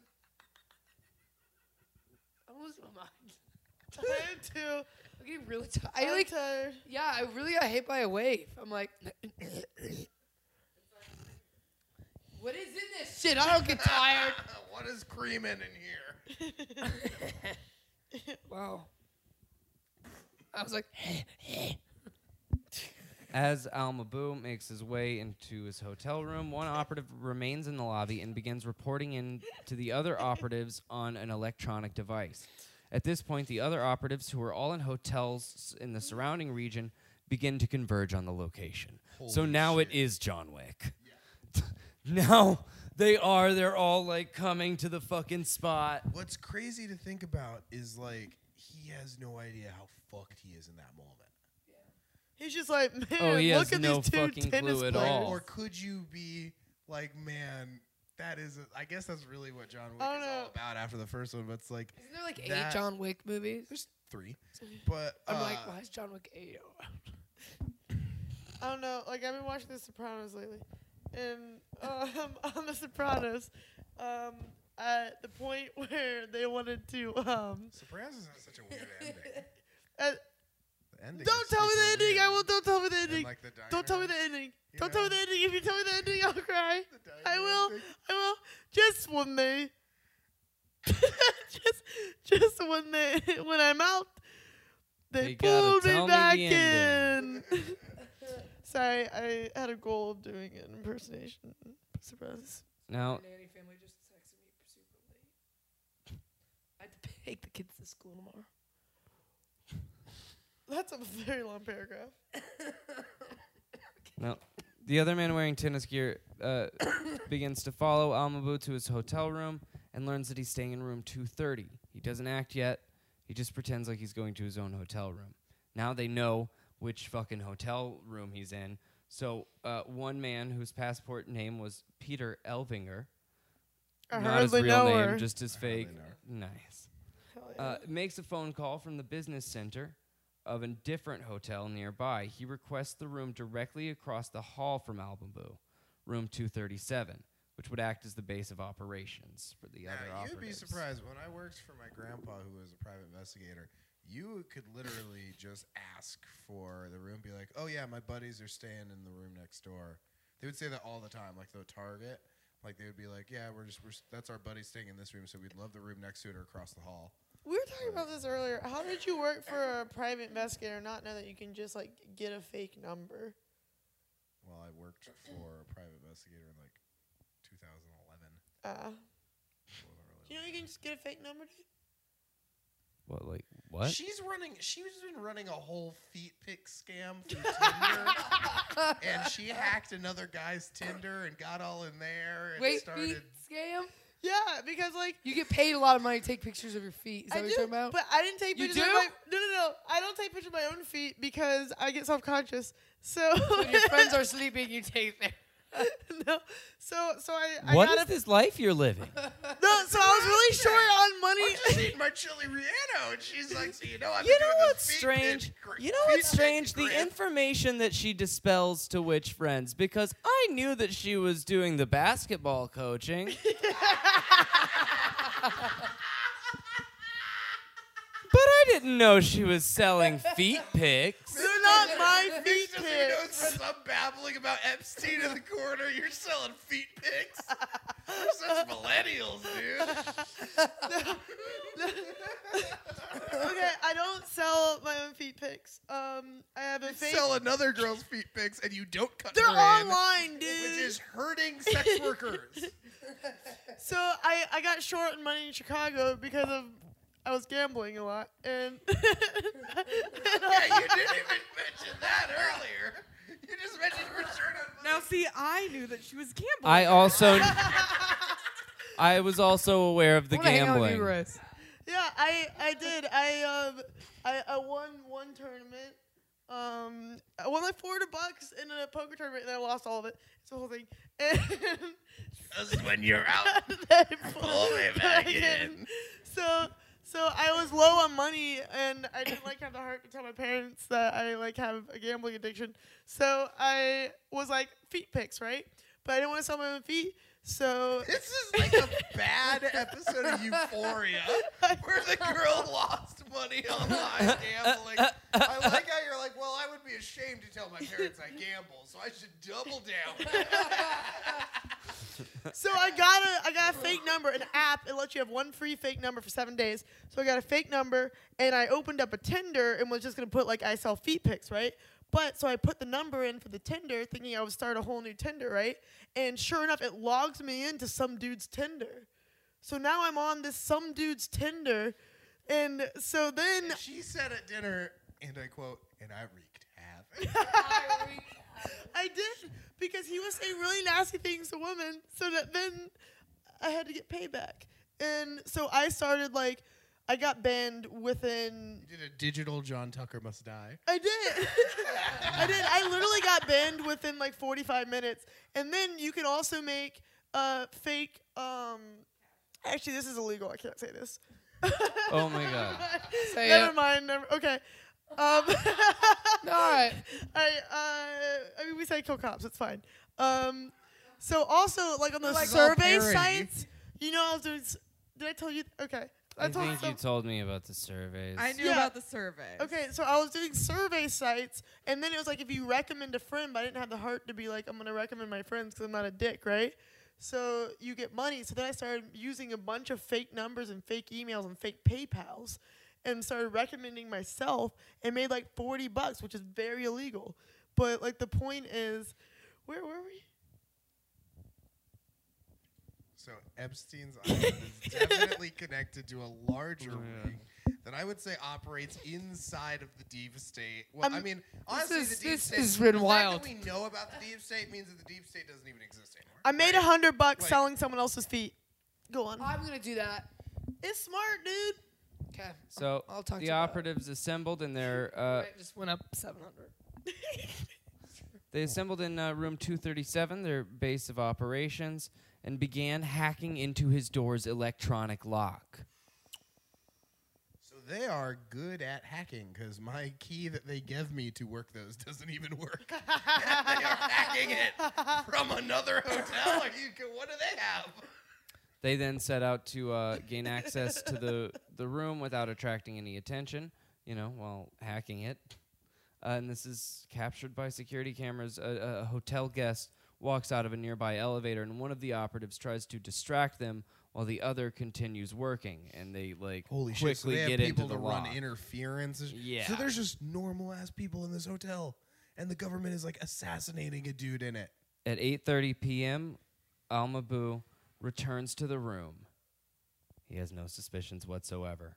Speaker 5: I'm losing my mind.
Speaker 3: Time to.
Speaker 5: I'm getting really tired.
Speaker 3: I'm
Speaker 5: I like,
Speaker 3: tired.
Speaker 5: yeah, I really got hit by a wave. I'm like, what is in this shit? I don't get tired.
Speaker 2: what is creaming in here?
Speaker 5: wow. I was like,
Speaker 4: As Al Mabu makes his way into his hotel room, one operative remains in the lobby and begins reporting in to the other operatives on an electronic device. At this point, the other operatives, who are all in hotels s- in the surrounding region, begin to converge on the location. so
Speaker 2: Holy
Speaker 4: now it is John Wick. now they are, they're all like coming to the fucking spot.
Speaker 2: What's crazy to think about is like he has no idea how fucked he is in that moment.
Speaker 3: He's just like, man,
Speaker 4: Oh, he
Speaker 3: look
Speaker 4: has
Speaker 3: at
Speaker 4: no
Speaker 3: these two
Speaker 4: fucking
Speaker 3: tennis
Speaker 4: clue at
Speaker 3: players.
Speaker 2: Like,
Speaker 4: all.
Speaker 2: or could you be like, man, that is. A, I guess that's really what John Wick
Speaker 3: I
Speaker 2: is
Speaker 3: don't
Speaker 2: all
Speaker 3: know.
Speaker 2: about after the first one. But it's like
Speaker 5: isn't there like eight
Speaker 2: That-
Speaker 5: John Wick movies?
Speaker 2: there's three, but
Speaker 5: I'm
Speaker 2: uh,
Speaker 5: like, why is John Wick eight?
Speaker 3: I don't know. Like I've been watching The Sopranos lately, and um, on The Sopranos, um, at the point where they wanted to, um,
Speaker 2: Sopranos has such a weird ending.
Speaker 3: uh,
Speaker 2: The ending
Speaker 3: don't
Speaker 2: is
Speaker 3: tell me
Speaker 2: super
Speaker 3: the ending. I
Speaker 2: weird.
Speaker 3: will. Don't tell me the
Speaker 2: And,
Speaker 3: ending.
Speaker 2: like, the
Speaker 3: don't tell me
Speaker 2: diner-
Speaker 3: the ending. Don't tell
Speaker 2: know?
Speaker 3: me the ending. If you tell me the ending, I'll cry.
Speaker 2: the
Speaker 3: I
Speaker 2: diner
Speaker 3: will.
Speaker 2: ending.
Speaker 3: I will. Just one day. just, just one day. When I'm out, they,
Speaker 4: They gotta
Speaker 3: pull
Speaker 4: tell
Speaker 3: me
Speaker 4: me
Speaker 3: back
Speaker 4: the
Speaker 3: in.
Speaker 4: ending.
Speaker 3: Sorry, I had a goal of doing an impersonation. Surprise.
Speaker 4: Now,
Speaker 5: nanny family just texted me super late. I have to take the kids to school tomorrow.
Speaker 3: That's a very long paragraph.
Speaker 4: Now, the other man wearing tennis gear uh, begins to follow Almabu to his hotel room and learns that he's staying in room 230. He doesn't act yet. He just pretends like he's going to his own hotel room. Now they know which fucking hotel room he's in. So uh, one man whose passport name was Peter Elvinger,
Speaker 3: I
Speaker 4: not his
Speaker 3: hardly
Speaker 4: real
Speaker 3: know
Speaker 4: name,
Speaker 3: her.
Speaker 4: just his
Speaker 2: hardly
Speaker 4: fake.
Speaker 2: know her.
Speaker 4: Nice. Uh, makes a phone call from the business center of a different hotel nearby. He requests the room directly across the hall from Albumbu, room 237, which would act as the base of operations for the other
Speaker 2: Yeah, you'd be
Speaker 4: operatives.
Speaker 2: surprised. When I worked for my grandpa, who was a private investigator, you could literally just ask for the room, be like, "Oh yeah, my buddies are staying in the room next door." They would say that all the time, like the Target. Like they would be like, "Yeah, we're just we're, s- that's our buddy staying in this room, so we'd love the room next to it or across the hall."
Speaker 3: we were talking about this earlier. How did you work for a private investigator and not know that you can just like get a fake number?
Speaker 2: Well, I worked for a private investigator in like 2011. It
Speaker 3: Uh,
Speaker 2: wasn't really
Speaker 3: you know you can just get a fake number. dude?
Speaker 4: What, like, what?
Speaker 2: She's running. She's been running a whole feet pick scam through Tinder, and she hacked another guy's Tinder and got all in there and
Speaker 5: Wait,
Speaker 2: started.
Speaker 5: feet scam?
Speaker 3: Yeah, because like
Speaker 5: You get paid a lot of money to take pictures of your feet. Is that
Speaker 3: I
Speaker 5: what
Speaker 3: do,
Speaker 5: you're talking about?
Speaker 3: but I didn't take
Speaker 5: You
Speaker 3: pictures. Of
Speaker 5: do?
Speaker 3: my, no, no, no. I don't take pictures of my own feet because I get self conscious. So
Speaker 5: when your friends are sleeping, you take them.
Speaker 3: no. So so I, I
Speaker 4: What
Speaker 3: got
Speaker 4: is
Speaker 3: a,
Speaker 4: this life you're living?
Speaker 3: no. So I was really short on
Speaker 2: I'm just
Speaker 3: money.
Speaker 2: eating my chili relleno, and she's like, "So you know, I've
Speaker 4: You
Speaker 2: been
Speaker 4: know
Speaker 2: doing
Speaker 4: what's
Speaker 2: this feet pitch
Speaker 4: strange?
Speaker 2: gr-
Speaker 4: You know
Speaker 2: feet
Speaker 4: what's
Speaker 2: pitch
Speaker 4: strange? The
Speaker 2: grip."
Speaker 4: information that she dispels to which friends, because I knew that she was doing the basketball coaching. But I didn't know she was selling feet pics.
Speaker 3: They're not my feet
Speaker 2: It's just who knows
Speaker 3: pics.
Speaker 2: friends. I'm babbling about Epstein in the corner. You're selling feet pics. We're such millennials, dude.
Speaker 3: Okay, I don't sell my own feet pics. Um, I have a fake.
Speaker 2: Sell another girl's feet pics, and you don't cut
Speaker 3: They're
Speaker 2: her in,
Speaker 3: online, dude.
Speaker 2: which is hurting sex workers.
Speaker 3: So I, I got short on money in Chicago because of I was gambling a lot and
Speaker 2: yeah, you didn't even mention that earlier. You just mentioned return on money.
Speaker 6: Now, see, I knew that she was gambling.
Speaker 4: I also, I was also aware of the
Speaker 5: I wanna hang out with you,
Speaker 4: gambling.
Speaker 5: Rose.
Speaker 3: yeah I I did I um I, I won one tournament um I won like four hundred bucks in a poker tournament and I lost all of it it's the whole thing and
Speaker 2: This is when you're out.
Speaker 3: then
Speaker 2: Pull me back in.
Speaker 3: so so I was low on money and I didn't like have the heart to tell my parents that I like have a gambling addiction. So I was like feet pics, right? But I didn't want to sell my own feet. So
Speaker 2: This is like a bad episode of Euphoria where the girl lost money online gambling. I like how you're like, well, I would be ashamed to tell my parents I gamble, so I should double down.
Speaker 3: so I got a I got a fake number, an app. It lets you have one free fake number for seven days. So I got a fake number, and I opened up a Tinder and was just gonna put like I sell feet pics, right? But so I put the number in for the Tinder, thinking I would start a whole new Tinder, right? And sure enough, it logs me into some dude's Tinder. So now I'm on this some dude's Tinder, and so then
Speaker 2: She said at dinner, and I quote, and I wreaked havoc.
Speaker 3: I did because he was saying really nasty things to women, so that then I had to get payback. And so I started like I got banned within
Speaker 2: You did a digital John Tucker must die.
Speaker 3: I did. I did. I literally got banned within like 45 minutes. And then you can also make uh, fake um actually this is illegal. I can't say this.
Speaker 4: Oh my god.
Speaker 5: Say
Speaker 3: never
Speaker 5: it.
Speaker 3: mind. Never, okay. Um
Speaker 5: All right.
Speaker 3: I uh, I mean, we say kill cops. It's fine. Um, so also like on those
Speaker 2: Like all
Speaker 3: survey
Speaker 2: parody.
Speaker 3: sites, you know, I was doing. s- Did I tell you? Okay,
Speaker 4: I
Speaker 3: told
Speaker 4: think you
Speaker 3: some-
Speaker 4: told me about the surveys.
Speaker 6: I knew
Speaker 3: Yeah.
Speaker 6: about the survey.
Speaker 3: Okay, so I was doing survey sites, and then it was like if you recommend a friend, but I didn't have the heart to be like I'm gonna recommend my friends because I'm not a dick, right? So you get money. So then I started using a bunch of fake numbers and fake emails and fake PayPal's, and started recommending myself and made like forty bucks, which is very illegal. But like the point is, where were we?
Speaker 2: So Epstein's island is definitely connected to a larger
Speaker 4: Yeah.
Speaker 2: ring that I would say operates inside of the deep state. Well, I
Speaker 3: Um,
Speaker 2: mean, honestly,
Speaker 5: is-
Speaker 2: the deep
Speaker 5: this
Speaker 2: state.
Speaker 5: has been
Speaker 2: the
Speaker 5: wild.
Speaker 2: Fact that we know about the deep state means that the deep state doesn't even exist anymore.
Speaker 3: I made a
Speaker 2: right?
Speaker 3: hundred bucks
Speaker 2: Like-
Speaker 3: selling someone else's feet. Go on.
Speaker 5: I'm gonna do that.
Speaker 3: It's smart, dude.
Speaker 5: Okay.
Speaker 4: So
Speaker 5: I'll talk to
Speaker 4: the
Speaker 5: you about it.
Speaker 4: operatives assembled in their uh,
Speaker 5: Right, just went up 700.
Speaker 2: Hmm.
Speaker 4: They assembled in uh, room 237, their base of operations, and began hacking into his door's electronic lock.
Speaker 2: So they are good at hacking because my key that they give me to work those doesn't even work. they are hacking it from another hotel. Are you, co- what do they have?
Speaker 4: They then set out to uh, gain access to the, the room without attracting any attention, you know, while hacking it. Uh, and this is captured by security cameras. A, a hotel guest walks out of a nearby elevator, and one of the operatives tries to distract them while the other continues working. And they like
Speaker 2: Holy
Speaker 4: quickly
Speaker 2: shit! So they
Speaker 4: get
Speaker 2: have people
Speaker 4: into the
Speaker 2: to run
Speaker 4: lock.
Speaker 2: interference. and sh-
Speaker 4: Yeah.
Speaker 2: So there's just normal ass people in this hotel, and the government is like assassinating a dude in it.
Speaker 4: At 8:30 p.m., Almabu returns to the room. He has no suspicions whatsoever.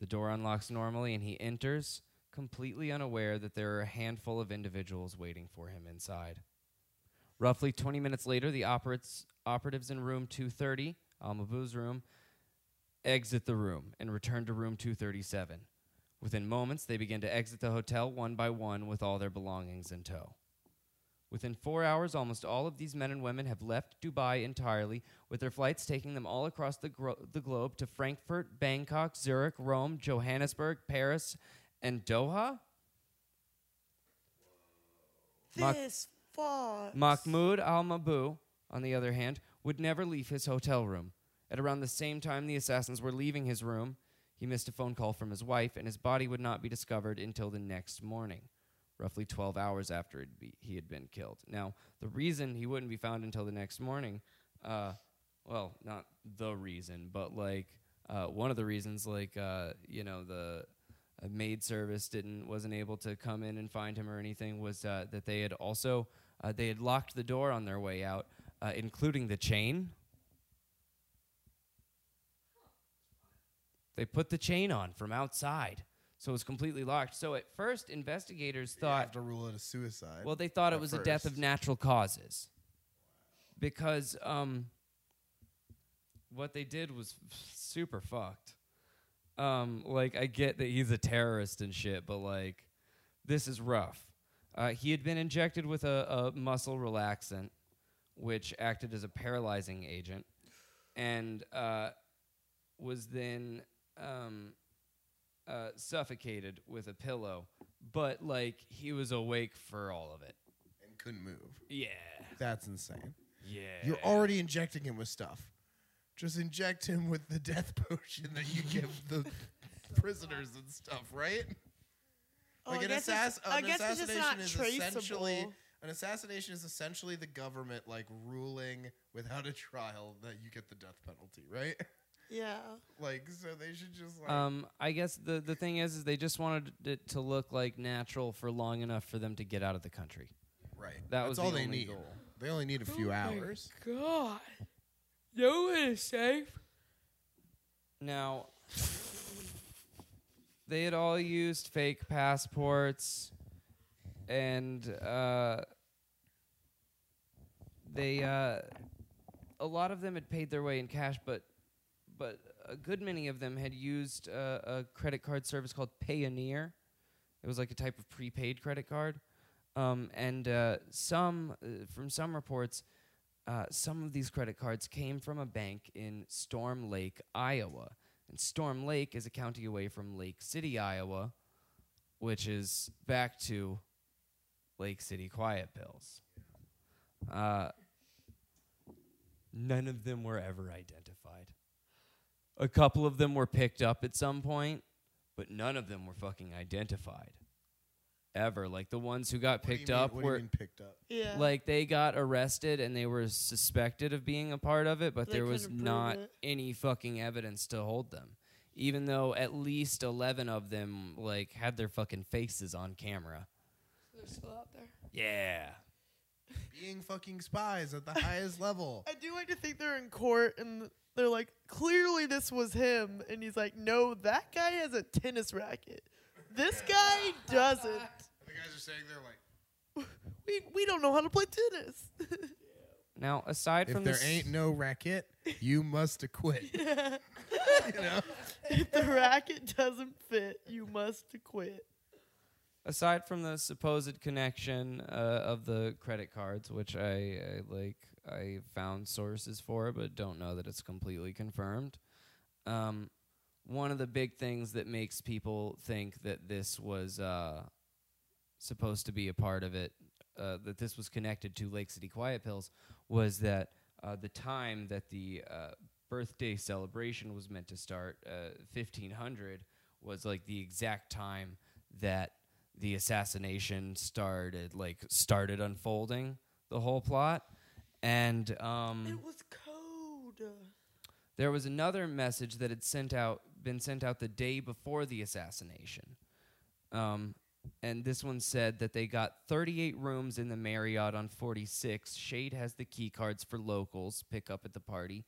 Speaker 4: The door unlocks normally and he enters, completely unaware that there are a handful of individuals waiting for him inside. Roughly 20 minutes later, the operates, operatives in room 230, Almabu's room, exit the room, and return to room 237. Within moments, they begin to exit the hotel one by one with all their belongings in tow. Within four hours, almost all of these men and women have left Dubai entirely, with their flights taking them all across the, gro- the globe to Frankfurt, Bangkok, Zurich, Rome, Johannesburg, Paris, and Doha? Mark-
Speaker 3: This far.
Speaker 4: Mahmoud al Mabou, on the other hand, would never leave his hotel room. At around the same time the assassins were leaving his room, he missed a phone call from his wife, and his body would not be discovered until the next morning, roughly 12 hours after it'd be, he had been killed. Now, the reason he wouldn't be found until the next morning, uh, well, not the reason, but like uh, one of the reasons, like, uh, you know, the a maid service didn't wasn't able to come in and find him or anything was uh, that they had also uh, they had locked the door on their way out, uh, including the chain. They put the chain on from outside, so it was completely locked. So at first, investigators
Speaker 7: You
Speaker 4: thought
Speaker 7: have to rule it a suicide.
Speaker 4: well, they thought it
Speaker 7: at
Speaker 4: was a death of
Speaker 7: first.
Speaker 4: natural causes. Because um, what they did was f- super fucked. Um, like, I get that he's a terrorist and shit, but like, this is rough. Uh, he had been injected with a, a muscle relaxant, which acted as a paralyzing agent, and uh, was then um, uh, suffocated with a pillow. But like, he was awake for all of it.
Speaker 7: and couldn't move.
Speaker 4: Yeah.
Speaker 7: That's insane.
Speaker 4: Yeah.
Speaker 7: You're already injecting him with stuff. Just inject him with the death potion that you give the prisoners and stuff, right?
Speaker 3: Oh,
Speaker 7: like
Speaker 3: I
Speaker 7: an,
Speaker 3: guess it's-
Speaker 7: assass-
Speaker 3: I
Speaker 7: an
Speaker 3: guess it's just
Speaker 7: assassination
Speaker 3: not
Speaker 7: is essentially
Speaker 3: traceable.
Speaker 7: an assassination is essentially the government like ruling without a trial that you get the death penalty, right?
Speaker 3: Yeah.
Speaker 7: Like so they should just like
Speaker 4: Um, I guess the, the thing is, is they just wanted it to look like natural for long enough for them to get out of the country.
Speaker 7: right.
Speaker 4: that
Speaker 7: That's
Speaker 4: was
Speaker 7: all
Speaker 4: the
Speaker 7: they
Speaker 4: only
Speaker 7: need.
Speaker 4: goal.
Speaker 7: They only need a few hours.
Speaker 5: God. No one is safe.
Speaker 4: Now, they had all used fake passports, and uh, they uh, a lot of them had paid their way in cash, but but a good many of them had used uh, a credit card service called Payoneer. It was like a type of prepaid credit card, um, and uh, some uh, from some reports uh, some of these credit cards came from a bank in Storm Lake, Iowa. And Storm Lake is a county away from Lake City, Iowa, which is back to Lake City Quiet Pills. Uh, none of them were ever identified. A couple of them were picked up at some point, but none of them were fucking identified. Ever. Like the ones who got
Speaker 7: What do you
Speaker 4: picked
Speaker 7: mean-
Speaker 4: up
Speaker 7: what do you
Speaker 4: were
Speaker 7: mean picked up.
Speaker 3: Yeah.
Speaker 4: like they got arrested and they were suspected of being a part of it, but
Speaker 3: They
Speaker 4: there was
Speaker 3: couldn't prove
Speaker 4: not
Speaker 3: it.
Speaker 4: any fucking evidence to hold them. Even though at least eleven of them like had their fucking faces on camera.
Speaker 5: They're still out there.
Speaker 4: Yeah.
Speaker 7: Being fucking spies at the highest level.
Speaker 3: I do like to think they're in court and they're like, clearly this was him. And he's like, no, that guy has a tennis racket. This guy doesn't.
Speaker 7: The guys are saying they're like
Speaker 3: We, we don't know how to play tennis.
Speaker 4: Now aside
Speaker 7: if
Speaker 4: from
Speaker 7: there
Speaker 4: this,
Speaker 7: ain't no racket, you must acquit. you know?
Speaker 3: if the racket doesn't fit, you must quit.
Speaker 4: aside from the supposed connection uh, of the credit cards, which I, I like, I found sources for, but don't know that it's completely confirmed. Um, one of the big things that makes people think that this was uh, supposed to be a part of it, uh, that this was connected to Lake City Quiet Pills, was that uh, the time that the uh, birthday celebration was meant to start, uh, 1500, was like the exact time that the assassination started, like started unfolding the whole plot, and um,
Speaker 3: It was code.
Speaker 4: there was another message that had sent out been sent out the day before the assassination um, and this one said that they got 38 rooms in the marriott on 46 shade has the key cards for locals pick up at the party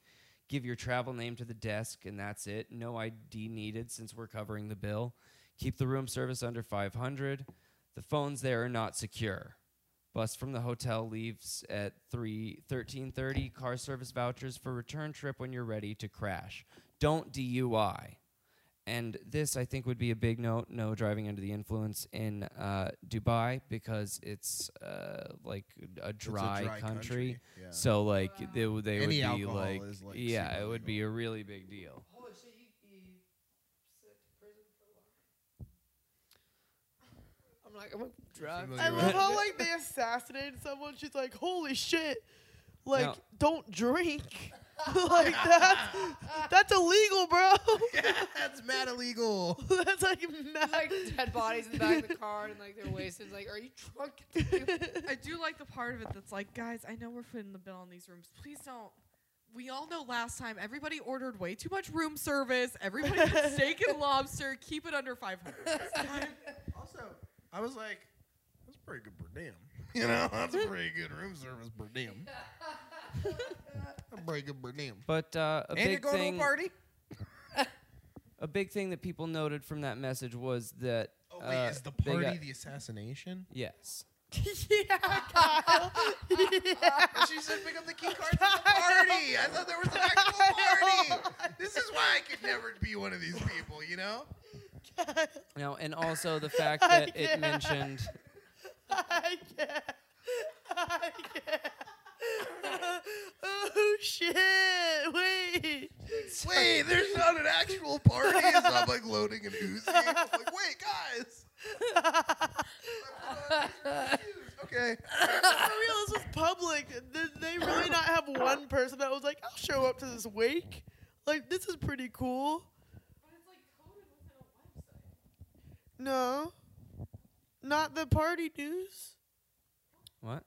Speaker 4: give your travel name to the desk and that's it no id needed since we're covering the bill keep the room service under 500 the phones there are not secure Bus from the hotel leaves at 3 13:30. Car service vouchers for return trip when you're ready to crash. Don't DUI. And this, I think, would be a big note: no driving under the influence in uh, Dubai because it's uh, like a dry,
Speaker 2: dry country, yeah.
Speaker 4: So, like, they, would- they would
Speaker 2: Any
Speaker 4: be
Speaker 2: alcohol
Speaker 4: like,
Speaker 2: is, like,
Speaker 4: yeah,
Speaker 2: super
Speaker 4: it would be a really big deal.
Speaker 5: Holy shit, you, you sit to prison for what? I'm like, I'm like, drugs.
Speaker 3: I
Speaker 2: You're
Speaker 3: love
Speaker 2: right.
Speaker 3: how like they assassinated someone. She's like, "Holy shit! Like,
Speaker 4: No.
Speaker 3: don't drink. like that's that's illegal, bro.
Speaker 2: That's mad illegal.
Speaker 3: that's like mad.
Speaker 5: like dead bodies in the back of the car and like they're wasted. Like, are you drunk?
Speaker 6: I do like the part of it that's like, guys, I know we're putting the bill on these rooms. Please don't. We all know last time everybody ordered way too much room service. Everybody had steak and lobster. Keep it under 500. this time."
Speaker 2: Also, I was like, that's pretty good per diem.
Speaker 7: You know, that's a pretty good room service per diem.
Speaker 2: That's pretty good per diem.
Speaker 4: But uh, a
Speaker 2: And
Speaker 4: big
Speaker 2: you're going
Speaker 4: thing,
Speaker 2: to a party?
Speaker 4: a big thing that people noted from that message was that
Speaker 2: Oh, wait,
Speaker 4: uh,
Speaker 2: is the
Speaker 4: they
Speaker 2: party
Speaker 4: got-
Speaker 2: the assassination?
Speaker 4: yes.
Speaker 3: yeah, Kyle. yeah.
Speaker 2: she said pick up the key card from the party. I thought there was an actual party. This is why I could never be one of these people, you know?
Speaker 4: No, and also the fact that
Speaker 3: Yeah.
Speaker 4: it mentioned
Speaker 3: I can't. I can't. oh shit! Wait.
Speaker 2: Wait, there's not an actual party. It's not like loading an Uzi. I'm like, wait, guys. Okay.
Speaker 3: For real, this was public. Did they really not have one person that was like, "I'll show up to this wake"? Like, this is pretty cool.
Speaker 6: But it's like coded within a website.
Speaker 3: No. Not the party news.
Speaker 4: what?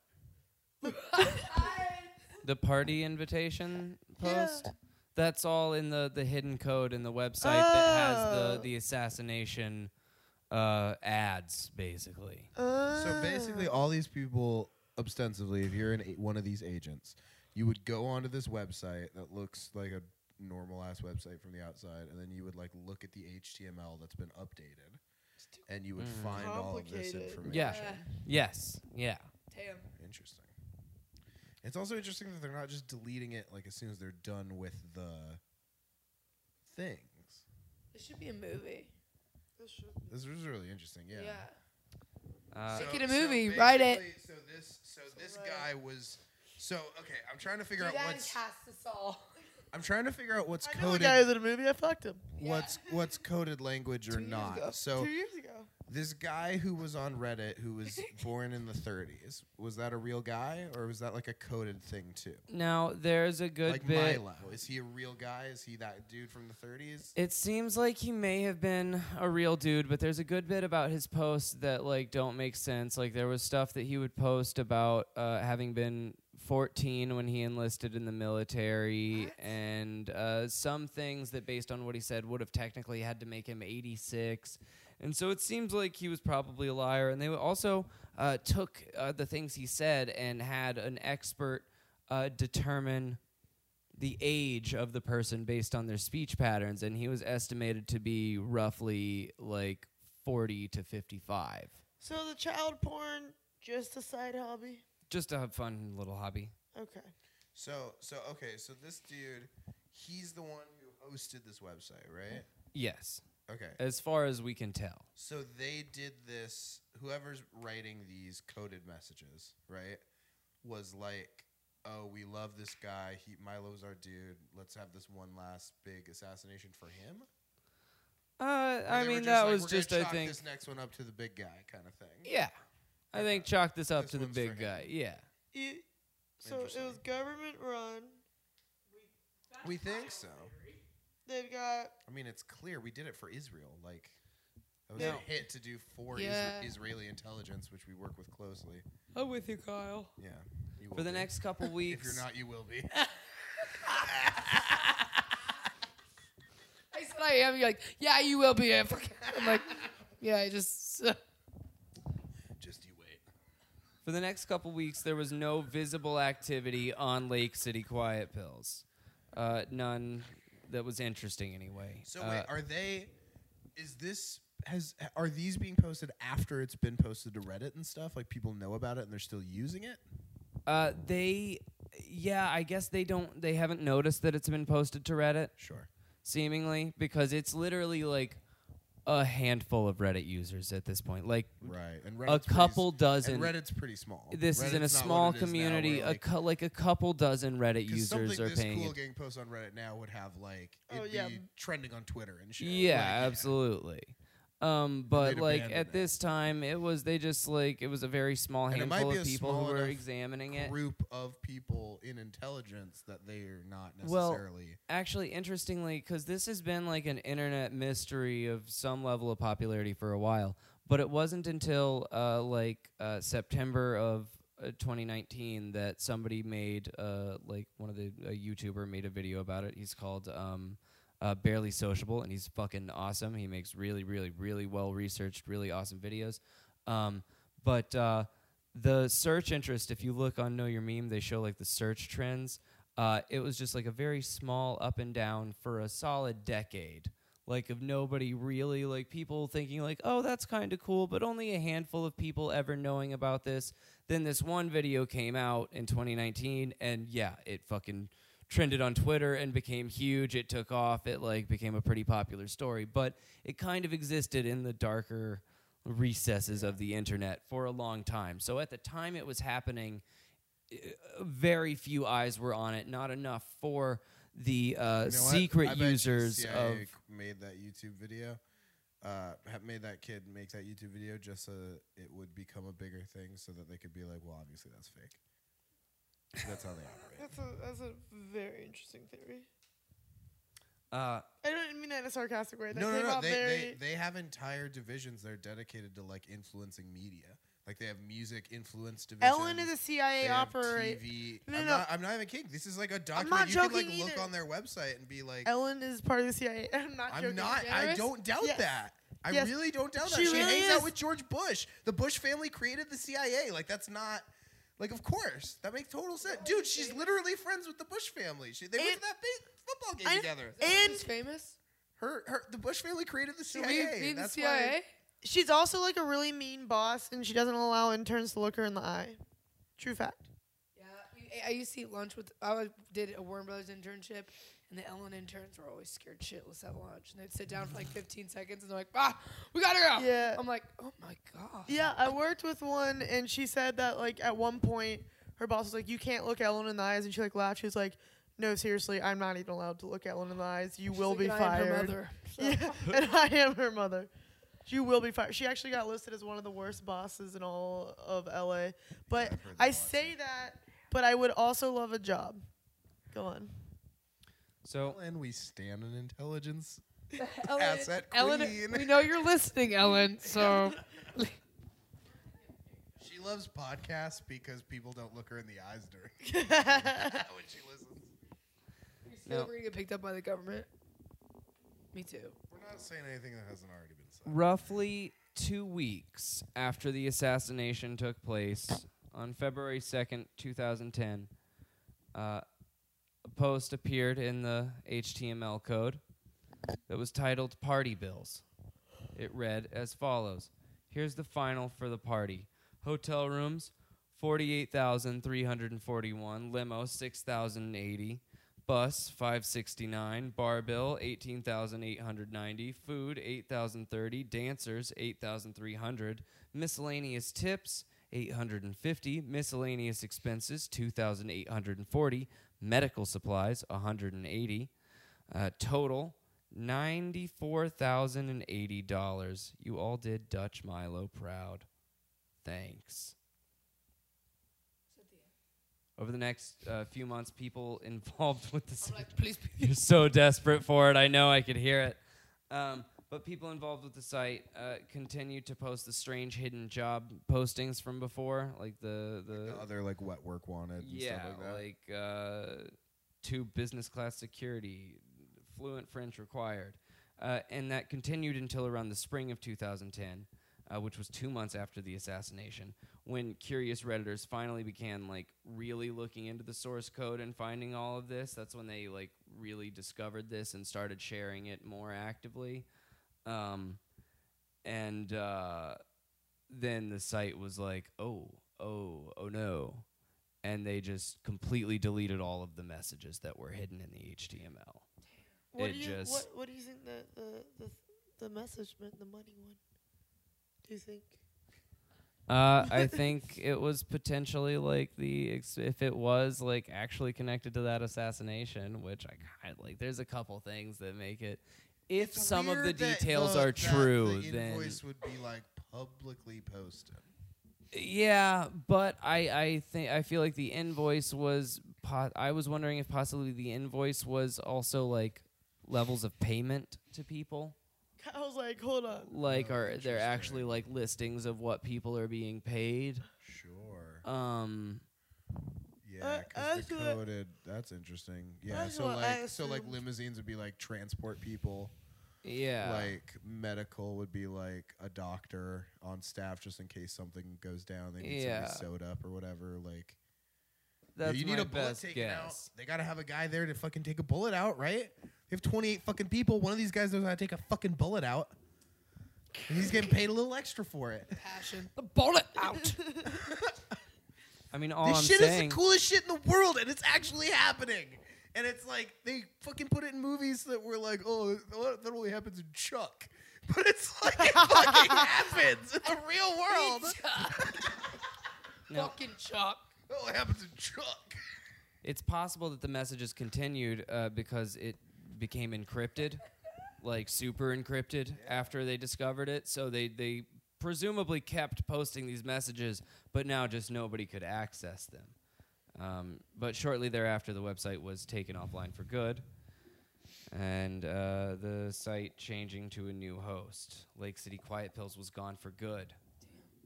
Speaker 4: the party invitation
Speaker 3: Yeah.
Speaker 4: post. That's all in the the hidden code in the website that has
Speaker 3: Oh.
Speaker 4: the the assassination uh, ads basically.
Speaker 2: So basically, all these people, ostensibly, if you're an, a- one of these agents, you would go onto this website that looks like a normal ass website from the outside, and then you would like look at the HTML that's been updated, and you would
Speaker 4: Mm.
Speaker 2: find all of this
Speaker 3: Complicated.
Speaker 2: information.
Speaker 4: Yeah.
Speaker 5: uh,
Speaker 4: Yes. Yeah.
Speaker 5: Damn.
Speaker 2: Interesting. It's also interesting that they're not just deleting it like as soon as they're done with the things.
Speaker 5: This should be a movie.
Speaker 2: This was really interesting. Yeah.
Speaker 4: Uh,
Speaker 5: Make it a movie, write it.
Speaker 2: basically- So this, so this
Speaker 3: write it.
Speaker 2: guy was. So okay, I'm trying to
Speaker 5: Do
Speaker 2: figure
Speaker 5: that
Speaker 2: out
Speaker 5: and
Speaker 2: what's.
Speaker 5: cast us all.
Speaker 2: I'm trying to figure out what's
Speaker 3: Ah. I know a
Speaker 2: coded.
Speaker 3: guy who's in a movie. I fucked him
Speaker 2: What's what's coded language or
Speaker 5: Two years ago.
Speaker 2: not? So
Speaker 3: two years ago.
Speaker 2: this guy who was on Reddit, who was born in the 30s, was that a real guy or was that like a coded thing too?
Speaker 4: now there's a good
Speaker 2: like
Speaker 4: bit.
Speaker 2: Milo, is he a real guy? Is he that dude from the 30s?
Speaker 4: It seems like he may have been a real dude, but there's a good bit about his posts that like don't make sense. Like there was stuff that he would post about uh, having been 14 when he enlisted in the military, and uh, some things that, based on what he said, would have technically had to make him 86. And so it seems like he was probably a liar. And they also uh, took uh, the things he said and had an expert uh, determine the age of the person based on their speech patterns, and he was estimated to be roughly like 40 to 55.
Speaker 3: So the child porn, just a side hobby.
Speaker 4: Just a fun little hobby.
Speaker 3: Okay.
Speaker 2: So so okay, so this dude, he's the one who hosted this website, right?
Speaker 4: Yes,
Speaker 2: Okay.
Speaker 4: as far as we can tell.
Speaker 2: So they did this. Whoever's writing these coded messages, right, was like, "Oh, we love this guy. He Milo's our dude. Let's have this one last big assassination for him."
Speaker 4: Uh,
Speaker 2: Or
Speaker 4: I
Speaker 2: they were
Speaker 4: mean, that
Speaker 2: like,
Speaker 4: was
Speaker 2: "We're gonna
Speaker 4: just, I
Speaker 2: chalk
Speaker 4: think,
Speaker 2: this next one up to the big guy kind of thing.
Speaker 4: yeah. I think
Speaker 2: Okay.
Speaker 4: chalk this up
Speaker 2: This
Speaker 4: to the
Speaker 2: one's for
Speaker 4: big
Speaker 2: him.
Speaker 4: guy. Yeah.
Speaker 3: You, E, so it was
Speaker 2: Interesting.
Speaker 3: government run.
Speaker 2: we think so.
Speaker 3: They've got
Speaker 2: I mean, it's clear we did it for Israel. Like, that was
Speaker 4: Yeah.
Speaker 2: a hit to do for Isra-
Speaker 5: Yeah.
Speaker 2: Israeli intelligence, which we work with closely.
Speaker 5: I'm with you, Kyle.
Speaker 2: Yeah. you
Speaker 4: For
Speaker 2: will
Speaker 4: the
Speaker 2: be.
Speaker 4: next couple
Speaker 2: If
Speaker 4: weeks.
Speaker 2: you're not, you will be.
Speaker 5: I said I am. You're like, yeah, you will be. I'm like, yeah, I just. uh,
Speaker 2: Just you wait.
Speaker 4: For the next couple weeks, there was no visible activity on Lake City Quiet Pills. Uh, none that was interesting, anyway.
Speaker 2: So
Speaker 4: Uh,
Speaker 2: wait, are they? Is this has are these being posted after it's been posted to Reddit and stuff? Like people know about it and they're still using it?
Speaker 4: Uh, they, yeah, I guess they don't. They haven't noticed that it's been posted to Reddit,
Speaker 2: Sure.
Speaker 4: seemingly, because it's literally like a handful of Reddit users at this point. Like
Speaker 2: Right. And
Speaker 4: a
Speaker 2: Reddit's pretty
Speaker 4: couple
Speaker 2: s-
Speaker 4: dozen.
Speaker 2: And Reddit's pretty small.
Speaker 4: this is in a
Speaker 2: Reddit's not
Speaker 4: small
Speaker 2: what it is now, where,
Speaker 4: community.
Speaker 2: like,
Speaker 4: a cou- like a couple dozen Reddit
Speaker 2: 'cause
Speaker 4: users
Speaker 2: something
Speaker 4: are
Speaker 2: this
Speaker 4: paying.
Speaker 2: cool
Speaker 4: it-
Speaker 2: getting posted on Reddit now would have like
Speaker 3: Oh,
Speaker 2: it'd
Speaker 3: yeah.
Speaker 2: be trending on Twitter and shit.
Speaker 4: yeah,
Speaker 2: Like,
Speaker 4: absolutely. Um, but
Speaker 2: they'd
Speaker 4: like
Speaker 2: abandon
Speaker 4: at
Speaker 2: that.
Speaker 4: this time, it was they just like it was a very small
Speaker 2: And it might
Speaker 4: handful
Speaker 2: be
Speaker 4: of
Speaker 2: a
Speaker 4: people
Speaker 2: small
Speaker 4: who were
Speaker 2: enough
Speaker 4: examining it.
Speaker 2: group of people in intelligence that they are not
Speaker 4: Well,
Speaker 2: necessarily.
Speaker 4: actually interestingly because this has been like an internet mystery of some level of popularity for a while but it wasn't until uh, like uh, september of uh, 2019 that somebody made uh, like one of the a youtuber made a video about it he's called um, uh, barely sociable and he's fucking awesome he makes really really really well researched really awesome videos um, but uh, the search interest if you look on know your meme they show like the search trends uh, it was just like a very small up and down for a solid decade like of nobody really like people thinking like oh that's kind of cool but only a handful of people ever knowing about this then this one video came out in 2019 and yeah it fucking trended on twitter and became huge it took off it like became a pretty popular story but it kind of existed in the darker recesses of the internet for a long time so at the time it was happening uh, very few eyes were on it, not enough for the
Speaker 2: You
Speaker 4: uh,
Speaker 2: know what?
Speaker 4: secret
Speaker 2: I bet you
Speaker 4: users of.
Speaker 2: CIA made that YouTube video. Uh, have made that kid make that YouTube video just so that it would become a bigger thing, so that they could be like, "Well, obviously that's fake." That's how they operate.
Speaker 3: That's a that's a very interesting theory.
Speaker 4: Uh,
Speaker 3: I don't mean that in a sarcastic way. That
Speaker 2: no,
Speaker 3: came
Speaker 2: no, no.
Speaker 3: out
Speaker 2: They,
Speaker 3: very
Speaker 2: they they have entire divisions that are dedicated to like influencing media. Like they have music influence division.
Speaker 3: Ellen is a
Speaker 2: They
Speaker 3: CIA
Speaker 2: have
Speaker 3: operator.
Speaker 2: TV.
Speaker 3: No,
Speaker 2: I'm,
Speaker 3: no.
Speaker 2: Not, I'm not even kidding. This is like a document.
Speaker 3: not
Speaker 2: you could
Speaker 3: joking
Speaker 2: like look
Speaker 3: either.
Speaker 2: on their website and be like,
Speaker 3: Ellen is part of the CIA. I'm not
Speaker 2: I'm
Speaker 3: joking.
Speaker 2: not. I
Speaker 5: Harris?
Speaker 2: don't doubt
Speaker 3: Yes.
Speaker 2: that. I
Speaker 3: Yes.
Speaker 2: really don't doubt that.
Speaker 3: She
Speaker 2: She,
Speaker 3: really
Speaker 2: hangs
Speaker 3: is.
Speaker 2: out with George Bush. The Bush family created the CIA. Like that's not. Like of course that makes total sense, dude. She's literally friends with the Bush family. She, they went
Speaker 3: And-
Speaker 2: to that big football game
Speaker 3: I-
Speaker 2: together.
Speaker 3: And
Speaker 5: Who's famous?
Speaker 2: Her, her, the Bush family created the
Speaker 5: Do
Speaker 2: CIA.
Speaker 5: we need the
Speaker 2: That's
Speaker 5: CIA?
Speaker 2: why.
Speaker 3: she's also like a really mean boss, and she doesn't allow interns to look her in the eye. True fact.
Speaker 5: Yeah, we- I- I used to eat lunch with. I was- did a Warren Brothers internship, and the Ellen interns were always scared shitless at lunch, and they'd sit down for like 15 seconds, and they're like, "Ah, we gotta go."
Speaker 3: Yeah.
Speaker 5: I'm like, "Oh my god."
Speaker 3: Yeah, I worked with one, and she said that like at one point her boss was like, "You can't look Ellen in the eyes," and she like laughed. She was like, "No, seriously, I'm not even allowed to look Ellen in the eyes. You
Speaker 5: She's
Speaker 3: will
Speaker 5: like,
Speaker 3: be
Speaker 5: "And I am
Speaker 3: fired."
Speaker 5: her mother, so.
Speaker 3: Yeah, and I am her mother. You will be fired. She actually got listed as one of the worst bosses in all of LA.
Speaker 2: I've
Speaker 3: But
Speaker 2: heard that
Speaker 3: I
Speaker 2: a lot,
Speaker 3: say that, but I would also love a job. Go on.
Speaker 4: so
Speaker 2: And we stand an intelligence.
Speaker 5: Ellen,
Speaker 2: Asset
Speaker 5: Ellen,
Speaker 2: queen.
Speaker 5: we know you're listening, Ellen. So
Speaker 2: She loves podcasts because people don't look her in the eyes during when she listens.
Speaker 4: No.
Speaker 5: we're gonna get picked up by the government. Me too.
Speaker 2: We're not saying anything that hasn't already been said.
Speaker 4: roughly two weeks after the assassination took place on February 2nd, 2010, uh, a post appeared in the HTML code that was titled Party Bills. It read as follows Here's the final for the party hotel rooms. 48,341, limo 6,080, Bus 569, bar bill 18,890, food 8,030, dancers 8,300, miscellaneous tips 850, miscellaneous expenses 2,840, medical supplies 180, uh, total $94,080. You all did Dutch Milo proud. Thanks. Over the next uh, few months, people involved with this.
Speaker 5: I'm like, please.
Speaker 4: You're so desperate for it. I know. I could hear it. Um, but people involved with the site uh, continue to post the strange hidden job postings from before, like the the
Speaker 2: other like wet work wanted. And
Speaker 4: yeah,
Speaker 2: stuff like, that.
Speaker 4: uh, two business class security, fluent French required, uh, and that continued until around the spring of 2010, uh, which was two months after the assassination, when curious redditors finally began like really looking into the source code and finding all of this. That's when they like really discovered this and started sharing it more actively. Um, and uh, then the site was like, oh, oh, oh no. And they just completely deleted all of the messages that were hidden in the HTML.
Speaker 3: What
Speaker 4: It
Speaker 3: do you
Speaker 4: just-
Speaker 3: what What do you think the the the, the message meant? The money one. Do you think?
Speaker 4: Uh, I think it was potentially like the ex- if it was like actually connected to that assassination, which I kind like. There's a couple things that make it. If
Speaker 2: It's
Speaker 4: some of the
Speaker 2: weird that
Speaker 4: details
Speaker 2: the-
Speaker 4: are
Speaker 2: that
Speaker 4: true,
Speaker 2: the
Speaker 4: then
Speaker 2: invoice would be like publicly posted.
Speaker 4: Yeah, but I I think I feel like the invoice was po- I was wondering if possibly the invoice was also like levels of payment to people.
Speaker 3: I was like, hold on.
Speaker 4: Like
Speaker 2: Oh,
Speaker 4: are there
Speaker 2: interesting.
Speaker 4: actually like listings of what people are being paid?
Speaker 7: Sure.
Speaker 4: Um
Speaker 7: Yeah,
Speaker 3: I
Speaker 7: because
Speaker 3: actually-
Speaker 7: the coded. That's interesting. Yeah.
Speaker 3: That's
Speaker 7: So
Speaker 3: what
Speaker 7: like,
Speaker 3: I
Speaker 7: so like
Speaker 3: assumed.
Speaker 7: limousines would be like transport people.
Speaker 4: yeah.
Speaker 7: Like medical would be like a doctor on staff just in case something goes down. They need
Speaker 4: Yeah.
Speaker 7: somebody sewed up or whatever. Like
Speaker 4: that's
Speaker 2: yeah, you
Speaker 4: my
Speaker 2: need a bullet
Speaker 4: best
Speaker 2: taken out.
Speaker 4: guess.
Speaker 2: They gotta have a guy there to fucking take a bullet out, right? They have 28 fucking people. One of these guys knows how to take a fucking bullet out. And he's getting paid a little extra for it.
Speaker 5: Passion.
Speaker 4: The bullet out. I mean all
Speaker 2: this
Speaker 4: I'm
Speaker 2: shit is
Speaker 4: saying
Speaker 2: the coolest shit in the world, and it's actually happening. And it's like they fucking put it in movies that were like, oh, that that only happens in Chuck. But it's like it fucking happens in the real world.
Speaker 4: No.
Speaker 5: Fucking Chuck.
Speaker 2: It only happens in Chuck.
Speaker 4: It's possible that the messages continued uh, because it became encrypted, like super encrypted after they discovered it. So they, they presumably kept posting these messages, but now just nobody could access them. Um, but shortly thereafter, the website was taken offline for good, and uh, the site changing to a new host. Lake City Quiet Pills was gone for good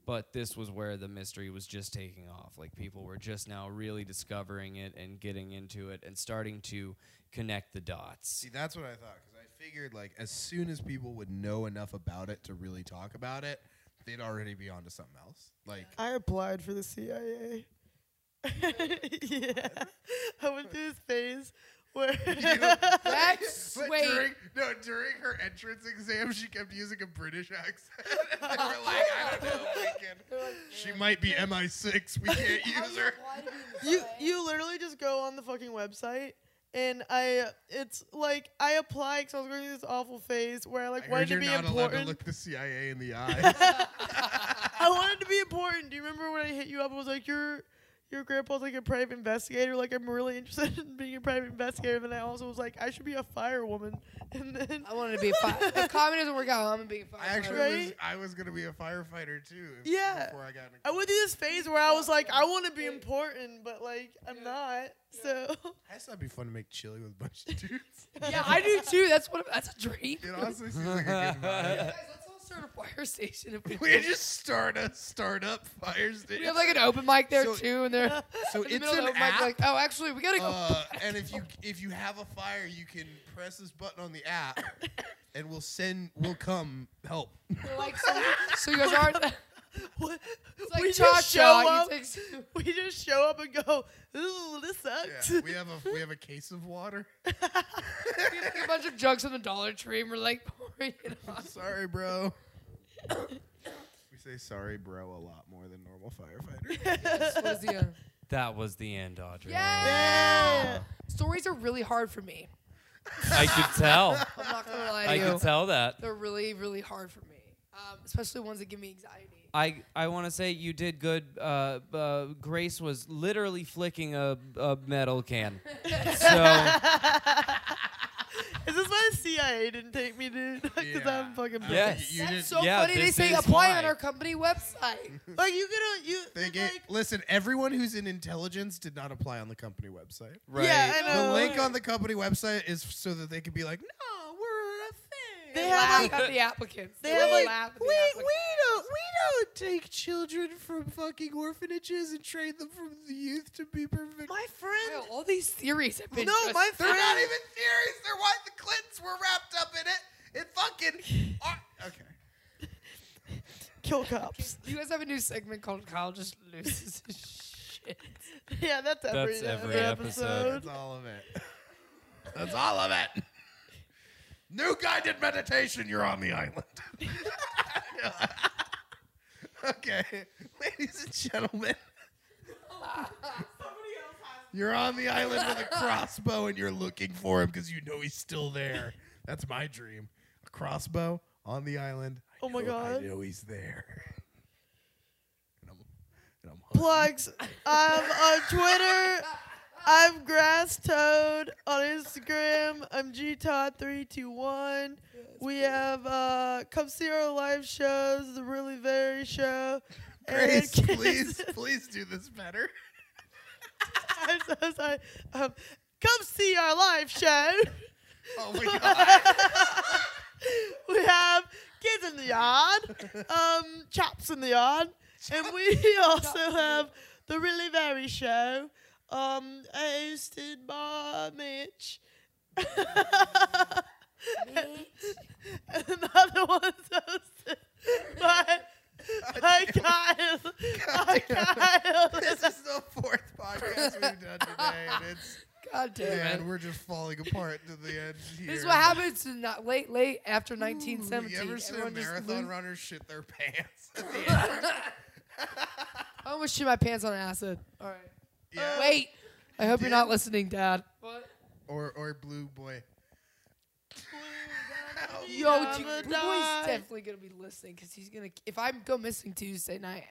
Speaker 4: but this was where the mystery was just taking off. Like people were just now really discovering it and getting into it and starting to connect the dots.
Speaker 2: See, that's what I thought because I figured like as soon as people would know enough about it to really talk about it, they'd already be onto something else. Like,
Speaker 3: I applied for the CIA. yeah, I went through this phase where
Speaker 5: That's
Speaker 2: but
Speaker 5: wait.
Speaker 2: during no during her entrance exam, she kept using a British accent. and they were like, I don't know, we can, she might be MI6. We can't use her.
Speaker 3: you you literally just go on the fucking website. And I, it's like I applied because I was going through this awful phase where I
Speaker 2: I
Speaker 3: like
Speaker 2: heard
Speaker 3: wanted
Speaker 2: you're
Speaker 3: to be
Speaker 2: not allowed to
Speaker 3: important.
Speaker 2: look the CIA in the eye.
Speaker 3: I wanted to be important. Do you remember when I hit you up? I was like, your your grandpa's like a private investigator. Like I'm really interested in being a private investigator. Then I also was like, I should be a firewoman. And then
Speaker 5: I wanted to be a fire. if comedy doesn't work out, I'm gonna be a fire.
Speaker 2: I actually was
Speaker 3: Right?
Speaker 2: I was gonna be a firefighter too. if-
Speaker 3: Yeah.
Speaker 2: Before I got in a
Speaker 3: I went through this phase where I was like, I want to be important, but like I'm not. So
Speaker 2: I just thought it'd be fun to make chili with a bunch of dudes.
Speaker 5: yeah, I do too. That's what. That's a dream.
Speaker 2: It honestly seems like a good vibe.
Speaker 5: Guys, let's all start a fire station. If we,
Speaker 2: We just start a startup fire station.
Speaker 5: we have like an open mic there
Speaker 2: So-
Speaker 5: too, and they're
Speaker 2: so
Speaker 5: in the
Speaker 2: it's
Speaker 5: middle of
Speaker 2: an
Speaker 5: the open
Speaker 2: app.
Speaker 5: mic like, oh, actually, we gotta go.
Speaker 2: uh, and if you if you have a fire, you can press this button on the app, and we'll send we'll come help.
Speaker 5: They're like, so, so you guys aren't. It's
Speaker 3: what?
Speaker 5: like
Speaker 3: we
Speaker 5: cha
Speaker 3: just show
Speaker 5: cha.
Speaker 3: up. We just show up and go. Ooh, this sucks.
Speaker 2: Yeah, we have a we have a case of water.
Speaker 5: We have like a bunch of jugs from the Dollar Tree, and we're like pouring it on.
Speaker 2: Sorry, bro. we say sorry, bro, a lot more than normal firefighters.
Speaker 5: What is the, uh,
Speaker 4: That was the end, Audrey.
Speaker 5: yeah. Stories are really hard for me.
Speaker 4: I could tell.
Speaker 5: I'm not gonna lie to
Speaker 4: I
Speaker 5: you.
Speaker 4: could tell that.
Speaker 5: They're really, really hard for me, um, especially ones that give me anxiety.
Speaker 4: I, I want to say you did good. Uh, uh, Grace was literally flicking a, a metal can. So
Speaker 3: Is this why the CIA didn't take me, dude? Because
Speaker 2: Yeah.
Speaker 3: I'm fucking.
Speaker 2: Uh,
Speaker 3: broke.
Speaker 4: Yes.
Speaker 2: you- you
Speaker 5: That's
Speaker 2: did-
Speaker 5: so
Speaker 4: Yeah,
Speaker 5: funny. They
Speaker 4: this
Speaker 5: say
Speaker 4: is
Speaker 5: apply on
Speaker 4: why.
Speaker 5: our company website.
Speaker 3: Like you could you.
Speaker 2: they
Speaker 3: like,
Speaker 2: get, listen, everyone who's in intelligence did not apply on the company website.
Speaker 4: right.
Speaker 3: Yeah, I know.
Speaker 2: The link on the company website is so that they can be like, no, we're a thing.
Speaker 3: They
Speaker 5: laugh
Speaker 3: have like
Speaker 5: at the applicants.
Speaker 3: they have like
Speaker 5: laugh at the
Speaker 3: we
Speaker 5: applicants.
Speaker 3: we don't
Speaker 2: We don't take children from fucking orphanages and train them from the youth to be perfect.
Speaker 3: my
Speaker 5: Wow,
Speaker 3: friend.
Speaker 5: all these theories have been.
Speaker 3: No,
Speaker 5: just-
Speaker 3: my
Speaker 2: They're
Speaker 3: friend.
Speaker 2: not even theories. They're why the Clintons were wrapped up in it. It fucking. Ar- okay.
Speaker 3: kill cops.
Speaker 5: You guys have a new segment called Kyle just loses his shit.
Speaker 3: yeah, that's every,
Speaker 4: That's every
Speaker 2: That's all of it. That's all of it. New guided meditation. You're on the island. okay, ladies and gentlemen,
Speaker 6: Somebody else has.
Speaker 2: you're on the island with a crossbow and you're looking for him because you know he's still there. That's my dream. A crossbow on the island. I
Speaker 3: Oh my
Speaker 2: know-
Speaker 3: God.
Speaker 2: I know he's there. and I'm, and I'm hunting.
Speaker 3: plugs. I'm on Twitter. I'm Grass Toad on Instagram. I'm GTodd321. We have uh, come see our live shows, the Really Very Show. and
Speaker 2: Grace,
Speaker 3: Kiss-
Speaker 2: please, please do this better.
Speaker 3: I'm so sorry. Um, come see our live show.
Speaker 2: Oh my god.
Speaker 3: we have Kids in the Yard, um, Chaps in the Yard, and we also have the Really Very Show, um, hosted by Mitch. and another one's hosted by, by Kyle. By Kyle.
Speaker 2: this is the fourth podcast we've done today, and it's
Speaker 5: God damn it.
Speaker 2: man, we're just falling apart to the end here.
Speaker 5: This is what happens to not late, late after
Speaker 2: Have
Speaker 5: 1917.
Speaker 2: you ever seen a
Speaker 5: Everyone just
Speaker 2: marathon
Speaker 5: lose-
Speaker 2: runner shit their pants? at the end?
Speaker 5: I almost shit my pants on acid. All right.
Speaker 2: yeah.
Speaker 5: Wait. I hope
Speaker 2: did?
Speaker 5: you're not listening, Dad.
Speaker 2: Or or blue boy.
Speaker 5: Yo, dude,
Speaker 3: Never
Speaker 5: Blue Boy's
Speaker 3: die.
Speaker 5: definitely gonna be listening because he's gonna. If I go missing Tuesday night,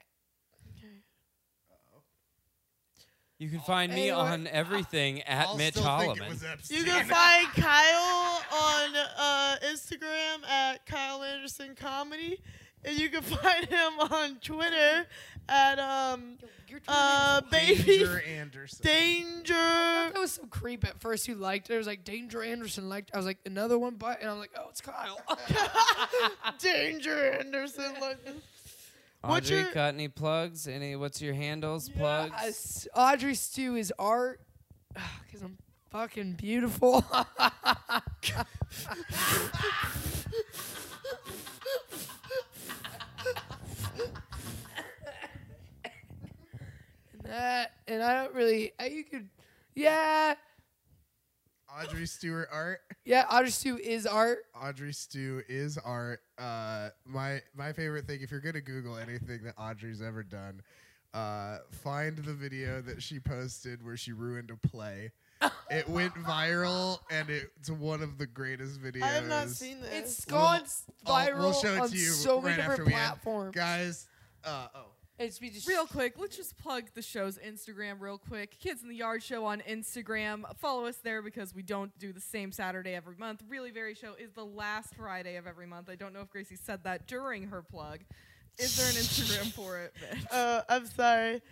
Speaker 4: You can find me
Speaker 5: Anyway,
Speaker 4: on everything
Speaker 2: I'll
Speaker 4: at Mitch
Speaker 2: still think it
Speaker 4: Holloman.
Speaker 2: was Epstein.
Speaker 3: You can find Kyle on uh, Instagram at Kyle Anderson Comedy, and you can find him on Twitter at um,
Speaker 5: your Twitter
Speaker 3: uh, baby
Speaker 2: Danger Anderson.
Speaker 3: danger.
Speaker 5: That was so creep. At first, you liked it. It was like Danger Anderson liked. I was like another one, but and I'm like, oh, it's Kyle.
Speaker 3: Danger Anderson. Like this. What's
Speaker 4: Audrey,
Speaker 3: your-
Speaker 4: got any plugs? Any? What's your handles? Plugs?
Speaker 5: Yes, Uh, Audrey Stew is art because I'm fucking beautiful. and that, and I don't really. uh, You could, yeah,
Speaker 2: Audrey Stewart art.
Speaker 5: yeah. Audrey Stew is art.
Speaker 2: Audrey Stew is art. Uh, my my favorite thing, if you're gonna Google anything that Audrey's ever done, uh, find the video that she posted where she ruined a play. it went viral, and it's one of the greatest videos.
Speaker 3: I have not seen this.
Speaker 5: It's
Speaker 2: Uh, We'll-
Speaker 5: gone
Speaker 2: I'll-
Speaker 5: viral
Speaker 2: we'll show it
Speaker 5: on
Speaker 2: to you
Speaker 5: so many
Speaker 2: right after
Speaker 5: different
Speaker 2: we end.
Speaker 5: platforms.
Speaker 2: guys. Uh, oh,
Speaker 5: It's we just
Speaker 6: Real quick, let's just plug the show's Instagram real quick. Kids in the Yard Show on Instagram. Follow us there because we don't do the same Saturday every month. Really Very Show is the last Friday of every month. I don't know if Gracie said that during her plug. Is there an Instagram for it? Mitch?
Speaker 3: Uh, I'm sorry.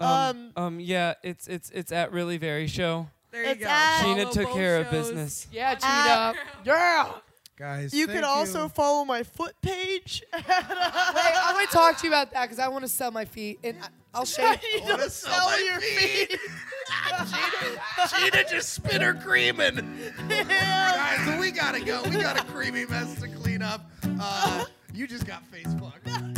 Speaker 4: um,
Speaker 3: Um,
Speaker 4: um, yeah, it's it's it's at really very show.
Speaker 6: There you
Speaker 3: It's
Speaker 6: go.
Speaker 3: at-
Speaker 6: Follow
Speaker 4: Sheena took
Speaker 6: both
Speaker 4: care of
Speaker 6: shows.
Speaker 4: business.
Speaker 5: Yeah,
Speaker 3: Ah.
Speaker 5: Gina. Yeah.
Speaker 2: guys,
Speaker 3: You
Speaker 2: thank
Speaker 3: can also
Speaker 2: you.
Speaker 3: follow my foot page.
Speaker 5: Wait, I want to talk to you about that because I want to sell my feet and I- I'll shave.
Speaker 3: you
Speaker 2: wanna
Speaker 3: don't
Speaker 2: sell
Speaker 3: sell
Speaker 2: my
Speaker 3: your
Speaker 2: feet.
Speaker 3: feet.
Speaker 2: Sheena just spit her cream in.
Speaker 3: Yeah.
Speaker 2: Guys, we gotta go. We got a creamy mess to clean up. Uh, you just got face plugged.